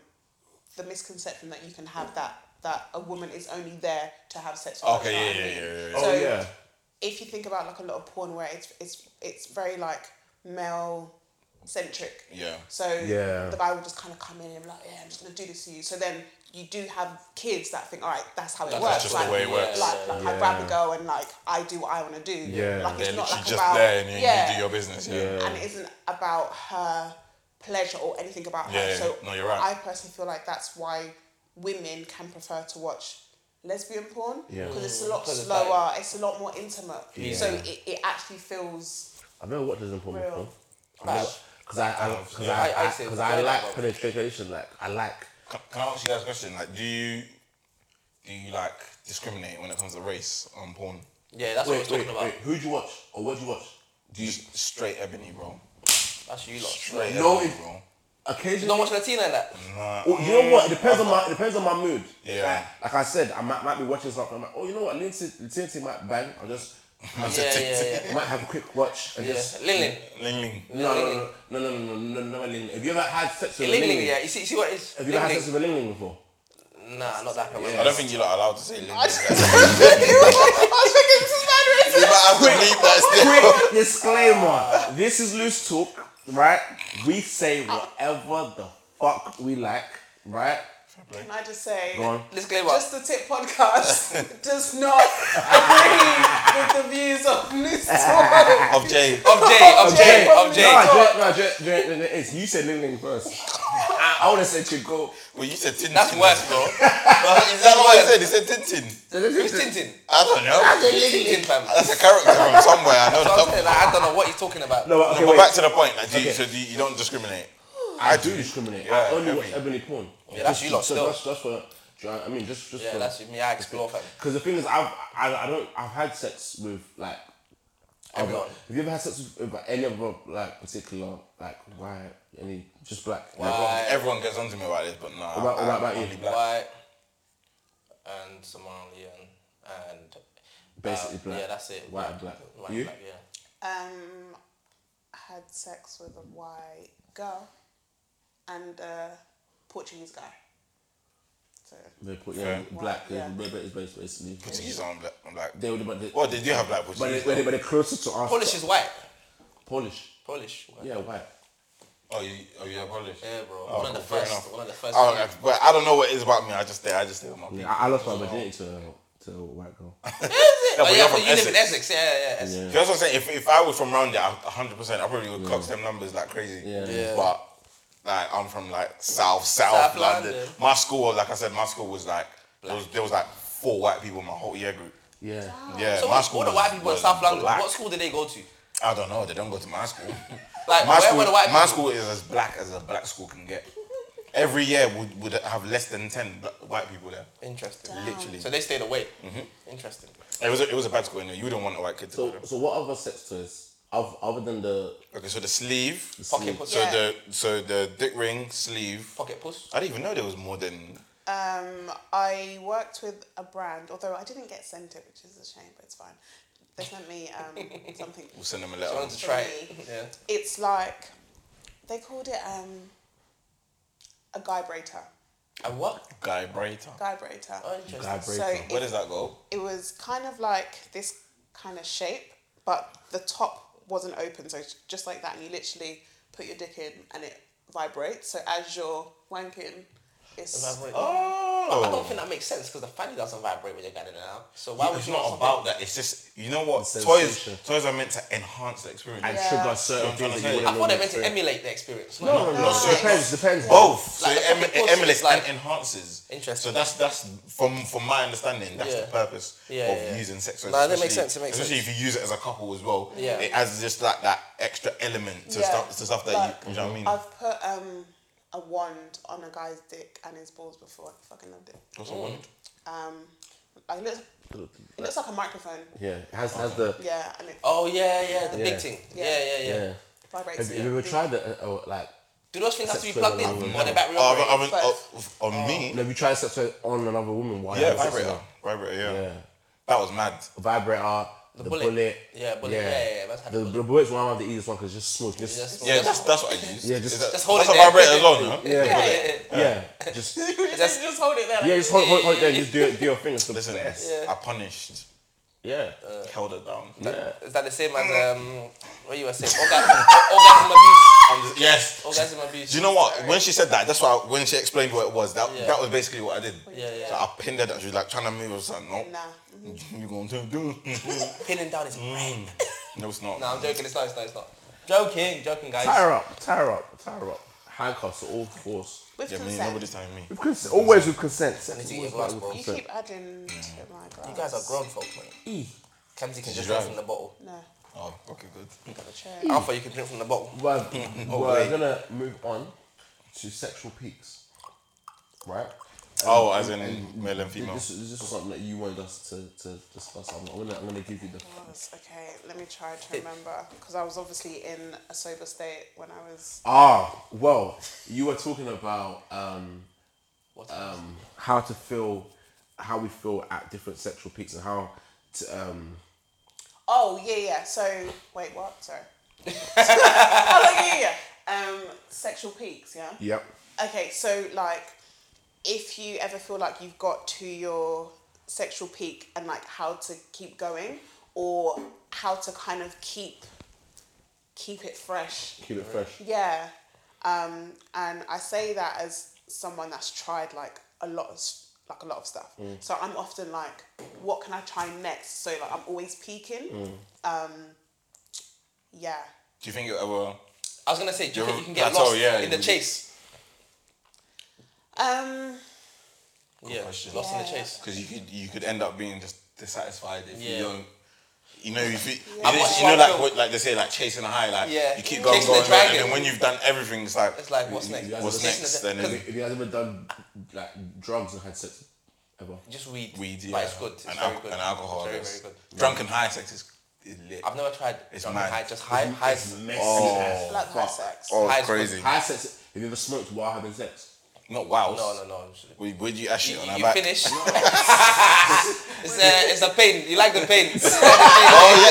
Speaker 1: the misconception that you can have that that a woman is only there to have sex. with,
Speaker 5: Okay,
Speaker 1: you know
Speaker 5: yeah,
Speaker 1: what I
Speaker 5: yeah,
Speaker 1: mean?
Speaker 5: yeah, yeah, yeah.
Speaker 1: So
Speaker 4: oh yeah.
Speaker 1: if you think about like a lot of porn where it's it's it's very like male centric.
Speaker 5: Yeah.
Speaker 1: So
Speaker 4: Yeah.
Speaker 1: the guy will just kind of come in and be like, yeah, I'm just gonna do this to you. So then you do have kids that think, all right, that's how it
Speaker 2: That's
Speaker 1: works.
Speaker 5: just the
Speaker 1: like,
Speaker 5: way it works.
Speaker 1: Like, like I grab a girl and like I do what I want to do.
Speaker 4: Yeah.
Speaker 1: Like it's
Speaker 5: They're
Speaker 1: not
Speaker 5: literally
Speaker 1: like
Speaker 5: just
Speaker 1: about
Speaker 5: there and you, you
Speaker 1: yeah,
Speaker 5: do your business. Yeah.
Speaker 1: and it isn't about her pleasure or anything about her.
Speaker 5: Yeah,
Speaker 1: so
Speaker 5: no, you're right.
Speaker 1: I personally feel like that's why women can prefer to watch lesbian porn
Speaker 4: Yeah.
Speaker 1: because it's a lot
Speaker 2: Mm. Because it's
Speaker 1: slower,
Speaker 2: like-
Speaker 1: it's a lot more intimate. So it, it actually feels
Speaker 4: I've never watched this in porn
Speaker 1: Real.
Speaker 4: before.
Speaker 2: Like-
Speaker 4: Because I, I, cause
Speaker 2: I- I
Speaker 4: I,
Speaker 2: say
Speaker 4: because
Speaker 2: the
Speaker 4: I,
Speaker 2: guy
Speaker 4: like
Speaker 2: that-
Speaker 4: penetration. Like I like.
Speaker 5: Can, can I ask you guys a question? Like, do you do you like discriminate when it comes to race on porn?
Speaker 2: Yeah, that's what we're talking about.
Speaker 4: Who do you watch or what do you watch? Do you
Speaker 5: Just straight ebony, bro.
Speaker 2: That's you lot.
Speaker 5: Straight
Speaker 4: No,
Speaker 5: ebony,
Speaker 4: it-
Speaker 5: bro.
Speaker 2: You
Speaker 4: occasionally?
Speaker 2: don't watch Latina in that.
Speaker 4: Well, you know what? It depends on my it depends on my mood.
Speaker 5: Yeah.
Speaker 4: Like, like I said, I might, might be watching something. I'm like, oh, you know what? Lindsay, Lindsay might bang. I'll just I'll
Speaker 2: Yeah,
Speaker 4: just-
Speaker 2: yeah, yeah.
Speaker 4: I might have a quick watch and
Speaker 2: Yeah.
Speaker 4: just
Speaker 2: Ling Ling.
Speaker 5: *laughs* Ling Ling.
Speaker 4: no no no no no no no no, no, Ling Ling. Have you ever had sex with a
Speaker 2: Ling
Speaker 4: Ling
Speaker 2: Ling,
Speaker 4: Ling?
Speaker 2: yeah. You see, you see what it is?
Speaker 4: Have you
Speaker 2: Ling
Speaker 4: ever had
Speaker 2: Ling.
Speaker 4: sex with a Ling Ling before?
Speaker 2: Nah, not that kind of
Speaker 5: I don't think you're like, allowed to say Ling Ling. I
Speaker 1: *laughs* I was thinking this
Speaker 2: *laughs*
Speaker 1: is
Speaker 5: might have to leave that
Speaker 4: Quick disclaimer: This is loose talk, right? We say whatever the fuck we like, right?
Speaker 1: Can I just say
Speaker 4: Go on.
Speaker 2: Disclaimer.
Speaker 1: just the tip
Speaker 5: *laughs*
Speaker 1: podcast does not agree with the views of Loose
Speaker 5: *laughs*
Speaker 1: Talk.
Speaker 5: still. Of Jay.
Speaker 2: Of Jay, of Jay, of
Speaker 4: No,
Speaker 2: Jay.
Speaker 4: I don't- no, I don't- no, no, no, it's- you said Ling Ling first. I, I would have said you go.
Speaker 5: Well, you said Tintin.
Speaker 2: That's worse, bro.
Speaker 5: Is that what he said? He said Tintin.
Speaker 2: Who's Tintin?
Speaker 5: I don't know.
Speaker 2: Tintin, fam. That's
Speaker 5: That's a character from somewhere. I
Speaker 2: what
Speaker 5: know.
Speaker 2: I'm saying.
Speaker 5: something.
Speaker 2: Like, I don't know what he's talking about.
Speaker 4: No, okay,
Speaker 5: but
Speaker 4: wait.
Speaker 5: back to the point. Like, do you,
Speaker 4: Okay.
Speaker 5: so do you, you don't discriminate.
Speaker 4: I do discriminate.
Speaker 5: Yeah,
Speaker 4: I only watch
Speaker 5: every-
Speaker 4: ebony porn.
Speaker 2: Yeah, that's
Speaker 4: Just-
Speaker 2: you lot
Speaker 4: So
Speaker 2: still.
Speaker 4: that's that's what. do you know what I mean, just just
Speaker 2: Yeah, that's me. I explore, fam.
Speaker 4: because the thing is, I've I, I don't I've had sex with like.
Speaker 5: Oh,
Speaker 4: other-
Speaker 2: Everyone.
Speaker 4: have you ever had sex with, with like, any other like particular like why any just black?
Speaker 2: Why? Aye.
Speaker 5: Everyone gets on to me about this, but no.
Speaker 4: about- what
Speaker 5: I'm
Speaker 4: about you?
Speaker 5: only black.
Speaker 2: White and Somalian and um,
Speaker 4: Basically black.
Speaker 2: Yeah, that's it.
Speaker 4: White and black.
Speaker 2: White
Speaker 4: you?
Speaker 2: black, yeah.
Speaker 1: um, had sex with a white girl and a Portuguese guy. So
Speaker 4: They put, yeah,
Speaker 5: Fair.
Speaker 4: black.
Speaker 1: Yeah.
Speaker 4: Yeah. It's basi- basically.
Speaker 5: Portuguese aren't black. I'm black.
Speaker 4: They would, but they,
Speaker 5: Well, they do have black
Speaker 4: but, they,
Speaker 5: Portuguese.
Speaker 4: but, they,
Speaker 5: though.
Speaker 4: but they're closer to us.
Speaker 2: Polish is white.
Speaker 4: Polish.
Speaker 2: Polish. White.
Speaker 4: Yeah, white.
Speaker 5: Oh, you, oh, you're Polish.
Speaker 2: Yeah, bro.
Speaker 5: Oh,
Speaker 2: One of the
Speaker 5: cool, fair
Speaker 2: first.
Speaker 5: enough.
Speaker 2: One of the first.
Speaker 5: Oh, I- but I don't know what it is about me. I just stay. I just stay on my feet.
Speaker 4: Yeah, I, I lost my virginity to a, to a white
Speaker 2: *laughs*
Speaker 4: girl.
Speaker 2: Oh,
Speaker 5: but
Speaker 2: yeah,
Speaker 5: you're
Speaker 2: but
Speaker 5: from
Speaker 2: you live in Essex. Yeah, yeah, yeah. Essex.
Speaker 5: That's what I'm saying. If, if I was from round there, I- 100%, I probably would cock them numbers like crazy.
Speaker 4: Yeah. Yeah.
Speaker 5: But like, I'm from like South South,
Speaker 2: South
Speaker 5: London.
Speaker 2: London.
Speaker 5: My school, like I said, my school was like there was, there was like four white people in my whole year group.
Speaker 4: Yeah.
Speaker 5: Yeah,
Speaker 2: Oh. So
Speaker 5: my
Speaker 2: what,
Speaker 5: school.
Speaker 2: all the
Speaker 5: was-
Speaker 2: white people in
Speaker 5: was
Speaker 2: South London,
Speaker 5: black.
Speaker 2: what school did they go to?
Speaker 5: I don't know. They don't go to my school.
Speaker 2: *laughs* Like,
Speaker 5: my
Speaker 2: where
Speaker 5: school,
Speaker 2: were the white
Speaker 5: my
Speaker 2: people?
Speaker 5: school is as black as a black school can get. Every year would would have less than ten black, white people there.
Speaker 2: Interesting.
Speaker 5: Literally, Mm-hmm.
Speaker 2: So they stayed away. Interesting.
Speaker 5: it was a, it was a bad school anyway. You wouldn't want a white kid to go
Speaker 4: So,
Speaker 5: there.
Speaker 4: so what other sex toys, other, other than the
Speaker 5: Okay, so the sleeve.
Speaker 2: Pocket puss.
Speaker 5: So
Speaker 1: Yeah.
Speaker 5: the so the dick ring sleeve.
Speaker 2: Pocket puss.
Speaker 5: I didn't even know there was more than.
Speaker 1: Um, I worked with a brand, although I didn't get sent it, which is a shame, but it's fine. They sent me um, something.
Speaker 5: We'll send them a
Speaker 2: I
Speaker 5: letter.
Speaker 2: wanted to try it. Yeah.
Speaker 1: It's like they called it um, a guy braiter.
Speaker 2: And what?
Speaker 5: Guy Brighton.
Speaker 1: Guy braiter.
Speaker 2: Oh, interesting.
Speaker 1: So
Speaker 4: vibrator?
Speaker 5: Where
Speaker 1: it,
Speaker 5: does that go?
Speaker 1: it was kind of like this kind of shape, but the top wasn't open, so it's just like that, and you literally put your dick in and it vibrates. So as you're wanking, it's
Speaker 2: Oh, I don't think that makes sense because the fanny doesn't vibrate when you're getting it now. So why would
Speaker 5: it's
Speaker 2: you
Speaker 5: not
Speaker 2: want
Speaker 5: about
Speaker 2: something-
Speaker 5: that. It's just you know what
Speaker 4: The
Speaker 5: toys.
Speaker 4: sensation.
Speaker 5: Toys are meant to enhance the experience.
Speaker 4: and
Speaker 1: Yeah.
Speaker 4: trigger certain
Speaker 5: You know what I'm
Speaker 4: things that
Speaker 5: saying?
Speaker 4: you
Speaker 5: I
Speaker 2: I
Speaker 4: wouldn't
Speaker 2: thought they meant to
Speaker 4: normally
Speaker 2: emulate the experience.
Speaker 4: experience. No, no, no.
Speaker 5: so-
Speaker 4: Depends, depends.
Speaker 5: both.
Speaker 2: Like,
Speaker 5: so
Speaker 2: the
Speaker 5: it
Speaker 2: purpose
Speaker 5: em- emulates
Speaker 2: is like-
Speaker 5: and enhances.
Speaker 2: Interesting.
Speaker 5: So that's that's from from my understanding. That's the
Speaker 2: Yeah.
Speaker 5: purpose
Speaker 2: Yeah,
Speaker 5: of
Speaker 2: yeah, yeah.
Speaker 5: using sex toys.
Speaker 2: No, that makes
Speaker 5: especially-
Speaker 2: sense, it makes
Speaker 5: especially
Speaker 2: sense.
Speaker 5: if you use it as a couple as well.
Speaker 2: Yeah.
Speaker 5: It adds just like that extra element to
Speaker 1: Yeah.
Speaker 5: stuff to stuff that
Speaker 1: Like,
Speaker 5: you. You know what I mean?
Speaker 1: I've put um, a wand on a guy's dick and his balls before. I fucking loved it.
Speaker 5: What's the word?
Speaker 1: Um, like, it, looks, it looks like a microphone.
Speaker 4: Yeah, it has, has the.
Speaker 1: Yeah, and it
Speaker 2: Oh yeah, yeah, the
Speaker 4: Yeah.
Speaker 2: big thing. Yeah, yeah, yeah.
Speaker 4: Yeah.
Speaker 1: vibrates.
Speaker 4: Have you have you ever
Speaker 1: Yeah.
Speaker 4: tried that? Uh, or, like,
Speaker 2: Do those things have to be
Speaker 4: Sex
Speaker 2: plugged in
Speaker 4: with
Speaker 2: or
Speaker 4: a vibrator.
Speaker 2: the battery?
Speaker 5: Oh, I haven't- I
Speaker 2: operated?
Speaker 5: haven't- oh, on me.
Speaker 4: have you tried sex with- on another woman? While
Speaker 5: Yeah,
Speaker 4: you have sex with
Speaker 5: vibrator.
Speaker 4: her?
Speaker 5: Vibrator. Yeah.
Speaker 4: Yeah.
Speaker 5: That was mad.
Speaker 4: Vibrator. The, bullet.
Speaker 2: bullet. Yeah, bullet. Yeah, yeah, yeah, that's how
Speaker 4: the,
Speaker 2: the bullet-
Speaker 4: the bullet's one of the easiest one because just smooth. Just,
Speaker 2: Just-
Speaker 5: Yeah, that's, that's what I used.
Speaker 4: Yeah, just-
Speaker 5: Is that-
Speaker 2: Just hold
Speaker 5: that's
Speaker 2: it
Speaker 5: a
Speaker 2: there.
Speaker 5: vibrator as well, no?
Speaker 4: yeah,
Speaker 2: Yeah,
Speaker 4: yeah,
Speaker 2: yeah, yeah.
Speaker 4: Just
Speaker 1: Just, just hold it there. Like,
Speaker 4: yeah, just hold, hold, hold it there. Just do, it- do your thing. It's the
Speaker 5: Listen, Uh,
Speaker 4: best.
Speaker 5: I punished,
Speaker 4: Yeah,
Speaker 5: held her down.
Speaker 4: yeah.
Speaker 2: Is that the same as um? What you were saying? Orgasm, *laughs* orgasm abuse.
Speaker 5: I'm just- yes.
Speaker 2: Orgasm abuse.
Speaker 5: Do you know what? When she said that, that's why when she explained what it was, that
Speaker 2: Yeah.
Speaker 5: that was basically what I did.
Speaker 2: Yeah, yeah.
Speaker 5: So I pinned her that she was like trying to move or something. No,
Speaker 1: Nah.
Speaker 5: you gonna do- do?
Speaker 2: pinning down his
Speaker 5: Mm.
Speaker 2: brain?
Speaker 5: *laughs* No, it's not.
Speaker 2: *laughs* No, I'm joking. It's not. It's not. It's not. Joking, joking, guys.
Speaker 4: Tie her up. Tie her up. Tie her up. Handcuffs are all force.
Speaker 1: With
Speaker 5: Yeah, me,
Speaker 1: consent.
Speaker 5: nobody's telling me.
Speaker 4: With consent. Always with consent. Always
Speaker 2: eat your
Speaker 4: with
Speaker 2: glass, bro.
Speaker 1: You
Speaker 4: consent.
Speaker 1: keep adding to my glass.
Speaker 2: You guys are grown folk, man. Kamsi can just drink
Speaker 5: drive?
Speaker 2: from the bottle.
Speaker 1: No.
Speaker 5: Oh, okay, good.
Speaker 1: Chair.
Speaker 2: Alpha, you can drink from the bottle.
Speaker 4: Well, we're
Speaker 5: wait.
Speaker 4: gonna move on to sexual peaks, right?
Speaker 5: Oh, as in male and female.
Speaker 4: This, this was something that you wanted us to, to discuss. I'm, I'm gonna I'm gonna give you the.
Speaker 1: was. Okay, let me try to remember because I was obviously in a sober state when I was.
Speaker 4: Ah, well, you were talking about um,
Speaker 2: What?
Speaker 5: Uh,
Speaker 4: um, how to feel, how we feel at different sexual peaks, and how to um,
Speaker 1: Oh yeah, yeah. So wait, what? Sorry. oh like, yeah, yeah, yeah. Um, sexual peaks. Yeah.
Speaker 4: yep,
Speaker 1: Okay, so like, if you ever feel like you've got to your sexual peak and like how to keep going or how to kind of keep keep it fresh
Speaker 4: keep it fresh.
Speaker 1: Yeah. Um, and I say that as someone that's tried like a lot of s- like a lot of stuff. So I'm often like, what can I try next? So like I'm always peaking. Um, yeah.
Speaker 5: Do you think you ever?
Speaker 2: I was gonna say, do you
Speaker 5: You're-
Speaker 2: think you can get
Speaker 5: that's all,
Speaker 2: lost
Speaker 5: yeah,
Speaker 2: in the
Speaker 5: you-
Speaker 2: chase?
Speaker 1: Um,
Speaker 2: yeah,
Speaker 5: question.
Speaker 2: lost in the
Speaker 1: Yeah.
Speaker 2: chase.
Speaker 5: Because you could you could end up being just dissatisfied if
Speaker 2: Yeah.
Speaker 5: you don't. You know, if you,
Speaker 1: Yeah.
Speaker 5: you, know-
Speaker 2: Watch
Speaker 5: you know,
Speaker 2: one
Speaker 5: like
Speaker 2: film.
Speaker 5: what, like they say, like chasing a high, like
Speaker 2: Yeah.
Speaker 5: you keep going,
Speaker 2: Chasing the
Speaker 5: going, going, and
Speaker 2: dragon.
Speaker 5: then when you've done everything, it's like
Speaker 2: It's like, what's next?
Speaker 5: what's
Speaker 2: Chasing
Speaker 5: next?
Speaker 2: the-
Speaker 5: Then
Speaker 2: because-
Speaker 5: it's
Speaker 4: If you guys ever done like drugs and had sex ever,
Speaker 2: Just weed.
Speaker 5: weed, yeah,
Speaker 2: But it's good. It's
Speaker 5: and,
Speaker 2: very
Speaker 5: al-
Speaker 2: good.
Speaker 5: and alcohol.
Speaker 2: Very,
Speaker 5: yes.
Speaker 2: very good.
Speaker 5: Drunk and high sex is is lit.
Speaker 2: I've never tried
Speaker 5: It's
Speaker 2: drunk
Speaker 5: mad.
Speaker 2: high, just high, high.
Speaker 4: messy.
Speaker 1: I
Speaker 4: Oh.
Speaker 1: like high sex.
Speaker 5: Oh,
Speaker 2: High as
Speaker 5: crazy.
Speaker 4: High sex. Have you ever smoked while having sex?
Speaker 5: Not wow.
Speaker 2: No,
Speaker 5: *laughs*
Speaker 2: no, no.
Speaker 5: We, would you actually
Speaker 2: You,
Speaker 5: on our
Speaker 2: you
Speaker 5: back?
Speaker 2: finish. *laughs* it's
Speaker 5: *laughs*
Speaker 2: a, it's a pain. You like the pain. *laughs*
Speaker 5: Oh yeah, *laughs*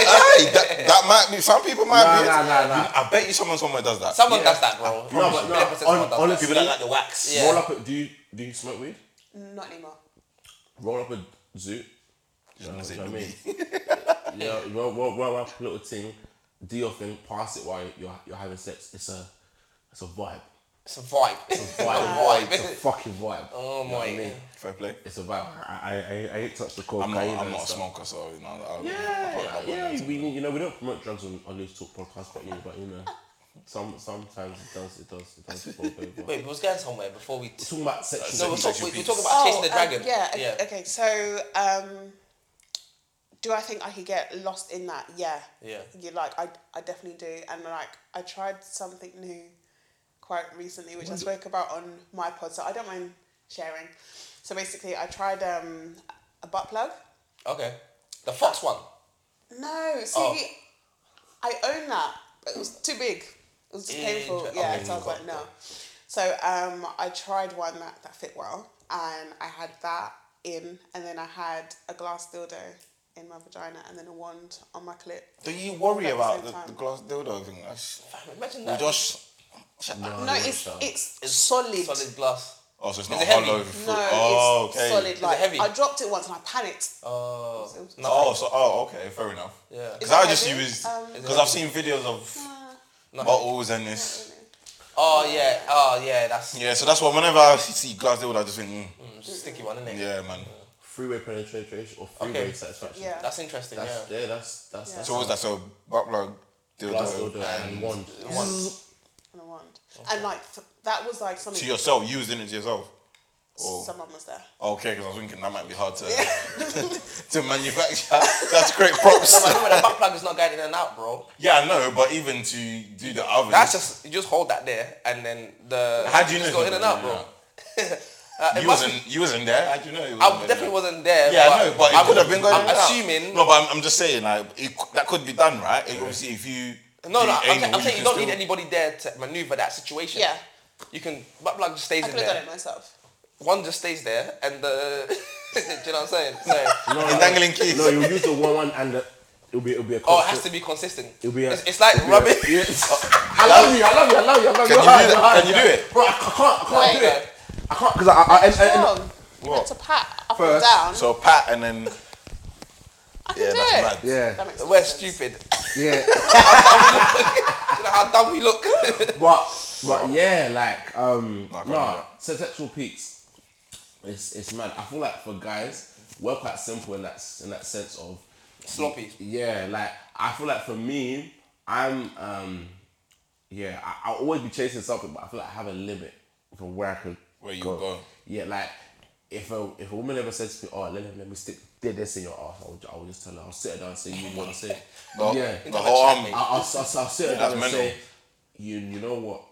Speaker 5: hey, that, that might be. Some people might
Speaker 4: Nah,
Speaker 5: be.
Speaker 4: nah, nah, nah.
Speaker 5: I bet you someone somewhere does that.
Speaker 2: Someone does that, bro.
Speaker 4: No, but no.
Speaker 2: 100% someone
Speaker 4: hon-
Speaker 2: does
Speaker 4: honestly,
Speaker 5: people that like the wax.
Speaker 2: Yeah.
Speaker 4: roll up. A, do you do you smoke weed?
Speaker 1: Not anymore.
Speaker 4: Roll up a zoo.
Speaker 5: Just wanna say
Speaker 4: You know what I
Speaker 5: doobie.
Speaker 4: mean? *laughs* yeah, roll, roll, roll up a little thing, do your thing, pass it while you're you're having sex. It's a it's a vibe.
Speaker 2: It's a vibe.
Speaker 4: It's a vibe.
Speaker 2: Vibe. *laughs*
Speaker 4: It's a fucking vibe.
Speaker 2: Oh
Speaker 4: You know what I
Speaker 2: my.
Speaker 4: mean?
Speaker 5: Fair play.
Speaker 4: It's a vibe. I I I, I hate touch the cold.
Speaker 5: I'm not.
Speaker 4: cocaine
Speaker 5: I'm
Speaker 4: and
Speaker 5: not a
Speaker 4: stuff.
Speaker 5: smoker, so you know. I don't- I
Speaker 4: Yeah,
Speaker 5: don't know.
Speaker 4: yeah. We you know we don't promote drugs on, on Loose Talk podcast, but you know, but you know, some sometimes it does it does it does. fall over.
Speaker 2: *laughs* Wait, we was going somewhere before we.
Speaker 4: We're talking about sexual.
Speaker 2: No, we're,
Speaker 4: sexual
Speaker 2: talk, we, we're
Speaker 5: peaks.
Speaker 2: talking about chasing the
Speaker 1: um,
Speaker 2: dragon.
Speaker 1: yeah, okay, Okay. So, um, do I think I could get lost in that? Yeah.
Speaker 2: Yeah.
Speaker 1: You like I, I definitely do, and like I tried something new quite recently, which I spoke about on my pod, so I don't mind sharing. So basically, I tried um, a butt plug.
Speaker 2: Okay. The fox one.
Speaker 1: No, see,
Speaker 2: Oh.
Speaker 1: I own that, but it was too big. It was just painful.
Speaker 2: Inter-
Speaker 1: Yeah,
Speaker 2: okay,
Speaker 1: so I was
Speaker 2: got
Speaker 1: like, no. So um, I tried one that, that fit well, and I had that in, and then I had a glass dildo in my vagina, and then a wand on my clit.
Speaker 5: Do you worry
Speaker 1: At the
Speaker 5: about
Speaker 1: same
Speaker 5: the,
Speaker 1: time.
Speaker 5: the glass dildo thing? That's,
Speaker 2: Imagine
Speaker 5: we
Speaker 2: that.
Speaker 5: just.
Speaker 1: no, it's, it's solid.
Speaker 2: solid glass.
Speaker 5: Oh, so it's not
Speaker 2: it heavy?
Speaker 5: hollow. fruit.
Speaker 1: No,
Speaker 5: oh,
Speaker 1: it's
Speaker 5: okay.
Speaker 1: solid. Like
Speaker 2: heavy?
Speaker 1: I dropped it once and I panicked.
Speaker 2: Oh.
Speaker 1: It was-
Speaker 5: Oh, so oh, okay, fair enough.
Speaker 2: Yeah.
Speaker 5: Because
Speaker 1: it
Speaker 5: I just
Speaker 1: heavy?
Speaker 5: use
Speaker 1: Um,
Speaker 5: because I've seen videos of
Speaker 2: Nothing.
Speaker 5: bottles and this.
Speaker 2: Oh yeah, oh yeah, that's
Speaker 5: Yeah, so that's why whenever I see gloves, they would have just been, mm,
Speaker 2: sticky one, isn't it?
Speaker 5: yeah, man.
Speaker 4: Freeway penetration or freeway
Speaker 2: Okay.
Speaker 4: satisfaction.
Speaker 1: Yeah.
Speaker 2: That's interesting.
Speaker 4: That's,
Speaker 2: yeah.
Speaker 4: yeah. that's that's that's
Speaker 5: So what was that? So butt plug,
Speaker 4: glass
Speaker 5: dildo,
Speaker 4: dildo and wand.
Speaker 1: and a wand. And like th- that was like something.
Speaker 5: to yourself, you was doing it to yourself. Or
Speaker 1: Someone was there.
Speaker 5: okay, because I was thinking that might be hard to *laughs* to manufacture. That's great props. *laughs*
Speaker 2: No, man, remember the butt plug is not going in and out, bro.
Speaker 5: yeah, I know, but even to do the oven,
Speaker 2: That's just you just hold that there, and then the
Speaker 5: How do you
Speaker 2: just
Speaker 5: know
Speaker 2: go in
Speaker 5: it's
Speaker 2: and
Speaker 5: not
Speaker 2: out,
Speaker 5: going
Speaker 2: bro?
Speaker 5: in
Speaker 2: Uh, it
Speaker 5: you
Speaker 2: must
Speaker 5: wasn't you wasn't there. How do you know? You
Speaker 2: I
Speaker 5: wasn't there?
Speaker 2: definitely wasn't there.
Speaker 5: Yeah, I know, but it
Speaker 2: I'm-
Speaker 5: could have been going
Speaker 2: I'm
Speaker 5: in and out.
Speaker 2: assuming.
Speaker 5: No, but I'm, I'm just saying, like it, c- that could be done, right? It- Obviously, if you
Speaker 2: No,
Speaker 5: do
Speaker 2: no, I'm,
Speaker 5: anal,
Speaker 2: saying- I'm saying
Speaker 5: can
Speaker 2: you don't
Speaker 5: still-
Speaker 2: need anybody there to manoeuvre that situation.
Speaker 1: Yeah.
Speaker 2: You can, butt plug just stays
Speaker 1: I
Speaker 2: in
Speaker 1: could have done
Speaker 2: there.
Speaker 1: it myself.
Speaker 2: One just stays there, and the, *laughs* do you know what I'm saying? So,
Speaker 4: No,
Speaker 5: The dangling keys.
Speaker 4: No, you use the one one and the, it'll be it'll be a.
Speaker 2: oh, it has
Speaker 4: constant-
Speaker 2: to be consistent.
Speaker 4: It'll be a,
Speaker 2: it's, it's like
Speaker 4: it'll be a-
Speaker 2: rubbing.
Speaker 4: *laughs*
Speaker 2: *laughs*
Speaker 4: yeah. I love you. I love you. I love you. I love
Speaker 5: Can
Speaker 4: you.
Speaker 5: you do that? Can you do it?
Speaker 4: Bro, I can't. I can't
Speaker 1: Wait.
Speaker 4: do it. I can't because I. I, I, I, I, I
Speaker 1: Wrong. Meant to pat up
Speaker 4: First,
Speaker 1: and down.
Speaker 5: *laughs* So pat and then
Speaker 1: I can
Speaker 5: yeah,
Speaker 1: do
Speaker 5: that's
Speaker 1: it.
Speaker 5: mad.
Speaker 4: yeah.
Speaker 1: That makes no
Speaker 2: We're
Speaker 1: sense.
Speaker 2: stupid. *laughs*
Speaker 4: Yeah.
Speaker 2: you know how dumb we look. *laughs*
Speaker 4: But but yeah, like um
Speaker 5: Nah, I can't do
Speaker 4: no,
Speaker 5: that.
Speaker 4: so sexual peaks. It's it's mad. I feel like for guys, we're quite simple in that s- in that sense of
Speaker 2: Sloppy.
Speaker 4: yeah. Like I feel like for me, I'm um yeah. I, I'll always be chasing something, but I feel like I have a limit for where I could
Speaker 5: Where you go.
Speaker 4: Yeah, like if a if a woman ever says to me, "Oh, let me let me stick this in your ass," I would, I would just tell her, "I'll sit her down and say you want to say."
Speaker 5: The,
Speaker 4: yeah,
Speaker 5: the whole arm.
Speaker 4: I- I'll, I'll, I'll, I'll sit her
Speaker 5: that's
Speaker 4: down and
Speaker 5: mental.
Speaker 4: say, you, you know what?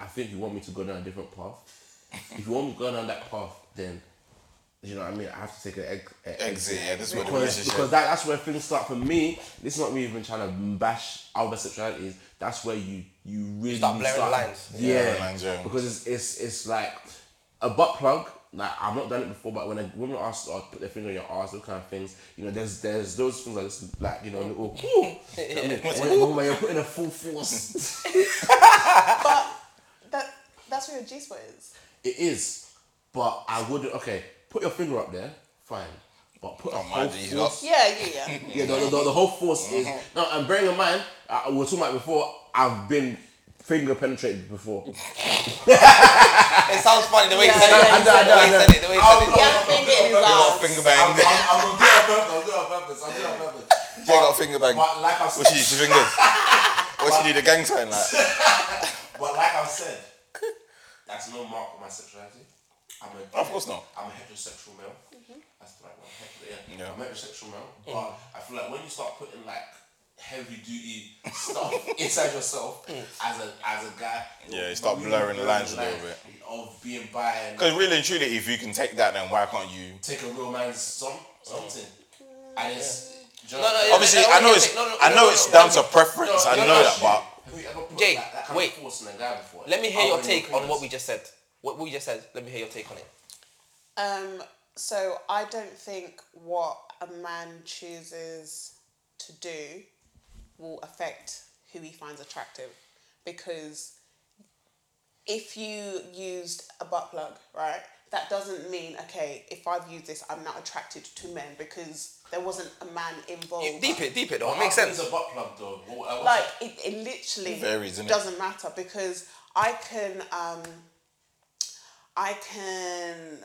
Speaker 4: I think you want me to go down a different path. if you want me to go down that path, then, you know what I mean? I have to take an ex- an
Speaker 5: Exit, yeah, this is where the
Speaker 4: Because,
Speaker 5: relationship.
Speaker 4: because that, that's where things start for me. This is not me even trying to bash other sexualities. That's where you you really
Speaker 2: Start blurring lines.
Speaker 4: Yeah,
Speaker 5: Yeah, blurring lines, yeah.
Speaker 4: because it's, it's it's like a butt plug. Like I've not done it before, but when a woman asks, or put their finger on your ass, those kind of things. You know, there's there's those things like this, like you know, little. I
Speaker 2: *laughs*
Speaker 4: mean, when, when you're putting a full force, *laughs*
Speaker 1: But that that's where your G spot is.
Speaker 4: it is. But I would okay. Put your finger up there, fine. But put a
Speaker 5: Oh,
Speaker 4: whole
Speaker 5: man, you got-
Speaker 4: force.
Speaker 1: Yeah, yeah, yeah.
Speaker 5: *laughs*
Speaker 4: Yeah, the, the, the whole force is. No, and bearing in mind, uh, we were talking about it before. I've been finger penetrated *laughs* before.
Speaker 2: It sounds funny the way you
Speaker 1: Yeah,
Speaker 2: said
Speaker 1: yeah,
Speaker 2: it.
Speaker 1: you said
Speaker 2: The way you
Speaker 4: that.
Speaker 2: said it. The way you said it.
Speaker 1: You have finger in his
Speaker 5: Got
Speaker 1: ass.
Speaker 5: finger bang. Jay
Speaker 4: I'm gonna do it on purpose. I'm doing it on purpose. I'm doing it on purpose.
Speaker 5: got finger bang.
Speaker 4: But like I
Speaker 5: What she
Speaker 4: said,
Speaker 5: did, she fingered. What she did, a gang sign like.
Speaker 4: but like I said, that's no mark of my sexuality. I'm a
Speaker 5: Of course not.
Speaker 4: I'm a heterosexual male. That's the right one. Heter- yeah.
Speaker 5: Yeah.
Speaker 4: I'm a heterosexual male. But I feel like when you start putting like heavy duty stuff *laughs* inside yourself as a as a guy,
Speaker 5: Yeah,
Speaker 4: it
Speaker 5: you start
Speaker 4: will
Speaker 5: blurring the lines a
Speaker 4: blur the
Speaker 5: little
Speaker 4: line of being bi and
Speaker 5: Because really and truly, if you can take that, then why can't you?
Speaker 4: take a real man's some something. And it's do you
Speaker 2: No, no,
Speaker 4: what
Speaker 2: yeah,
Speaker 4: I'm
Speaker 5: Obviously,
Speaker 2: no, no,
Speaker 5: I know
Speaker 2: yeah,
Speaker 5: it's
Speaker 2: no, no,
Speaker 5: I
Speaker 2: no,
Speaker 5: know
Speaker 2: no,
Speaker 5: it's
Speaker 2: no,
Speaker 5: down
Speaker 2: no.
Speaker 5: to preference. I
Speaker 4: No,
Speaker 5: know
Speaker 2: no,
Speaker 5: that,
Speaker 2: shit.
Speaker 5: but
Speaker 4: Have you ever put
Speaker 2: Jake,
Speaker 4: that, that kind
Speaker 2: wait.
Speaker 4: of force on a guy before?
Speaker 2: Let me
Speaker 4: Other
Speaker 2: hear your
Speaker 4: than
Speaker 2: take on what
Speaker 4: fingers?
Speaker 2: we just said. What we just said. Let me hear your take on it.
Speaker 1: Um, so I don't think what a man chooses to do will affect who he finds attractive because if you used a butt plug, right, that doesn't mean, okay, if I've used this, I'm not attracted to men because there wasn't a man involved.
Speaker 4: Oh.
Speaker 2: You- Deep it, deep it. Though. It
Speaker 4: How
Speaker 2: makes
Speaker 4: big is
Speaker 2: sense.
Speaker 4: a butt plug though? What- what's
Speaker 1: like it, it literally
Speaker 5: varies, innit?
Speaker 1: doesn't matter because I can um I can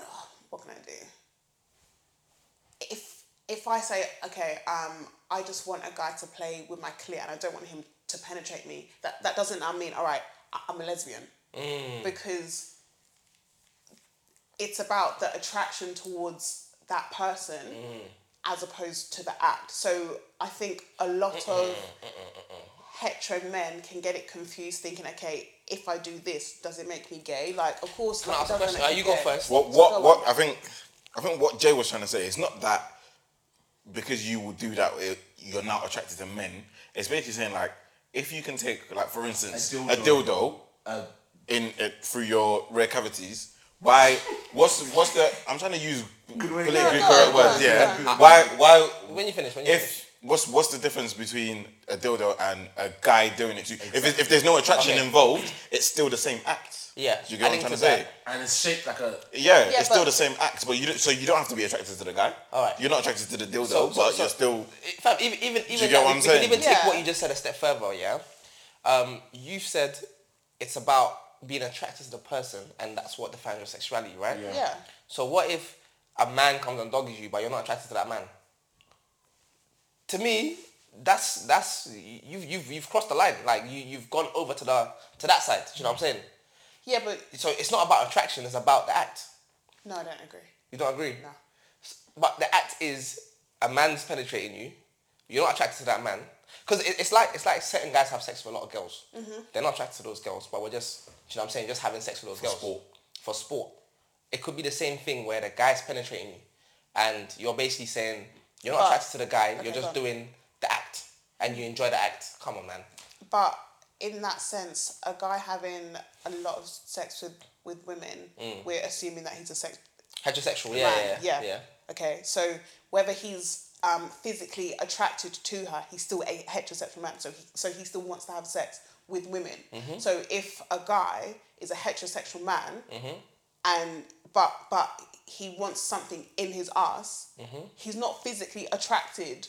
Speaker 1: what can I do? If if I say okay, um, I just want a guy to play with my clear and I don't want him to penetrate me, that that doesn't I mean all right, I- I'm a lesbian because it's about the attraction towards that person
Speaker 2: Mm.
Speaker 1: as opposed to the act. So I think a lot of hetero men can get it confused thinking, okay, if I do this, does it make me gay? Like, of course,
Speaker 2: Can I
Speaker 1: it
Speaker 2: ask a
Speaker 1: doesn't
Speaker 2: question?
Speaker 1: make
Speaker 2: Uh,
Speaker 1: me
Speaker 2: you go
Speaker 1: gay.
Speaker 2: first.
Speaker 5: what
Speaker 1: Go
Speaker 5: what
Speaker 1: on.
Speaker 5: what I think I think what Jay was trying to say is not that because you will do that it- you're now attracted to men. It's basically saying like if you can take like for instance
Speaker 4: A
Speaker 5: a
Speaker 4: dildo.
Speaker 5: dildo, in it through your rare cavities. Why? What's what's the? I'm trying to use politically
Speaker 1: No, no,
Speaker 5: correct
Speaker 1: no,
Speaker 5: words.
Speaker 1: no,
Speaker 5: Yeah.
Speaker 1: no.
Speaker 5: Why? Why?
Speaker 2: When you finish, when you finish.
Speaker 5: If what's what's the difference between a dildo and a guy doing it to you? If it, if there's no attraction
Speaker 2: Okay.
Speaker 5: involved, it's still the same act.
Speaker 2: Yeah,
Speaker 5: Do you get what
Speaker 2: adding
Speaker 5: I'm trying
Speaker 2: to
Speaker 5: to say?
Speaker 2: that.
Speaker 4: and it's shaped like a
Speaker 5: Yeah,
Speaker 1: Yeah,
Speaker 5: it's still
Speaker 1: but-
Speaker 5: the same act, but you don't, so you don't have to be attracted to the guy.
Speaker 2: Alright.
Speaker 5: You're not attracted to the dildo,
Speaker 2: So- so-
Speaker 5: but
Speaker 2: so-
Speaker 5: you're still.
Speaker 2: It- Fam, even even even that,
Speaker 5: get what
Speaker 2: we-
Speaker 5: I'm
Speaker 2: we can
Speaker 5: saying?
Speaker 2: even take
Speaker 1: Yeah.
Speaker 2: what you just said a step further. Yeah. Um, you said it's about being attracted to the person, and that's what defines your sexuality, right?
Speaker 6: Yeah.
Speaker 1: Yeah.
Speaker 2: So what if a man comes and doggies you, but you're not attracted to that man? To me, that's that's you've you've you've crossed the line. Like you you've gone over to the to that side. Do you know what I'm saying?
Speaker 1: Yeah, but
Speaker 2: So it's not about attraction. It's about the act.
Speaker 1: no, I don't agree.
Speaker 2: You don't agree?
Speaker 1: No.
Speaker 2: S- But the act is a man's penetrating you. You're not attracted to that man because it, it's like it's like certain guys have sex with a lot of girls.
Speaker 1: Mm-hmm.
Speaker 2: They're not attracted to those girls, but we're just do you know what I'm saying, just having sex with those girls
Speaker 5: sport.
Speaker 2: for sport. It could be the same thing where the guy's penetrating you, and you're basically saying you're not
Speaker 1: But-
Speaker 2: attracted to the guy.
Speaker 1: okay,
Speaker 2: you're just
Speaker 1: go on.
Speaker 2: doing the act, and you enjoy the act. Come on, man.
Speaker 1: But in that sense, a guy having a lot of sex with with women,
Speaker 2: Mm.
Speaker 1: we're assuming that he's a sex
Speaker 2: Heterosexual, yeah,
Speaker 1: man.
Speaker 2: yeah, yeah, yeah.
Speaker 1: Okay, so whether he's um, physically attracted to her, he's still a heterosexual man. So he, so he still wants to have sex with women.
Speaker 2: Mm-hmm.
Speaker 1: So if a guy is a heterosexual man,
Speaker 2: Mm-hmm.
Speaker 1: and but but he wants something in his ass,
Speaker 2: Mm-hmm.
Speaker 1: he's not physically attracted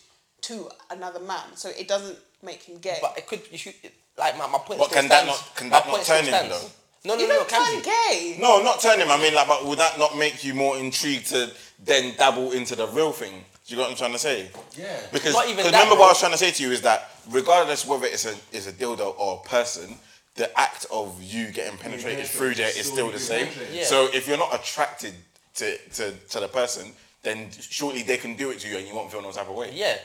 Speaker 1: to another man. So it doesn't make him gay.
Speaker 2: But it could you should, it- like my, my point.
Speaker 5: But
Speaker 2: still
Speaker 5: can that
Speaker 2: stands.
Speaker 5: not- can
Speaker 2: My
Speaker 5: that not
Speaker 2: point still
Speaker 5: turn him,
Speaker 2: stands.
Speaker 5: though?
Speaker 2: No, no,
Speaker 1: you
Speaker 2: no, no.
Speaker 1: don't
Speaker 2: can
Speaker 1: turn
Speaker 2: be.
Speaker 1: gay.
Speaker 5: No, not turn him. I mean, like, but would that not make you more intrigued to then dabble into the real thing? Do you get what I'm trying to say?
Speaker 6: Yeah.
Speaker 5: Because
Speaker 2: Not even
Speaker 5: 'cause
Speaker 2: that,
Speaker 5: remember
Speaker 2: bro.
Speaker 5: what I was trying to say to you is that regardless whether it's a is a dildo or a person, the act of you getting penetrated through there is still the same.
Speaker 2: Yeah.
Speaker 5: So if you're not attracted to, to, to the person, then surely they can do it to you and you won't feel no type of way.
Speaker 2: Yeah.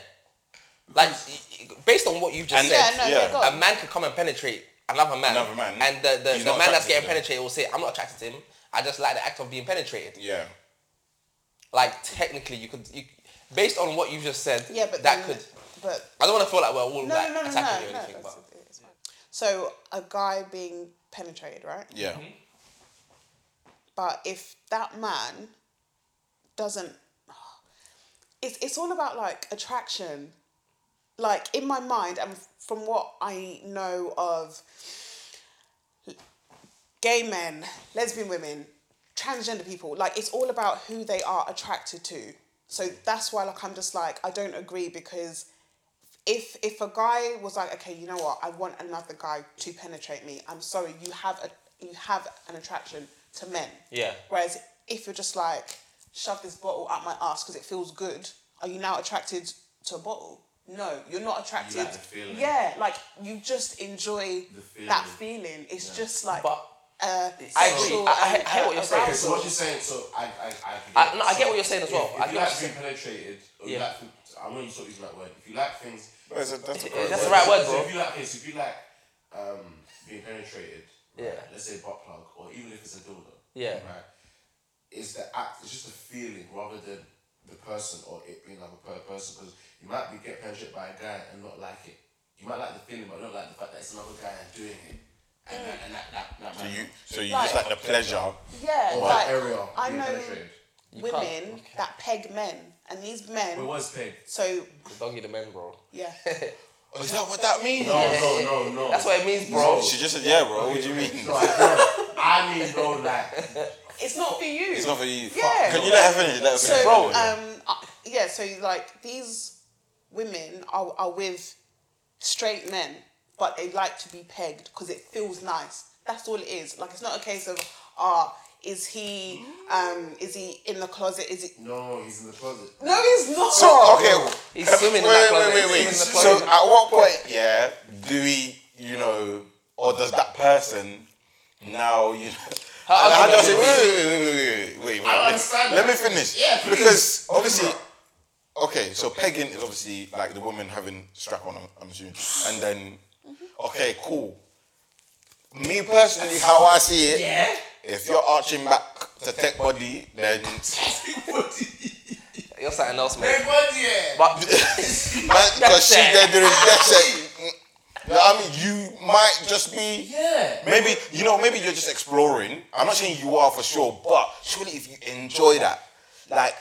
Speaker 2: Like, y- y- based on what you've just
Speaker 5: And-
Speaker 2: said,
Speaker 1: Yeah, no,
Speaker 5: Yeah.
Speaker 1: yeah. go on.
Speaker 2: a man could come and penetrate another man.
Speaker 5: Another man.
Speaker 2: And the, the,
Speaker 5: He's
Speaker 2: the
Speaker 5: not
Speaker 2: man that's
Speaker 5: attracted to
Speaker 2: getting
Speaker 5: them.
Speaker 2: penetrated will say, I'm not attracted to him. I just like the act of being penetrated.
Speaker 5: Yeah.
Speaker 2: Like, technically, you could, you, based on what you've just said,
Speaker 1: Yeah, but
Speaker 2: that
Speaker 1: then-
Speaker 2: could.
Speaker 1: But
Speaker 2: I don't want to feel like we're all
Speaker 1: no,
Speaker 2: like,
Speaker 1: no, no, no, no,
Speaker 2: attacking you
Speaker 1: no,
Speaker 2: or anything,
Speaker 1: that's-
Speaker 2: but
Speaker 1: it's fine. So a guy being penetrated, right?
Speaker 5: Yeah.
Speaker 1: But if that man doesn't, *sighs* it's it's all about like attraction. Like in my mind, and from what I know of gay men, lesbian women, transgender people, like it's all about who they are attracted to. So that's why like I'm just like I don't agree because if if a guy was like, okay, you know what, I want another guy to penetrate me. I'm sorry, you have a you have an attraction to men.
Speaker 2: Yeah.
Speaker 1: Whereas if you're just like shove this bottle up my ass because it feels good, are you now attracted to a bottle? No, you're not attracted.
Speaker 6: the feeling.
Speaker 1: Yeah, like you just enjoy
Speaker 6: The
Speaker 1: that
Speaker 6: feeling.
Speaker 1: feeling. It's just like
Speaker 2: But
Speaker 1: uh,
Speaker 2: I agree.
Speaker 1: sexual
Speaker 2: I- I
Speaker 1: and,
Speaker 2: he- hear what you're
Speaker 1: arousal.
Speaker 2: saying.
Speaker 6: Okay, so what you're saying, so I, I, I,
Speaker 2: I- no, I get what you're saying as well.
Speaker 6: If, if
Speaker 2: I get
Speaker 6: you
Speaker 2: what
Speaker 6: like
Speaker 2: you're
Speaker 6: being penetrated, or you
Speaker 2: Yeah.
Speaker 6: like, things- I want you to use that word. If you like things,
Speaker 5: That's, a, that's, a
Speaker 2: That's the
Speaker 5: correct word.
Speaker 2: right word,
Speaker 6: so
Speaker 2: bro.
Speaker 6: If you like, okay, so if you like um, being penetrated, right,
Speaker 2: Yeah.
Speaker 6: let's say butt plug, or even if it's a dildo,
Speaker 2: Yeah.
Speaker 6: right, it's the act, it's just a feeling rather than the person or it being like a per person because you might be get penetrated by a guy and not like it. You might like the feeling, but not like the fact that it's another guy doing it. And, that, and that, that, that
Speaker 5: So
Speaker 6: might-
Speaker 5: you, so you just like the pleasure.
Speaker 1: yeah,
Speaker 6: or
Speaker 1: like,
Speaker 6: that area
Speaker 1: I
Speaker 6: being
Speaker 1: know
Speaker 6: penetrated.
Speaker 1: women
Speaker 2: can't- okay.
Speaker 1: that peg men, and these
Speaker 6: It
Speaker 1: men.
Speaker 6: was pegged.
Speaker 1: So
Speaker 2: the doggy the men, bro.
Speaker 1: yeah,
Speaker 5: Oh, is that what that means?
Speaker 6: No, no, no, no.
Speaker 2: That's what it means, bro.
Speaker 5: She just said, yeah, bro. What do you mean?
Speaker 6: No, I, no, I mean, bro, like,
Speaker 1: it's not for you.
Speaker 5: It's not for you.
Speaker 1: Yeah.
Speaker 5: Can you let her finish? Let her
Speaker 1: so
Speaker 5: finish.
Speaker 1: um, uh, yeah, so like these women are are with straight men, but they like to be pegged because it feels nice. That's all it is. Like it's not a case of ah, is he um, is he in the closet? Is he?
Speaker 6: no, he's in the closet.
Speaker 1: No, he's not.
Speaker 5: So okay,
Speaker 2: He's swimming in
Speaker 5: wait,
Speaker 2: that
Speaker 5: wait,
Speaker 2: closet.
Speaker 5: wait, wait.
Speaker 2: He's swimming in
Speaker 5: So
Speaker 2: the
Speaker 5: at
Speaker 2: closet.
Speaker 5: what point, yeah, do we, you know, or does that person now, you know? How,
Speaker 2: how
Speaker 5: do I
Speaker 2: does
Speaker 5: say?
Speaker 2: it-
Speaker 5: Wait, wait, wait, wait, wait, wait. wait,
Speaker 6: don't
Speaker 5: wait.
Speaker 6: understand
Speaker 5: Let me
Speaker 6: that.
Speaker 5: finish.
Speaker 6: Yeah, please.
Speaker 5: because obviously, okay, so pegging is obviously like the woman having strap on. I'm- I'm assuming, and then,
Speaker 6: Mm-hmm.
Speaker 5: okay, cool. Me personally, how I see it,
Speaker 6: Yeah?
Speaker 5: if you're arching back to tech body, then
Speaker 2: You're something else, man.
Speaker 6: Everybody, yeah.
Speaker 2: But *laughs*
Speaker 5: because she
Speaker 2: it.
Speaker 5: there doing that shit. You know what I mean? You might just be.
Speaker 6: Yeah.
Speaker 5: Maybe you know. Maybe you're just exploring. I'm not saying you are for sure, but surely if you enjoy that, like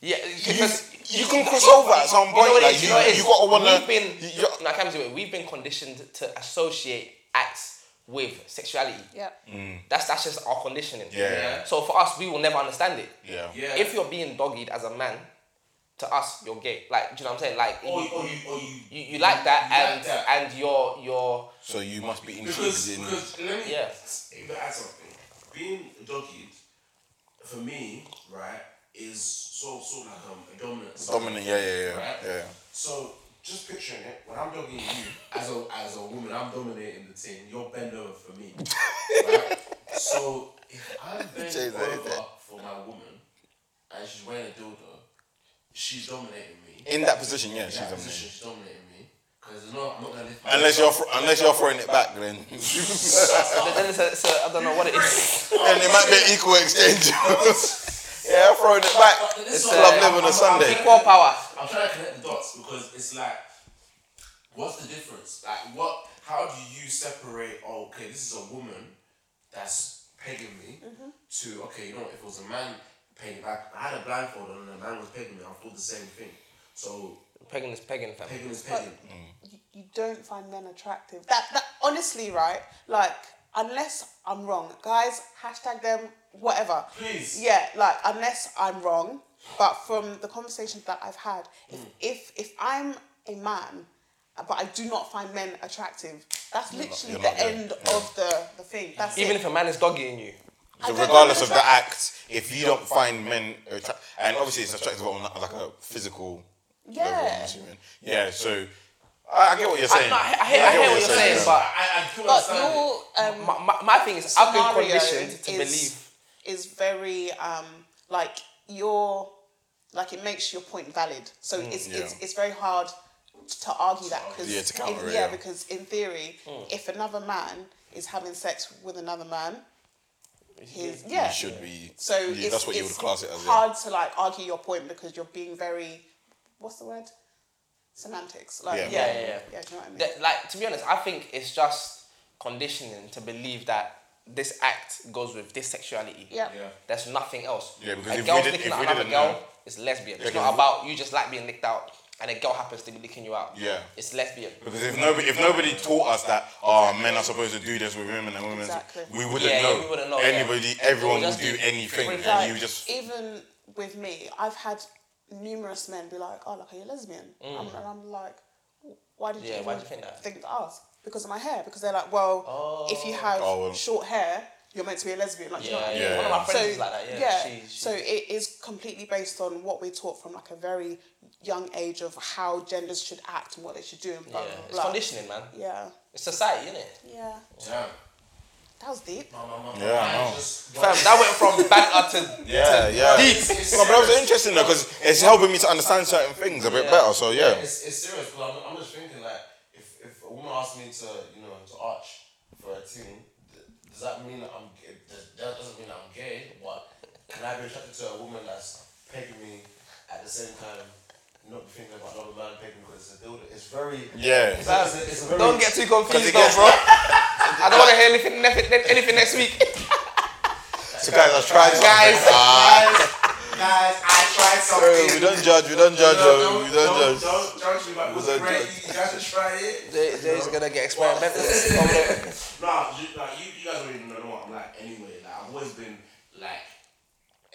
Speaker 2: yeah,
Speaker 5: you,
Speaker 2: because
Speaker 5: you can cross over at some
Speaker 2: You know
Speaker 5: point.
Speaker 2: what it
Speaker 5: like
Speaker 2: is,
Speaker 5: you,
Speaker 2: you know what it is?
Speaker 5: you gotta wanna.
Speaker 2: We've been,
Speaker 5: you- you're-
Speaker 2: no, I can't do it. We've been conditioned to associate acts with sexuality.
Speaker 1: Yeah.
Speaker 2: That's that's just our conditioning.
Speaker 5: Yeah.
Speaker 2: So for us, we will never understand it.
Speaker 5: yeah.
Speaker 6: Yeah.
Speaker 2: If you're being doggied as a man, to us you're gay. Like, do you know what I'm saying? Like,
Speaker 5: Oh,
Speaker 4: Or,
Speaker 2: you,
Speaker 4: or you, or you,
Speaker 2: you, you like that,
Speaker 4: you like
Speaker 2: and
Speaker 4: that.
Speaker 2: and you're
Speaker 5: *laughs*
Speaker 2: you're
Speaker 5: So you must be
Speaker 4: Because,
Speaker 5: interested in.
Speaker 4: because let me
Speaker 2: Yeah.
Speaker 4: if I add something. Being a dog kid, for me, right, is so sort of like um, a dominant.
Speaker 5: Dominant, yeah, yeah, yeah,
Speaker 4: Right?
Speaker 5: yeah.
Speaker 4: So just picturing it, when I'm dogging you as a as a woman, I'm dominating the team. You're bend over for me. right? So if I bend
Speaker 5: Jay's like
Speaker 4: over
Speaker 5: that.
Speaker 4: for my woman, and she's wearing a dildo, she's dominating me.
Speaker 5: In that position, yeah, she's
Speaker 4: that
Speaker 5: dominant.
Speaker 4: position, she's dominating me. Because no, I'm not gonna lift my
Speaker 5: Unless you're fr- unless you're throwing it back,
Speaker 2: *laughs*
Speaker 5: then *laughs* and
Speaker 2: then it's a, it's a, I don't know what it is.
Speaker 5: it might be an equal
Speaker 2: *laughs*
Speaker 5: exchange. *laughs* yeah, I'm throwing it back. It's
Speaker 4: Listen,
Speaker 5: club
Speaker 2: I'm-
Speaker 5: live on a
Speaker 4: I'm-
Speaker 5: Sunday.
Speaker 2: *laughs* Equal power.
Speaker 4: I'm trying to connect the dots because it's like, what's the difference? Like, what? How do you separate? Oh, okay, this is a woman that's pegging me.
Speaker 2: Mm-hmm.
Speaker 4: To okay, you know, what, if it was a man pegging, like I had a blindfold on and a man was pegging me, I thought the same thing. So
Speaker 2: Pegging is pegging, fam.
Speaker 4: pegging is pegging.
Speaker 1: you, you don't find men attractive. That, that honestly, right? Like, unless I'm wrong, guys, hashtag them, whatever.
Speaker 4: Please.
Speaker 1: Yeah, like unless I'm wrong, but from the conversations that I've had, if
Speaker 5: Hmm.
Speaker 1: if, if I'm a man, but I do not find men attractive, that's literally
Speaker 5: you're not
Speaker 1: the
Speaker 5: gay.
Speaker 1: end of the, the thing. That's
Speaker 2: Even
Speaker 1: it.
Speaker 2: if a man is dogging you,
Speaker 1: I
Speaker 5: So
Speaker 1: don't
Speaker 5: regardless of
Speaker 1: find
Speaker 5: the act, if you don't find men attra- and obviously it's attractive on like a physical
Speaker 1: Yeah.
Speaker 5: level, I'm assuming. Yeah, so I, I get what you're saying.
Speaker 2: no, I- I hear- I hear what you're saying,
Speaker 5: yeah.
Speaker 2: but-
Speaker 4: I, I do
Speaker 1: But
Speaker 4: understand. it.
Speaker 1: your um,
Speaker 2: my, my, my thing is I've been
Speaker 1: scenario
Speaker 2: conditioned to believe.
Speaker 1: is very um like your like it makes your point valid. So it's,
Speaker 5: Mm, yeah.
Speaker 1: it's it's very hard to argue that because
Speaker 5: Yeah, to counter it,
Speaker 1: yeah,
Speaker 5: yeah. Mm.
Speaker 1: because in theory, if another man is having sex with another man, his yeah,
Speaker 5: you should be.
Speaker 1: so
Speaker 5: you-
Speaker 1: it's,
Speaker 5: that's what you would
Speaker 1: it's
Speaker 5: class it as. Yeah.
Speaker 1: Hard to like argue your point because you're being very what's the word semantics like
Speaker 5: Yeah.
Speaker 1: yeah yeah
Speaker 2: Yeah, yeah, yeah.
Speaker 1: do you know what I mean?
Speaker 2: That, like to be honest, I think it's just conditioning to believe that this act goes with this sexuality.
Speaker 1: yeah.
Speaker 4: Yeah.
Speaker 2: There's nothing else.
Speaker 5: Yeah, because
Speaker 2: a
Speaker 5: if we
Speaker 2: girl's
Speaker 5: did-
Speaker 2: licking
Speaker 5: if
Speaker 2: at
Speaker 5: we
Speaker 2: another
Speaker 5: didn't
Speaker 2: girl
Speaker 5: know-
Speaker 2: is lesbian. It's
Speaker 5: because
Speaker 2: not
Speaker 5: we-
Speaker 2: about you just like being licked out and a girl happens to be licking you out.
Speaker 5: Yeah.
Speaker 2: It's lesbian.
Speaker 5: Because if nobody, if nobody taught us that, oh, men are supposed to do this with women and women,
Speaker 1: Exactly.
Speaker 5: we wouldn't
Speaker 2: Yeah,
Speaker 5: know.
Speaker 2: we wouldn't know, yeah.
Speaker 5: Anybody, everyone
Speaker 2: It would
Speaker 5: will
Speaker 2: just
Speaker 5: do
Speaker 2: be-
Speaker 5: anything,
Speaker 2: it's
Speaker 5: and
Speaker 1: like,
Speaker 5: you just
Speaker 1: even with me, I've had numerous men be like, "Oh, like are you lesbian?" I'm, and I'm like, "Why did
Speaker 2: Mm. Yeah,
Speaker 1: you even
Speaker 2: why do you think that?"
Speaker 1: to ask?" Because of my hair. Because they're like, "Well, if you have
Speaker 5: Oh, well.
Speaker 1: short hair, you're meant to be a lesbian." Like, do you know what I
Speaker 2: Yeah,
Speaker 1: mean?
Speaker 2: yeah. One of my
Speaker 5: Yeah.
Speaker 2: friends
Speaker 1: so
Speaker 2: is like that. Yeah. She, she,
Speaker 1: so it is completely based on what we taught from like a very young age of how genders should act and what they should do and
Speaker 2: yeah.
Speaker 1: blah
Speaker 2: It's
Speaker 1: blah blah.
Speaker 2: conditioning, man.
Speaker 1: Yeah,
Speaker 2: It's society, isn't it?
Speaker 1: yeah.
Speaker 4: Damn.
Speaker 1: That was deep.
Speaker 4: My, my, my, my
Speaker 5: Yeah, I
Speaker 4: mind
Speaker 5: know.
Speaker 4: just-
Speaker 2: Fam, that went from
Speaker 5: *laughs*
Speaker 2: banter to
Speaker 5: yeah, yeah.
Speaker 2: deep.
Speaker 5: No, but that was interesting though, because it's helping me to understand certain things a bit better. So yeah,
Speaker 4: It's, it's serious, but I'm, I'm just thinking like, if, if a woman asks me to, you know, to arch for a team, th- does that mean that I'm gay? Does, that doesn't mean I'm gay, but can I be attracted to a woman that's pegging me at the same time, not thinking about another man pegging me because it's a dildo? It's very.
Speaker 5: Yeah.
Speaker 4: It's, a- it's a- it's a very
Speaker 2: Don't get too confused
Speaker 5: it
Speaker 2: though,
Speaker 5: gets-
Speaker 2: bro. I don't
Speaker 5: *laughs*
Speaker 2: want to hear anything, anything, anything next week.
Speaker 5: so guys, I've tried. something.
Speaker 2: Guys.
Speaker 5: Ah,
Speaker 4: *laughs* Guys, I tried
Speaker 5: we
Speaker 4: something.
Speaker 5: don't judge. We don't judge.
Speaker 4: No,
Speaker 5: um, we don't,
Speaker 4: don't,
Speaker 5: judge.
Speaker 4: don't judge me, but it was
Speaker 5: don't
Speaker 4: great.
Speaker 5: judge.
Speaker 4: You guys should try it.
Speaker 2: Jay, Jay's gonna get experimental.
Speaker 4: Nah, you, like you, you guys don't even know what I'm like anyway. Like I've always been like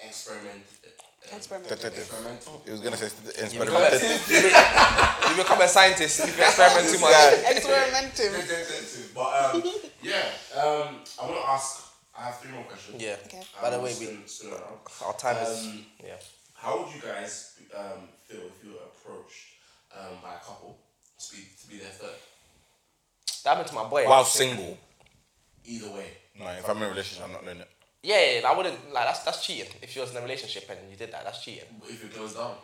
Speaker 4: experiment, um,
Speaker 1: Experiment.
Speaker 2: *laughs*
Speaker 4: experimental.
Speaker 5: He was gonna say st-
Speaker 2: You become, a,
Speaker 5: experimental.
Speaker 2: you become a scientist if you experiment too much.
Speaker 1: Experimenting.
Speaker 4: Extensive, but *laughs* um, yeah. Um, I want to ask. I have three more questions.
Speaker 2: Yeah.
Speaker 1: Okay.
Speaker 2: By the
Speaker 4: Um,
Speaker 2: way, we,
Speaker 4: spin- spin around.
Speaker 2: our time is.
Speaker 4: Um,
Speaker 2: Yeah.
Speaker 4: How would you guys um, feel if you were approached um, by a couple to be to be their third?
Speaker 2: That happened to my boy.
Speaker 5: While single.
Speaker 4: Either way.
Speaker 5: No, if I'm in a relationship, I'm not doing it.
Speaker 2: Yeah, yeah, yeah, I wouldn't. Like, that's that's cheating. If you was in a relationship and you did that, that's cheating.
Speaker 4: If it goes down.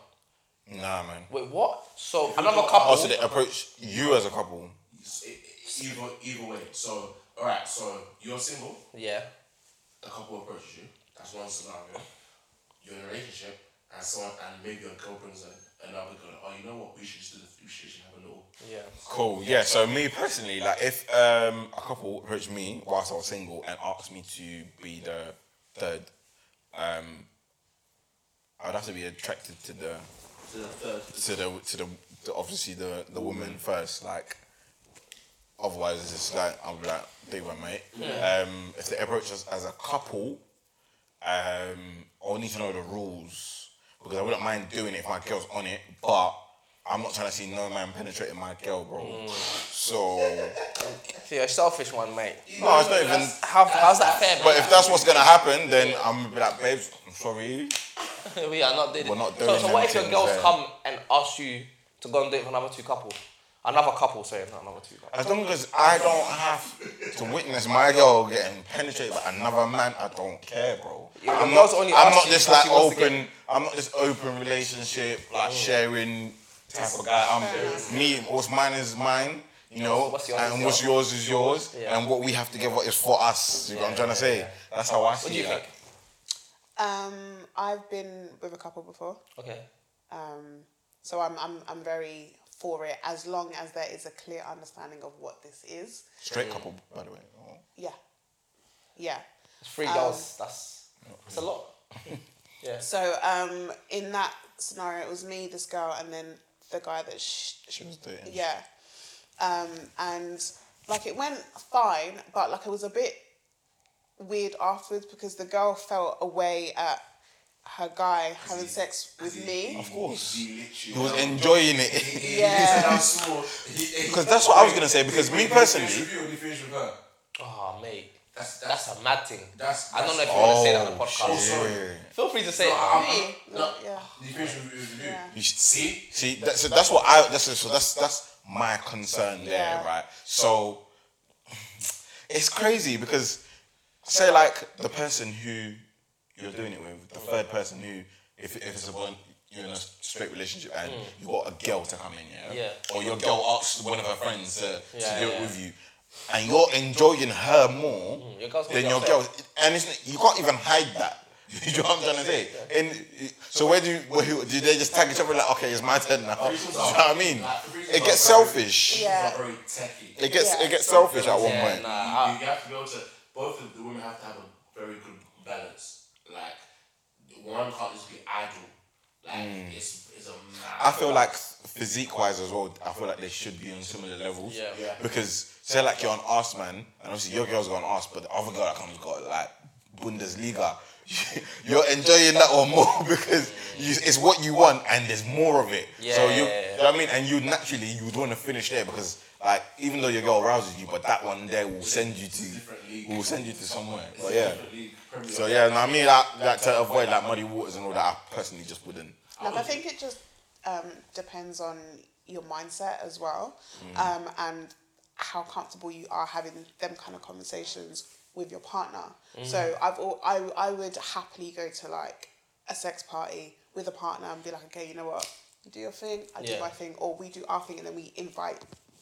Speaker 5: Nah, man.
Speaker 2: Wait, what? So another
Speaker 5: Oh,
Speaker 2: couple.
Speaker 5: so they approach you as a couple.
Speaker 4: It's- it- it- Either either way. So all right. So you're single.
Speaker 2: Yeah.
Speaker 4: a couple approaches you. That's one scenario. You're in a relationship, and someone, and maybe your girl brings a, another girl. Oh, you know what? We should just do this. We should, should have a little.
Speaker 2: Yeah.
Speaker 5: Cool. Yeah. So me personally, like, if um, a couple approached me whilst I was single and asked me to be the third, um, I'd have to be attracted to the
Speaker 4: To the third.
Speaker 5: to the to the, to obviously the the woman first. Like, otherwise it's just like I'll be like they were mate. Um, if they approach us as a couple, um, I'll need to know the rules. because I wouldn't mind doing it if my girl's on it, but I'm not trying to see no man penetrating my girl, bro. So
Speaker 2: So you're a selfish one, mate.
Speaker 5: no, it's not even.
Speaker 2: How, how's that fair,
Speaker 5: But if that's what's gonna happen, then I'm gonna be like, babes, I'm sorry.
Speaker 2: mate? *laughs* we are not doing
Speaker 5: We're
Speaker 2: it.
Speaker 5: not
Speaker 2: so,
Speaker 5: doing
Speaker 2: so what if your
Speaker 5: anything
Speaker 2: girls
Speaker 5: there.
Speaker 2: come and ask you to go and date with another two couple? Another couple, sorry, not another two couple.
Speaker 5: As long as I don't have to witness my girl getting penetrated by another man, I don't care, bro.
Speaker 2: Yeah,
Speaker 5: I'm
Speaker 2: the
Speaker 5: not,
Speaker 2: girl's only
Speaker 5: I'm
Speaker 2: asking
Speaker 5: not this
Speaker 2: because
Speaker 5: like
Speaker 2: she wants to
Speaker 5: open. I'm not this open relationship like sharing type of guy. I'm me. What's mine is mine. You know,
Speaker 2: What's yours
Speaker 5: and
Speaker 2: is
Speaker 5: what's yours is yours,
Speaker 2: Yeah.
Speaker 5: and what we have together is for us. You know what I'm
Speaker 2: Yeah,
Speaker 5: trying to say? That's how I see
Speaker 2: What do you
Speaker 5: it.
Speaker 2: think?
Speaker 1: Um, I've been with a couple before,
Speaker 2: Okay.
Speaker 1: um, so I'm, I'm I'm very for it as long as there is a clear understanding of what this is.
Speaker 5: Straight couple, by the way. Oh.
Speaker 1: Yeah, yeah.
Speaker 2: It's three girls, that's it's a lot. yeah.
Speaker 1: So um, in that scenario, it was me, this girl, and then the guy that sh-
Speaker 5: She was dating.
Speaker 1: Yeah. Um, and like it went fine, but like it was a bit weird afterwards because the girl felt away at her guy having sex with me.
Speaker 5: Of course.
Speaker 7: He literally-
Speaker 5: He was enjoying it.
Speaker 7: He- he-
Speaker 5: *laughs*
Speaker 1: Yeah.
Speaker 7: he said, "I'm small." He- he-
Speaker 5: Because that's what I was gonna say, because me
Speaker 7: Wait, wait, wait,
Speaker 5: personally-
Speaker 7: finish with you or you finish with her?
Speaker 2: Oh mate.
Speaker 7: That's-
Speaker 2: That's, a mad thing.
Speaker 7: that's-
Speaker 2: I don't know if
Speaker 7: that's-
Speaker 2: you want to say that on the podcast.
Speaker 7: Oh, sorry.
Speaker 2: Feel free to say it.
Speaker 7: I'm-
Speaker 1: No, yeah.
Speaker 7: You finish with with you.
Speaker 5: You see,
Speaker 7: See?
Speaker 5: see, that's so that's what I that's so that's that's my concern there,
Speaker 1: Yeah.
Speaker 5: right? So it's crazy because say like the person who you're doing it with, the third person who, if if it's a one you're in a straight relationship and you got a girl to come in, yeah,
Speaker 2: Mm. Yeah.
Speaker 5: or your girl asks one of her friends to,
Speaker 2: Yeah,
Speaker 5: to do
Speaker 2: yeah. Mm,
Speaker 5: it with you. And you're enjoying her more
Speaker 2: your girl's gonna
Speaker 5: than
Speaker 2: be
Speaker 5: your
Speaker 2: upset.
Speaker 5: girl, and it's, you can't even hide that. *laughs* you know what I'm trying to say? And so where do you, where, who- do they just tag each other like, okay, it's my turn now? Do you know what I mean? It gets selfish.
Speaker 1: Yeah.
Speaker 7: Not very techie.
Speaker 5: It gets
Speaker 1: Yeah.
Speaker 5: it gets selfish at one
Speaker 2: Yeah,
Speaker 5: point.
Speaker 2: nah.
Speaker 7: you, you have to be able to. Both of the women have to have a very good balance. Like one can't just be idle. Like it's it's a. mad
Speaker 5: Mm. I feel like
Speaker 7: balance.
Speaker 5: physique wise as well. I feel like they should be on similar levels.
Speaker 2: Yeah.
Speaker 7: Yeah.
Speaker 5: Because say like you're an ass man, and obviously your girl's got an ass, but the other girl that comes got like Bundesliga. *laughs* You're enjoying that or more *laughs* because you, it's what you want, and there's more of it. So you,
Speaker 2: Yeah.
Speaker 5: you know what I mean, and you naturally you would want to finish there because like even though your girl rouses you, but that one there will send you
Speaker 7: different league.
Speaker 5: to will send you to somewhere.
Speaker 7: It's
Speaker 5: But
Speaker 7: a
Speaker 5: yeah.
Speaker 7: different league, Premier
Speaker 5: So
Speaker 7: League.
Speaker 5: yeah, no, I mean like, like to avoid like muddy waters and all that. I personally just wouldn't.
Speaker 1: Like I think it just um, depends on your mindset as well, um, and how comfortable you are having them kind of conversations with your partner. So I've all, I I would happily go to like a sex party with a partner and be like, okay, you know what, you do your thing, I do
Speaker 2: Yeah.
Speaker 1: my thing, or we do our thing, and then we invite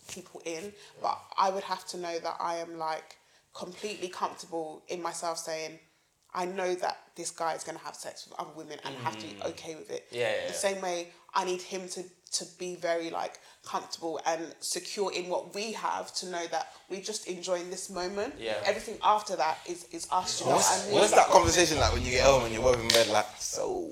Speaker 1: people in. But I would have to know that I am like completely comfortable in myself saying. I know that this guy is going to have sex with other women and have to be okay with it
Speaker 2: Mm. Yeah, yeah,
Speaker 1: the
Speaker 2: yeah.
Speaker 1: same way I need him to to be very like comfortable and secure in what we have to know that we're just enjoying this moment.
Speaker 2: Yeah. Oh,
Speaker 1: Everything after that is is us. You know what
Speaker 5: What's,
Speaker 1: I mean?
Speaker 5: what's that conversation like when you get home and you're in bed like so?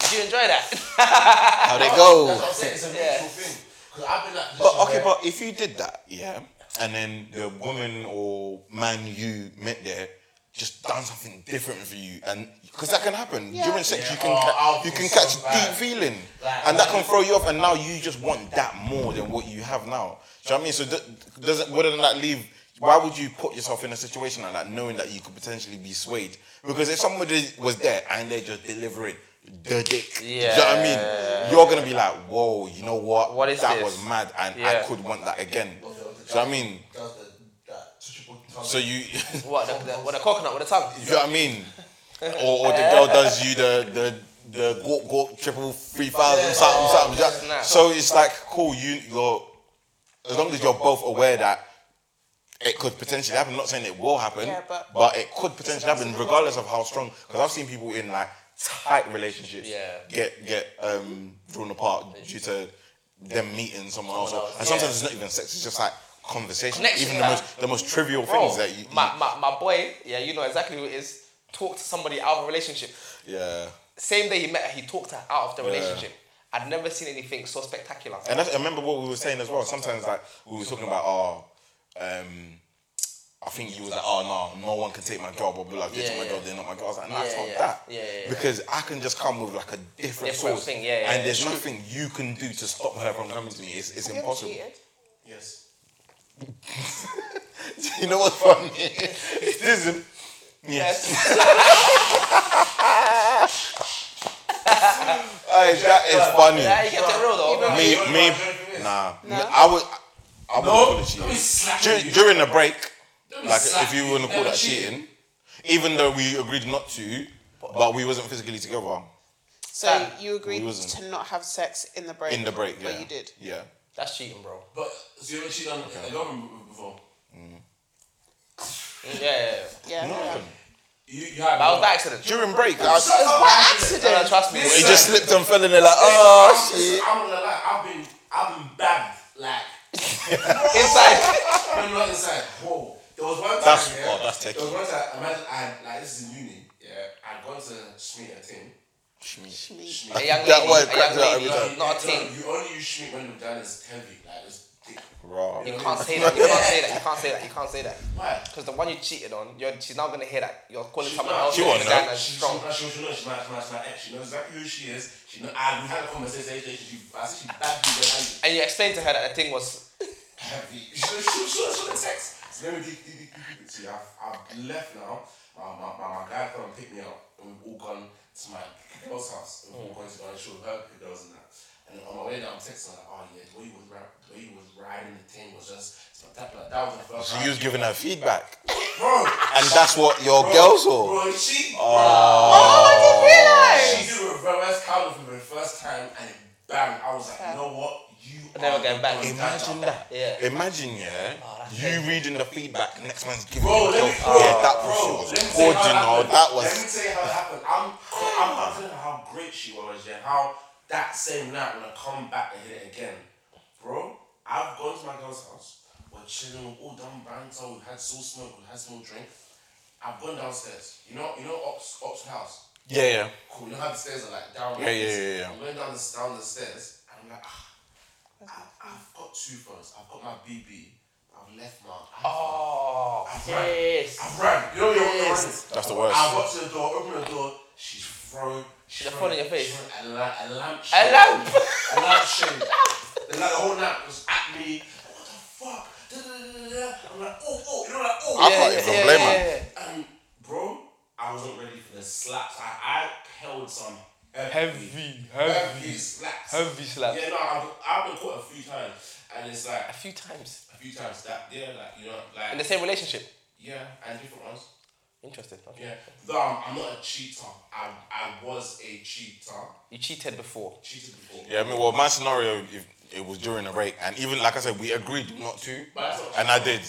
Speaker 2: Did you enjoy that? *laughs*
Speaker 5: How they go?
Speaker 7: That's what I'm saying. It's a
Speaker 2: Yeah.
Speaker 7: mutual thing. Because I've been like.
Speaker 5: But okay, but if you did that, yeah, and then the woman or man you met there just done something different for you, and because that can happen
Speaker 1: Yeah.
Speaker 5: during sex, you
Speaker 7: Yeah.
Speaker 5: can
Speaker 7: Oh,
Speaker 5: ca-
Speaker 7: I'll
Speaker 5: you can
Speaker 7: feel
Speaker 5: catch
Speaker 7: so
Speaker 5: deep
Speaker 7: bad.
Speaker 5: feeling,
Speaker 7: Like-
Speaker 5: and that can throw you off, and now you just want that more than what you have now. Do you know what I mean? So th- doesn't wouldn't that leave? Why would you put yourself in a situation like that, knowing that you could potentially be swayed? Because if somebody was there and they're just delivering the dick, do you know what I mean? You're gonna be like, whoa, you know what?
Speaker 2: What is
Speaker 5: that
Speaker 2: this?
Speaker 5: was mad, and I
Speaker 2: Yeah.
Speaker 5: could want that again. Do you know what I mean?
Speaker 7: Does the, that touchable tongue.
Speaker 5: So you, *laughs*
Speaker 2: what, the, the, what, the coconut with the tongue?
Speaker 5: you know what I mean? Or, or the girl does you the the the gawk gawk triple three thousand something something. do you know-
Speaker 2: Nah.
Speaker 5: So it's like cool. You you're as long as you're both aware that it could potentially happen. I'm not saying it will happen,
Speaker 1: Yeah, but-
Speaker 5: it could potentially happen regardless of how strong. Because I've seen people in like tight relationships
Speaker 2: Yeah.
Speaker 5: get get um drawn apart due to them meeting someone else.
Speaker 2: Someone else,
Speaker 5: and sometimes
Speaker 2: yeah.
Speaker 5: it's not even sex. It's just like conversation.
Speaker 2: Connection,
Speaker 5: even the
Speaker 2: yeah.
Speaker 5: most the most trivial
Speaker 2: Bro,
Speaker 5: things that you.
Speaker 2: my, my, my boy, yeah, you know exactly who it is. Talk to somebody out of a relationship.
Speaker 5: yeah.
Speaker 2: Same day he met her, he talked her out of the
Speaker 5: Yeah.
Speaker 2: relationship. I'd never seen anything so spectacular. *laughs*
Speaker 5: And that's, I remember what we were saying as well. Sometimes, like we were talking about, oh, um, I I think you was like, oh no, no one can take my job or be like, they
Speaker 2: Yeah,
Speaker 5: took my
Speaker 2: yeah.
Speaker 5: job, they're not my job. I was like, no, it's
Speaker 2: Yeah,
Speaker 5: not
Speaker 2: yeah.
Speaker 5: that.
Speaker 2: Yeah, yeah, yeah.
Speaker 5: Because I can just come with like a different,
Speaker 2: Different
Speaker 5: source.
Speaker 2: thing, yeah, yeah,
Speaker 5: and there's
Speaker 2: yeah.
Speaker 5: nothing you can do to stop her from coming to me. It's, it's impossible.
Speaker 4: Yes.
Speaker 5: *laughs* You know what's
Speaker 2: *laughs*
Speaker 5: funny? this is *laughs* yes. Hey, that is funny.
Speaker 2: Yeah, you kept it real though.
Speaker 5: me, me, nah. I would, I would call it
Speaker 4: Don't be
Speaker 5: cheating.
Speaker 4: slapping
Speaker 5: During,
Speaker 4: me.
Speaker 5: during the break,
Speaker 4: be
Speaker 5: like if
Speaker 4: slapping
Speaker 5: you
Speaker 4: me.
Speaker 5: want to call
Speaker 4: That
Speaker 5: that
Speaker 4: was
Speaker 5: cheating, even though we agreed not to, but we wasn't physically together
Speaker 1: So
Speaker 2: Sam,
Speaker 1: you agreed
Speaker 5: we wasn't.
Speaker 1: to not have sex in the break.
Speaker 5: in the break. Yeah,
Speaker 1: But you did.
Speaker 5: Yeah.
Speaker 2: That's cheating, bro.
Speaker 4: But so you ever cheated on a girlfriend before?
Speaker 2: Yeah, yeah, yeah.
Speaker 1: Yeah. yeah.
Speaker 4: You, you have.
Speaker 2: But I was by accident.
Speaker 5: During break, I was, he *laughs*
Speaker 2: No, no, trust me.
Speaker 4: Listen.
Speaker 5: just slipped and fell in there like, oh.
Speaker 4: I'm, just, I'm not gonna lie. I've been, I've been bagged like.
Speaker 2: *laughs*
Speaker 5: *laughs*
Speaker 2: Inside.
Speaker 4: I'm not inside. Whoa. There was one time.
Speaker 5: That's-
Speaker 4: yeah,
Speaker 5: oh, that's techie.
Speaker 4: There was one time. Imagine I like this is in uni. Yeah, I'd gone to Schmeet a thing.
Speaker 1: Shmi.
Speaker 2: A young lady.
Speaker 5: That word
Speaker 2: a
Speaker 5: cracks
Speaker 2: young
Speaker 5: me
Speaker 2: lady.
Speaker 5: up every
Speaker 2: Not a team.
Speaker 4: You only use Schmeet when the dad is heavy, like it's thick.
Speaker 5: Raw.
Speaker 2: You can't say that. You can't say that. You can't say that. You can't say that.
Speaker 4: Why?
Speaker 2: Because the one you cheated on, you're, she's now gonna hear that you're calling someone
Speaker 4: not.
Speaker 2: else
Speaker 4: She
Speaker 5: won't
Speaker 2: a guy
Speaker 5: know.
Speaker 2: that's
Speaker 4: She, she,
Speaker 2: strong.
Speaker 4: she, she knows she's my, she's my, she's my ex. She knows exactly who she is. She know, I, we had a conversation. She, she, I said she bagged you behind you.
Speaker 2: And you explained to her that the thing was.
Speaker 4: *laughs* heavy. She was she, she, she, she text. So let me give, give, give, give it to you. I've, I've left now. My, my, my, my guy come and pick me up, and we've all gone to my girl's house. We've all gone to go and show her the girls and that. And on my way down, I'm texting her, like, oh yeah, the way you was, ra- the way you was riding the thing was just spectacular. That was the first
Speaker 5: She was giving her feedback,
Speaker 4: Bro,
Speaker 5: and that's what your
Speaker 4: bro,
Speaker 5: girls saw.
Speaker 4: Bro, she,
Speaker 5: Oh.
Speaker 1: Oh, I
Speaker 4: she did a reverse cowgirl for the first time, and it bang. I was like, you know what? You
Speaker 2: Never
Speaker 4: are
Speaker 2: going back.
Speaker 4: going
Speaker 5: Imagine
Speaker 4: down.
Speaker 5: that.
Speaker 2: *laughs* Yeah.
Speaker 5: Imagine, yeah, you reading the feedback, next man's giving
Speaker 4: Bro,
Speaker 5: you
Speaker 4: let me,
Speaker 5: the-
Speaker 4: bro,
Speaker 5: yeah, that
Speaker 4: bro, let
Speaker 5: was,
Speaker 4: me
Speaker 5: was
Speaker 4: tell you Oh, how it
Speaker 5: original.
Speaker 4: happened.
Speaker 5: That
Speaker 4: Let me
Speaker 5: was.
Speaker 4: tell you how it happened. I'm, I'm, I'm telling her how great she was, yeah. How that same night when I come back and hit it again, bro. I've gone to my girl's house. We're chilling. We've all done banter. We've had some smoke. We've had some drink. I've gone downstairs. You know, you know, Ops, Ops house.
Speaker 5: Yeah, yeah.
Speaker 4: Cool. You know how the stairs are like down.
Speaker 5: Yeah, yeah, yeah, yeah.
Speaker 4: I'm going down the, down the stairs, and I'm like, ah, I, I've got two phones. I've got my BB. I've left my.
Speaker 2: Oh,
Speaker 4: I've ran.
Speaker 2: yes.
Speaker 4: I've ran. You know what you're yes.
Speaker 5: That's the worst.
Speaker 4: I got to the door, open the door. She's throwing. She's
Speaker 2: a phone in your face?
Speaker 4: throwing A, la- a lamp.
Speaker 2: A lamp?
Speaker 4: a lamp shade. The, la- the whole lamp was at me. What the fuck? Da, da, da, da, da. I'm like, oh, oh, you know, like, oh.
Speaker 5: I can't even blame her.
Speaker 4: And bro, I wasn't ready for the slaps. I, I held some heavy,
Speaker 2: Heavy,
Speaker 4: slaps.
Speaker 2: heavy slaps.
Speaker 4: Yeah, no, I've, I've been caught a few times, and it's like
Speaker 2: A few times.
Speaker 4: a few times that yeah, like you know,
Speaker 2: In the
Speaker 4: like
Speaker 2: same relationship.
Speaker 4: yeah, and different ones.
Speaker 2: Interesting. Okay.
Speaker 4: Yeah, though I'm, I'm not a cheater. I I was a cheater,
Speaker 2: You cheated before.
Speaker 4: cheated before.
Speaker 5: Yeah, I mean, well, my scenario, if it was during a break, and even like I said, we agreed not to, and I did.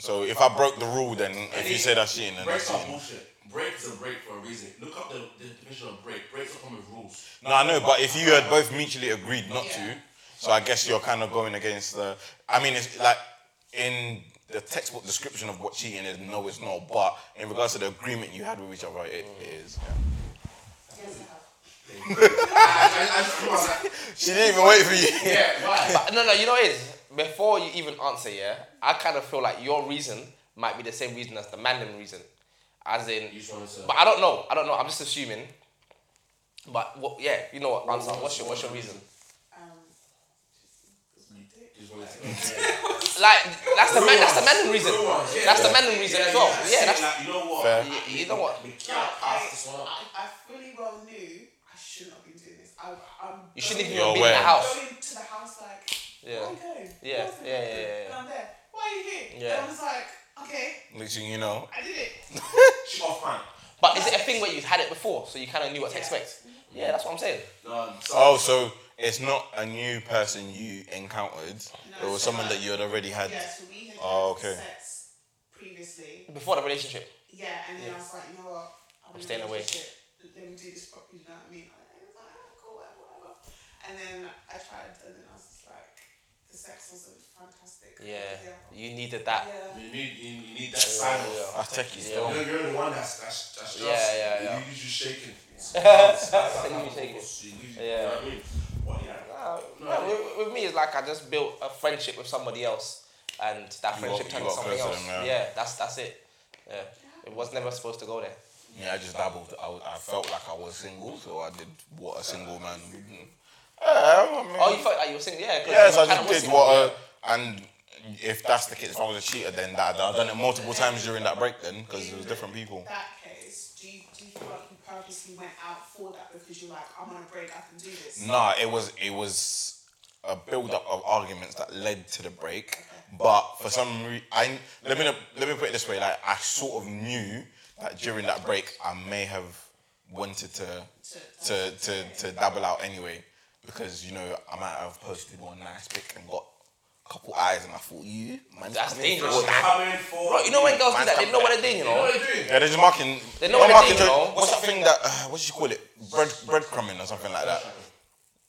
Speaker 5: So if I broke the rule, then if you say that's cheating, then that's
Speaker 4: Breaks are
Speaker 5: cheating.
Speaker 4: bullshit. Breaks are break for a reason. Look up the, the definition of break. Breaks are come with
Speaker 2: *laughs*
Speaker 4: rules.
Speaker 5: No, I know, but if you had both mutually agreed not to, so I guess you're kind of going against the. I mean, it's like in the textbook description of what cheating is. No, it's not. But in regards to the agreement you had with each other, it, it is.
Speaker 4: I, I, I just was like,
Speaker 5: She didn't even wait for you.
Speaker 4: yeah, why?
Speaker 2: But no, no, you know what it is? Before you even answer, yeah, I kind of feel like your reason might be the same reason as the Mandan reason. As in,
Speaker 4: You just wanted to.
Speaker 2: But I don't know. I don't know. I'm just assuming. But what, yeah, you know what? Answer. What's your What's your reason?
Speaker 4: Just
Speaker 2: *laughs*
Speaker 4: wanted to.
Speaker 2: Like that's the man. That's the
Speaker 4: Real
Speaker 2: man reason.
Speaker 4: ones, yeah,
Speaker 2: That's the
Speaker 4: yeah.
Speaker 2: man reason
Speaker 4: Yeah,
Speaker 2: as well.
Speaker 4: yeah,
Speaker 2: Yeah,
Speaker 4: see,
Speaker 2: that's
Speaker 4: like, you know what?
Speaker 5: Fair.
Speaker 2: y- y- you know what?
Speaker 4: We can't pass this one up.
Speaker 1: I, I fully well knew I should not be doing this. I, I'm
Speaker 2: You shouldn't
Speaker 1: going-
Speaker 2: even be in
Speaker 5: aware.
Speaker 2: the house.
Speaker 1: going to the house like,
Speaker 2: Yeah.
Speaker 1: where are you going?
Speaker 2: Yeah,
Speaker 1: Where's the
Speaker 2: yeah,
Speaker 1: bathroom?"
Speaker 2: yeah, yeah,
Speaker 1: And I'm there. Why are you here?
Speaker 2: Yeah.
Speaker 1: And I was like, okay,
Speaker 5: Next thing you know,
Speaker 1: I did it.
Speaker 4: She off man.
Speaker 2: But is it a thing where you've had it before, so you kind of knew what to expect? Yeah, that's what I'm saying.
Speaker 4: No, Um, so
Speaker 5: Oh, so it's not a new person you encountered. it was someone that you had already had.
Speaker 1: Yeah, so we had
Speaker 5: Oh,
Speaker 1: had
Speaker 5: okay.
Speaker 1: sex previously.
Speaker 2: Before the relationship.
Speaker 1: Yeah, and then I was like, you know what? I'm, in a
Speaker 2: staying away.
Speaker 1: relationship. Let me do this properly, you know what I mean? And it was like, ah, cool, whatever, whatever. And then I tried, and then I was just like, the sex wasn't fantastic.
Speaker 2: Yeah.
Speaker 1: Yeah.
Speaker 2: You needed that.
Speaker 1: yeah.
Speaker 4: you need you, you need that sign off.
Speaker 5: I take it.
Speaker 2: Yeah.
Speaker 4: You're, you're the one that's that's, that's
Speaker 2: Yeah,
Speaker 4: just
Speaker 2: yeah, yeah.
Speaker 4: you usually shaking.
Speaker 2: *laughs*
Speaker 4: That's- that's-
Speaker 2: You usually
Speaker 4: that's-
Speaker 2: shaking.
Speaker 4: that's- you usually-
Speaker 2: Yeah.
Speaker 4: You know what I mean? But yeah.
Speaker 2: Uh, no, with, with me, it's like I just built a friendship with somebody else, and that friendship
Speaker 5: you
Speaker 2: turned
Speaker 5: got
Speaker 2: into something
Speaker 5: closer
Speaker 2: else.
Speaker 5: to them, yeah.
Speaker 2: yeah, that's that's it. Yeah, it was never supposed to go there.
Speaker 5: Yeah, I just dabbled. I, was- I felt like I was single, so I did what a single man. would do. Yeah, I mean,
Speaker 2: Oh, you felt like you were single, yeah. 'cause
Speaker 5: yes,
Speaker 2: you
Speaker 5: I
Speaker 2: kinda was
Speaker 5: just did
Speaker 2: single.
Speaker 5: what. Uh, and if that's the case, if I was a cheater, then that, I've done it multiple times during that break, then because it was different people.
Speaker 1: that case, do you, do you feel like you purposely went out for that because you're like, I'm on a break, I can do this?
Speaker 5: Nah, it was it was a build up of arguments that led to the break. But for some reason, I let me let me put it this way: like I sort of knew that during that break, I may have wanted to to to, to dabble out anyway, because you know I might have posted one nice pic and got a couple eyes, and I thought you man,
Speaker 2: That's
Speaker 5: come here for
Speaker 2: dangerous,
Speaker 5: it."
Speaker 2: man.
Speaker 4: Coming for
Speaker 2: Bro, you know when girls do
Speaker 5: Man's
Speaker 2: that, they
Speaker 5: come
Speaker 2: know what
Speaker 5: back.
Speaker 2: they're doing, you know.
Speaker 5: Yeah, they're just marking.
Speaker 2: They know
Speaker 5: not
Speaker 2: what they're
Speaker 5: marking
Speaker 2: doing,
Speaker 5: jo-
Speaker 2: you know?
Speaker 5: What's that thing that? Uh, what do you call it? Bread breadcrumbing or something like that.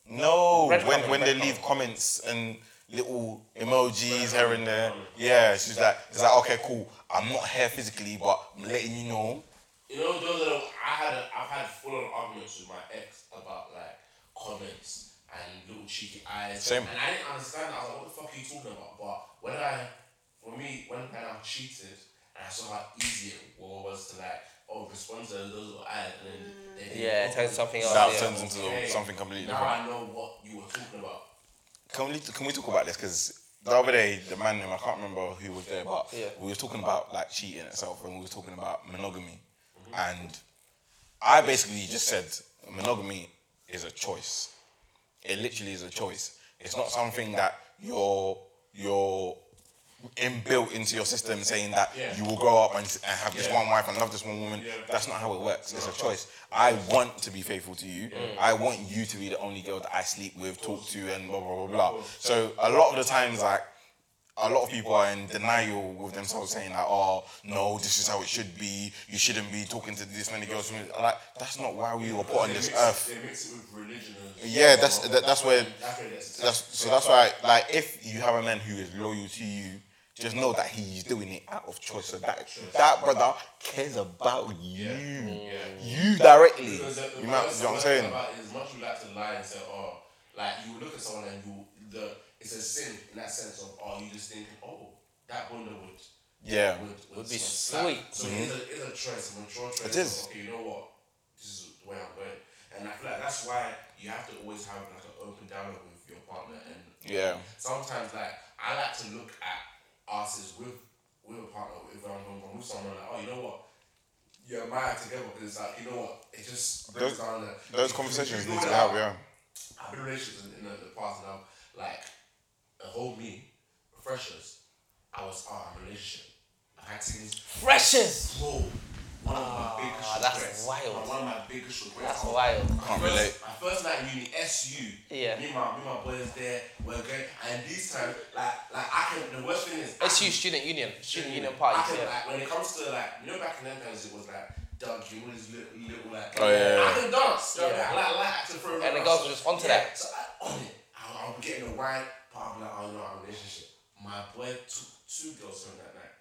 Speaker 5: No,
Speaker 2: Breadcrumbing,
Speaker 5: when when they leave comments and little emojis here and there. Yeah, she's like, it's like okay, cool. I'm not here physically, but I'm letting you know.
Speaker 4: You know, those are, I had a, I've had full on arguments with my ex about like comments and little cheeky eyes.
Speaker 5: Same.
Speaker 4: And I didn't understand. I was like, what the fuck are you talking about? But when I, for me, when I now cheated and I saw how easy it was to like, oh, respond to those little eyes and then they think,
Speaker 2: Yeah, it
Speaker 4: oh,
Speaker 2: turns something else,
Speaker 5: That
Speaker 2: yeah.
Speaker 5: turns into
Speaker 4: okay,
Speaker 5: something completely
Speaker 4: Now
Speaker 5: different.
Speaker 4: I know what you were talking about.
Speaker 5: Can we can we talk about this? Because the other day, the man name I can't remember who was there, but
Speaker 2: Yeah.
Speaker 5: we were talking about like cheating itself, and we were talking about monogamy, and I basically just said monogamy is a choice. It literally is a choice. It's not something that you're you're inbuilt into your system saying that you will grow up and, and have this one wife and love this one woman. That's not how it works. It's a choice. I want to be faithful to you. I want you to be the only girl that I sleep with, talk to, and blah blah blah blah. So a lot of the times, like a lot of people are in denial with themselves saying like, oh no, this is how it should be. You shouldn't be talking to this many girls. Like that's not why we were put on this earth.
Speaker 4: They mix it with religion. And
Speaker 5: Yeah, that's that, that's where
Speaker 4: that's where it gets
Speaker 5: that's so that's why like if you have a man who is loyal to you, just know that he's doing it out of choice. So that that brother cares about you, you directly.
Speaker 4: Because the, the
Speaker 5: You might,
Speaker 4: worst
Speaker 5: you know what I'm
Speaker 4: thing
Speaker 5: saying?
Speaker 4: About it, as much you like to lie and say, oh, like you look at someone and you the it's a sin in that sense of oh you just think oh that bunda would
Speaker 5: Yeah.
Speaker 4: would, would,
Speaker 2: be
Speaker 4: slap.
Speaker 2: sweet.
Speaker 4: So it's, a, it's a choice, a mature choice.
Speaker 5: It is.
Speaker 4: of, Okay, you know what? This is the way I'm going, and I feel like that's why you have to always have like an open dialogue with your partner and
Speaker 5: Yeah.
Speaker 4: sometimes like I like to look at us as with with a partner, if I'm I'm with someone like, oh, you know what, you and I together because it's like, you know what, it just breaks
Speaker 5: Those-
Speaker 4: down the
Speaker 5: Those conversations
Speaker 4: You
Speaker 5: need
Speaker 4: know
Speaker 5: to
Speaker 4: that
Speaker 5: have, yeah.
Speaker 4: I've been in relationships in, in the, the past and I've like a whole me, freshers, I was oh I'm in a relationship. I had things
Speaker 2: Freshers.
Speaker 4: bro. One of my biggest
Speaker 2: Ah, that's
Speaker 4: regrets.
Speaker 2: wild.
Speaker 4: One of my biggest regrets.
Speaker 2: That's
Speaker 4: I was-
Speaker 2: wild.
Speaker 5: Can't
Speaker 4: First-
Speaker 5: relate.
Speaker 4: My first night in uni, SU.
Speaker 2: Yeah.
Speaker 4: Me and my me and my boys there were great, and these times like like I can. The worst thing is I
Speaker 2: It's
Speaker 4: can-
Speaker 2: you, student union, student union
Speaker 4: I
Speaker 2: parties.
Speaker 4: can,
Speaker 2: Yeah.
Speaker 4: like when it comes to like you know back in them times it was like Doug, you know this little, little like
Speaker 5: Oh, yeah, yeah,
Speaker 4: I can dance. Yeah.
Speaker 2: Yeah.
Speaker 4: I like, I like to throw around.
Speaker 2: the girls were just onto
Speaker 4: yeah,
Speaker 2: that.
Speaker 4: So I on it. I, I'll be getting a wine, but I'll be like, oh no, I'm in a relationship. My boy took two girls home that night.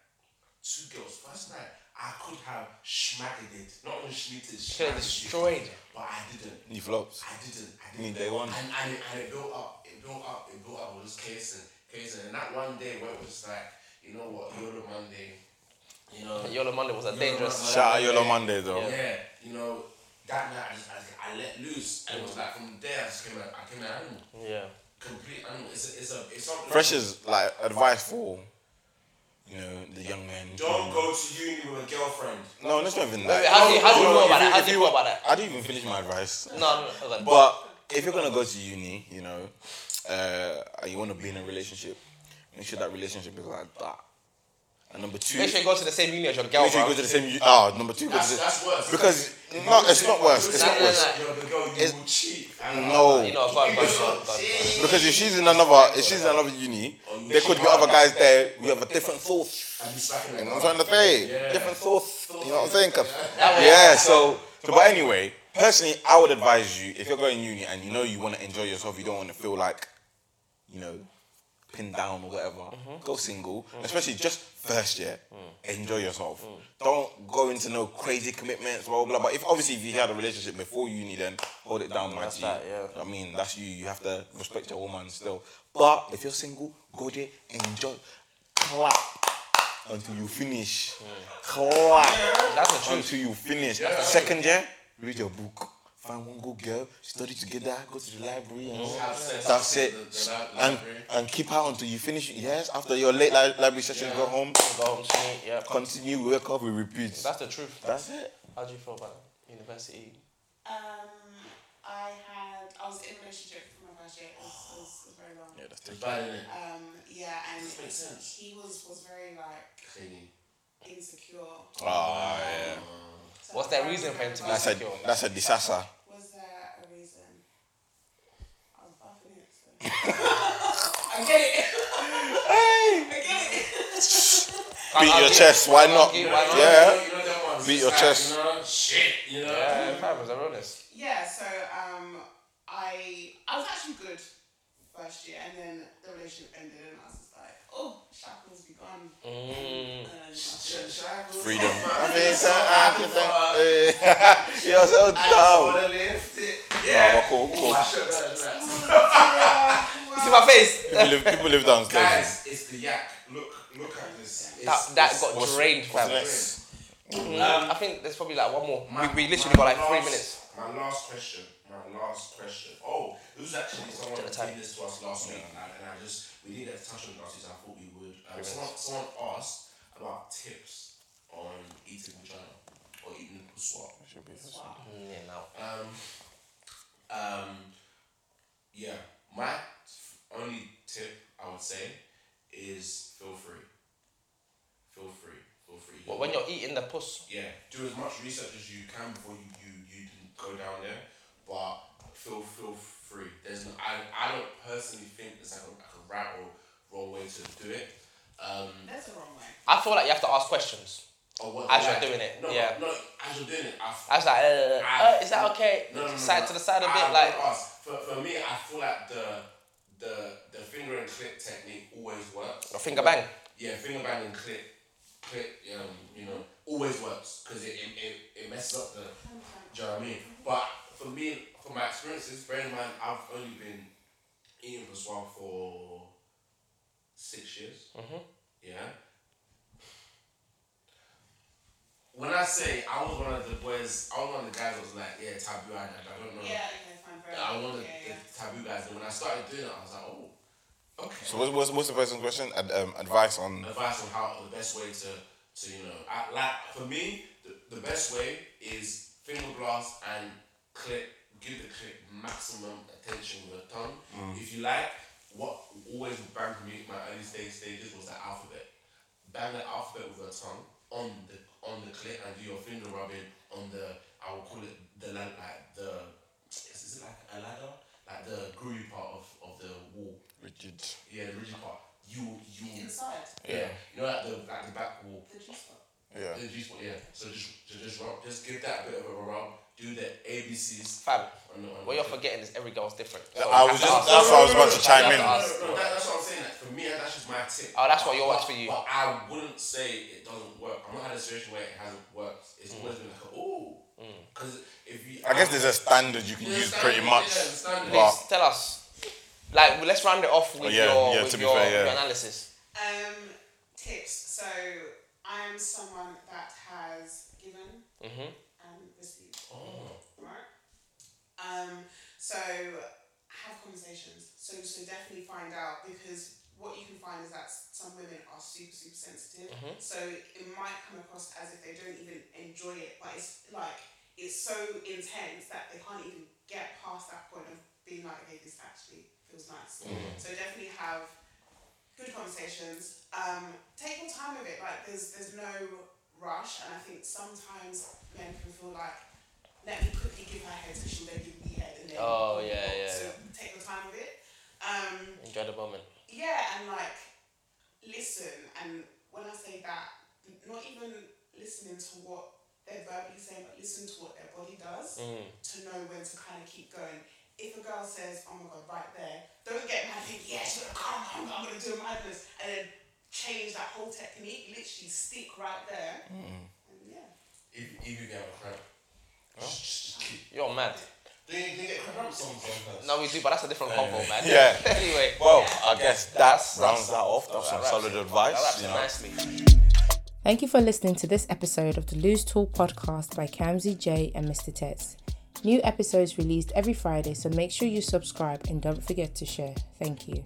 Speaker 4: Two girls first night. I could have schmacked it, not only schmeated,
Speaker 2: Could have
Speaker 4: schmacked
Speaker 2: destroyed.
Speaker 4: it, but I didn't.
Speaker 5: You flops.
Speaker 4: I didn't. I
Speaker 5: You mean
Speaker 4: didn't.
Speaker 5: day one?
Speaker 4: And, and, it, and it built up. It built up. It built up. It was casing, casing. And that one day where it was just like, you know what, you're the Monday. You know.
Speaker 2: Yolo Monday was a
Speaker 4: Yolo
Speaker 2: dangerous.
Speaker 4: Monday.
Speaker 5: Shout out Yolo Monday though.
Speaker 4: Yeah. You know, that night I just, I, just- I let loose. And it was like from there I just came out. I came out animal.
Speaker 2: Yeah.
Speaker 4: Complete animal. It's a, it's a, it's something.
Speaker 5: Freshers like advice for you know the young men.
Speaker 4: Don't go to uni with a girlfriend.
Speaker 5: No, that's not even that.
Speaker 2: wait, how do you- how do you
Speaker 5: No,
Speaker 2: know
Speaker 5: if
Speaker 2: about that? How
Speaker 5: if
Speaker 2: do you know about that?
Speaker 5: I didn't even finish my advice.
Speaker 2: No, no, no. okay.
Speaker 5: But if you're gonna go to uni, you know, uh, and you want to be in a relationship, make sure that relationship is like that. And number two,
Speaker 2: Make sure you go to the same union as your girl,
Speaker 5: make sure you
Speaker 2: bro.
Speaker 5: go to the same. u- Ah, number two, go
Speaker 4: That's,
Speaker 5: to the,
Speaker 4: that's worse.
Speaker 5: because no, it's not worse. It's not
Speaker 2: No, no,
Speaker 5: worse.
Speaker 2: no.
Speaker 4: You're the girl. You
Speaker 5: It's-
Speaker 4: will cheat.
Speaker 2: You
Speaker 5: No,
Speaker 2: know, God,
Speaker 4: *laughs*
Speaker 2: God, God, God.
Speaker 5: *laughs* because if she's in another, if she's in another uni, there could be other guys there. We have a different source.
Speaker 4: I'll be smacking
Speaker 5: You
Speaker 4: like
Speaker 5: know what I'm trying to say? Different source. You know what I'm saying? 'Cause- Yeah, so, so, but anyway, personally, I would advise you if you're going uni and you know you want to enjoy yourself, you don't want to feel like, you know, pinned down or whatever,
Speaker 2: Mm-hmm.
Speaker 5: go single, especially just first year.
Speaker 2: Mm.
Speaker 5: Enjoy yourself. Don't go into no crazy commitments, blah, blah, blah. But if obviously if you had a relationship before uni, then hold it down, man.
Speaker 2: that, yeah.
Speaker 5: I mean, that's you. You have to respect your woman still. But if you're single, go there, enjoy. clap until you finish. Clap. That's the truth. Until you finish. After second year, read your book. Find one good girl, study together, go to the library, and
Speaker 4: Oh.
Speaker 5: that's it. And and keep her until you finish. Yes, after your late li- library session, go home,
Speaker 2: Go home, sleep, yeah.
Speaker 5: continue, we wake up, we repeat.
Speaker 2: That's the truth.
Speaker 5: That's it.
Speaker 2: How do you feel about university?
Speaker 1: Um, I had, I was in a relationship for my first year. It was, it was, it was very long.
Speaker 5: Yeah, that's
Speaker 4: It's bad, innit?
Speaker 1: Um, yeah, and
Speaker 4: makes sense.
Speaker 1: he was was very like
Speaker 4: Clingy.
Speaker 1: insecure.
Speaker 5: Ah, yeah.
Speaker 1: So
Speaker 2: What's that
Speaker 1: I
Speaker 2: reason for him to be
Speaker 1: remember-
Speaker 5: That's a that's a disaster.
Speaker 1: Was there a reason? I was buffing it.
Speaker 2: *laughs*
Speaker 1: So. I get it. I get it.
Speaker 5: Beat your chest. Why not?
Speaker 2: argue, why not?
Speaker 5: Yeah.
Speaker 4: You know that one.
Speaker 5: Beat your
Speaker 4: Like,
Speaker 5: chest.
Speaker 4: You know, shit, you know?
Speaker 2: Yeah, fam, is that realness?
Speaker 1: Yeah. So um, I I was actually good first year, and then the relationship ended, and I was just like, oh, shackles be gone. And
Speaker 2: Mm.
Speaker 1: I
Speaker 2: *laughs*
Speaker 1: was like,
Speaker 5: Freedom. I mean, so I can *laughs* You're so dumb.
Speaker 4: Wanna lift it?
Speaker 5: Nah,
Speaker 4: Yeah.
Speaker 5: but cool, cool.
Speaker 4: I should have done that.
Speaker 2: See my face?
Speaker 5: People live, people live downstairs.
Speaker 4: Guys, it's the yak. Look, look at this.
Speaker 2: *laughs*
Speaker 4: It's,
Speaker 2: That, that
Speaker 4: it's-
Speaker 2: got
Speaker 5: what's-
Speaker 2: drained,
Speaker 5: What's
Speaker 2: fam.
Speaker 5: next?
Speaker 2: Mm, I think there's probably like one more.
Speaker 4: My-
Speaker 2: we, we literally
Speaker 4: Um, my
Speaker 2: got like three
Speaker 4: last-
Speaker 2: minutes.
Speaker 4: My last question. My last question. Oh, it was actually someone
Speaker 2: Get the
Speaker 4: that
Speaker 2: time.
Speaker 4: did this to us last week, and I, and I just we didn't get to touch on it last week. So I thought we would. Um, someone, someone asked about tips on eating vagina or eating nipple swap.
Speaker 2: Mm, Yeah, now.
Speaker 4: Um, um, yeah, my f- only tip I would say is feel free. Feel free. Feel free.
Speaker 2: But when you're eating the puss,
Speaker 4: yeah, do as much research as you can before you you, you go down there, but feel feel free. There's no, I I don't personally think there's like a, like a right or wrong way to do it. Um,
Speaker 1: That's the wrong way.
Speaker 2: I feel like you have to ask questions.
Speaker 4: or what,
Speaker 2: As you're
Speaker 4: like-
Speaker 2: doing it,
Speaker 4: no,
Speaker 2: yeah.
Speaker 4: No, as you're doing it, I f-
Speaker 2: I was like, uh, uh, is that okay?
Speaker 4: No, no, no,
Speaker 2: side
Speaker 4: no.
Speaker 2: to the side a
Speaker 4: I
Speaker 5: Ah,
Speaker 2: bit,
Speaker 4: will
Speaker 2: like.
Speaker 4: ask. for, for me, I feel like the the the finger and clip technique always works.
Speaker 2: A finger bang.
Speaker 4: Yeah, finger bang and clip, clip. Um, you know, always works because it, it, it it messes up the. Do you know what I mean? But for me, for my experiences, bear in mind, I've only been eating Paswan for six years. Yeah. When I say I was one of the boys, I was one of the guys that was like, yeah, taboo, I, I don't know.
Speaker 1: Yeah. Okay. Fine. Very.
Speaker 4: I wanted
Speaker 1: yeah,
Speaker 4: the
Speaker 1: yeah.
Speaker 4: taboo guys, and when I started doing it, I was like, oh, okay.
Speaker 5: So what's, what's, what's the person's question? Ad, um, advice on
Speaker 4: advice on how the best way to, to you know, I, like for me, the, the best way is finger blast and click, give the click maximum attention with your tongue. If you like, what always banged me in my early stage stages was the alphabet. Bang the alphabet with your tongue on the on the clip and do your finger rubbing on the I will call it the la- like the is, is it like a ladder like the groovy part of, of the wall
Speaker 5: rigid?
Speaker 4: yeah the rigid part you you
Speaker 1: Inside
Speaker 4: yeah. You know, like the like the back wall.
Speaker 1: the juice box.
Speaker 5: Yeah.
Speaker 4: The G spot, yeah. So just just just rub, just give that bit of a rub. Do the ABCs.
Speaker 2: Fam,
Speaker 4: On the, on
Speaker 2: what
Speaker 4: the,
Speaker 2: you're forgetting is every girl's different. So
Speaker 5: I
Speaker 2: you have to
Speaker 5: was just
Speaker 2: ask.
Speaker 5: that's what I was about to chime
Speaker 2: You have
Speaker 5: in.
Speaker 2: to ask.
Speaker 4: No, no, that, that's what I'm saying. Like, for me, that's just my tip.
Speaker 2: Oh, that's what
Speaker 4: But-
Speaker 2: your works for
Speaker 4: but-
Speaker 2: you.
Speaker 4: But I wouldn't say it doesn't work. I'm not had a situation where it hasn't worked. It's always been like, oh, because if you,
Speaker 5: Mm. I guess there's a standard you can
Speaker 4: There's a
Speaker 5: use pretty
Speaker 4: standard,
Speaker 5: much.
Speaker 4: yeah, there's a standard.
Speaker 5: But
Speaker 2: Please tell us. Like, well, let's round it off with
Speaker 5: Yeah,
Speaker 2: your
Speaker 5: yeah,
Speaker 2: with
Speaker 5: to be
Speaker 2: your,
Speaker 5: fair, yeah.
Speaker 2: your analysis.
Speaker 1: Um, tips. So I am someone that has given
Speaker 2: Mhm.
Speaker 1: and received.
Speaker 4: Oh.
Speaker 1: Right. Um. So have conversations. So so definitely find out because what you can find is that some women are super super sensitive.
Speaker 2: Mm-hmm.
Speaker 1: So it might come across as if they don't even enjoy it, but it's like it's so intense that they can't even get past that point of being like, hey, this actually feels nice.
Speaker 2: Mm-hmm.
Speaker 1: So definitely have good conversations. Um, take your time with it. Like there's there's no rush, and I think sometimes men can feel like, let me quickly give her head so she'll then give me head, and then
Speaker 2: Oh, yeah, yeah,
Speaker 1: So take your time with it. Um,
Speaker 2: Enjoy the moment.
Speaker 1: yeah, and like listen. And when I say that, n- not even listening to what they're verbally saying, but listen to what their body does to know when to kind of keep going. If a girl says, "Oh my god, right there," don't get mad. Think, "Yeah, she's gonna come. I'm, I'm gonna do a madness," and then change that whole technique. Literally stick right there. And yeah.
Speaker 4: if, if you get a cramp,
Speaker 2: You're mad.
Speaker 4: Do you, do you get cramps sometimes?
Speaker 2: No, we do, but that's a different combo, man.
Speaker 5: Yeah.
Speaker 2: *laughs* anyway.
Speaker 5: Well, I guess that
Speaker 2: That's-
Speaker 5: rounds that off. That's some
Speaker 2: wraps
Speaker 5: solid
Speaker 2: it.
Speaker 5: advice.
Speaker 2: That wraps
Speaker 5: you
Speaker 2: it
Speaker 5: know.
Speaker 2: nicely.
Speaker 3: Thank you for listening to this episode of the Lose Talk podcast by Kamzi J and Mr. Tets. New episodes released every Friday, so make sure you subscribe and don't forget to share. Thank you.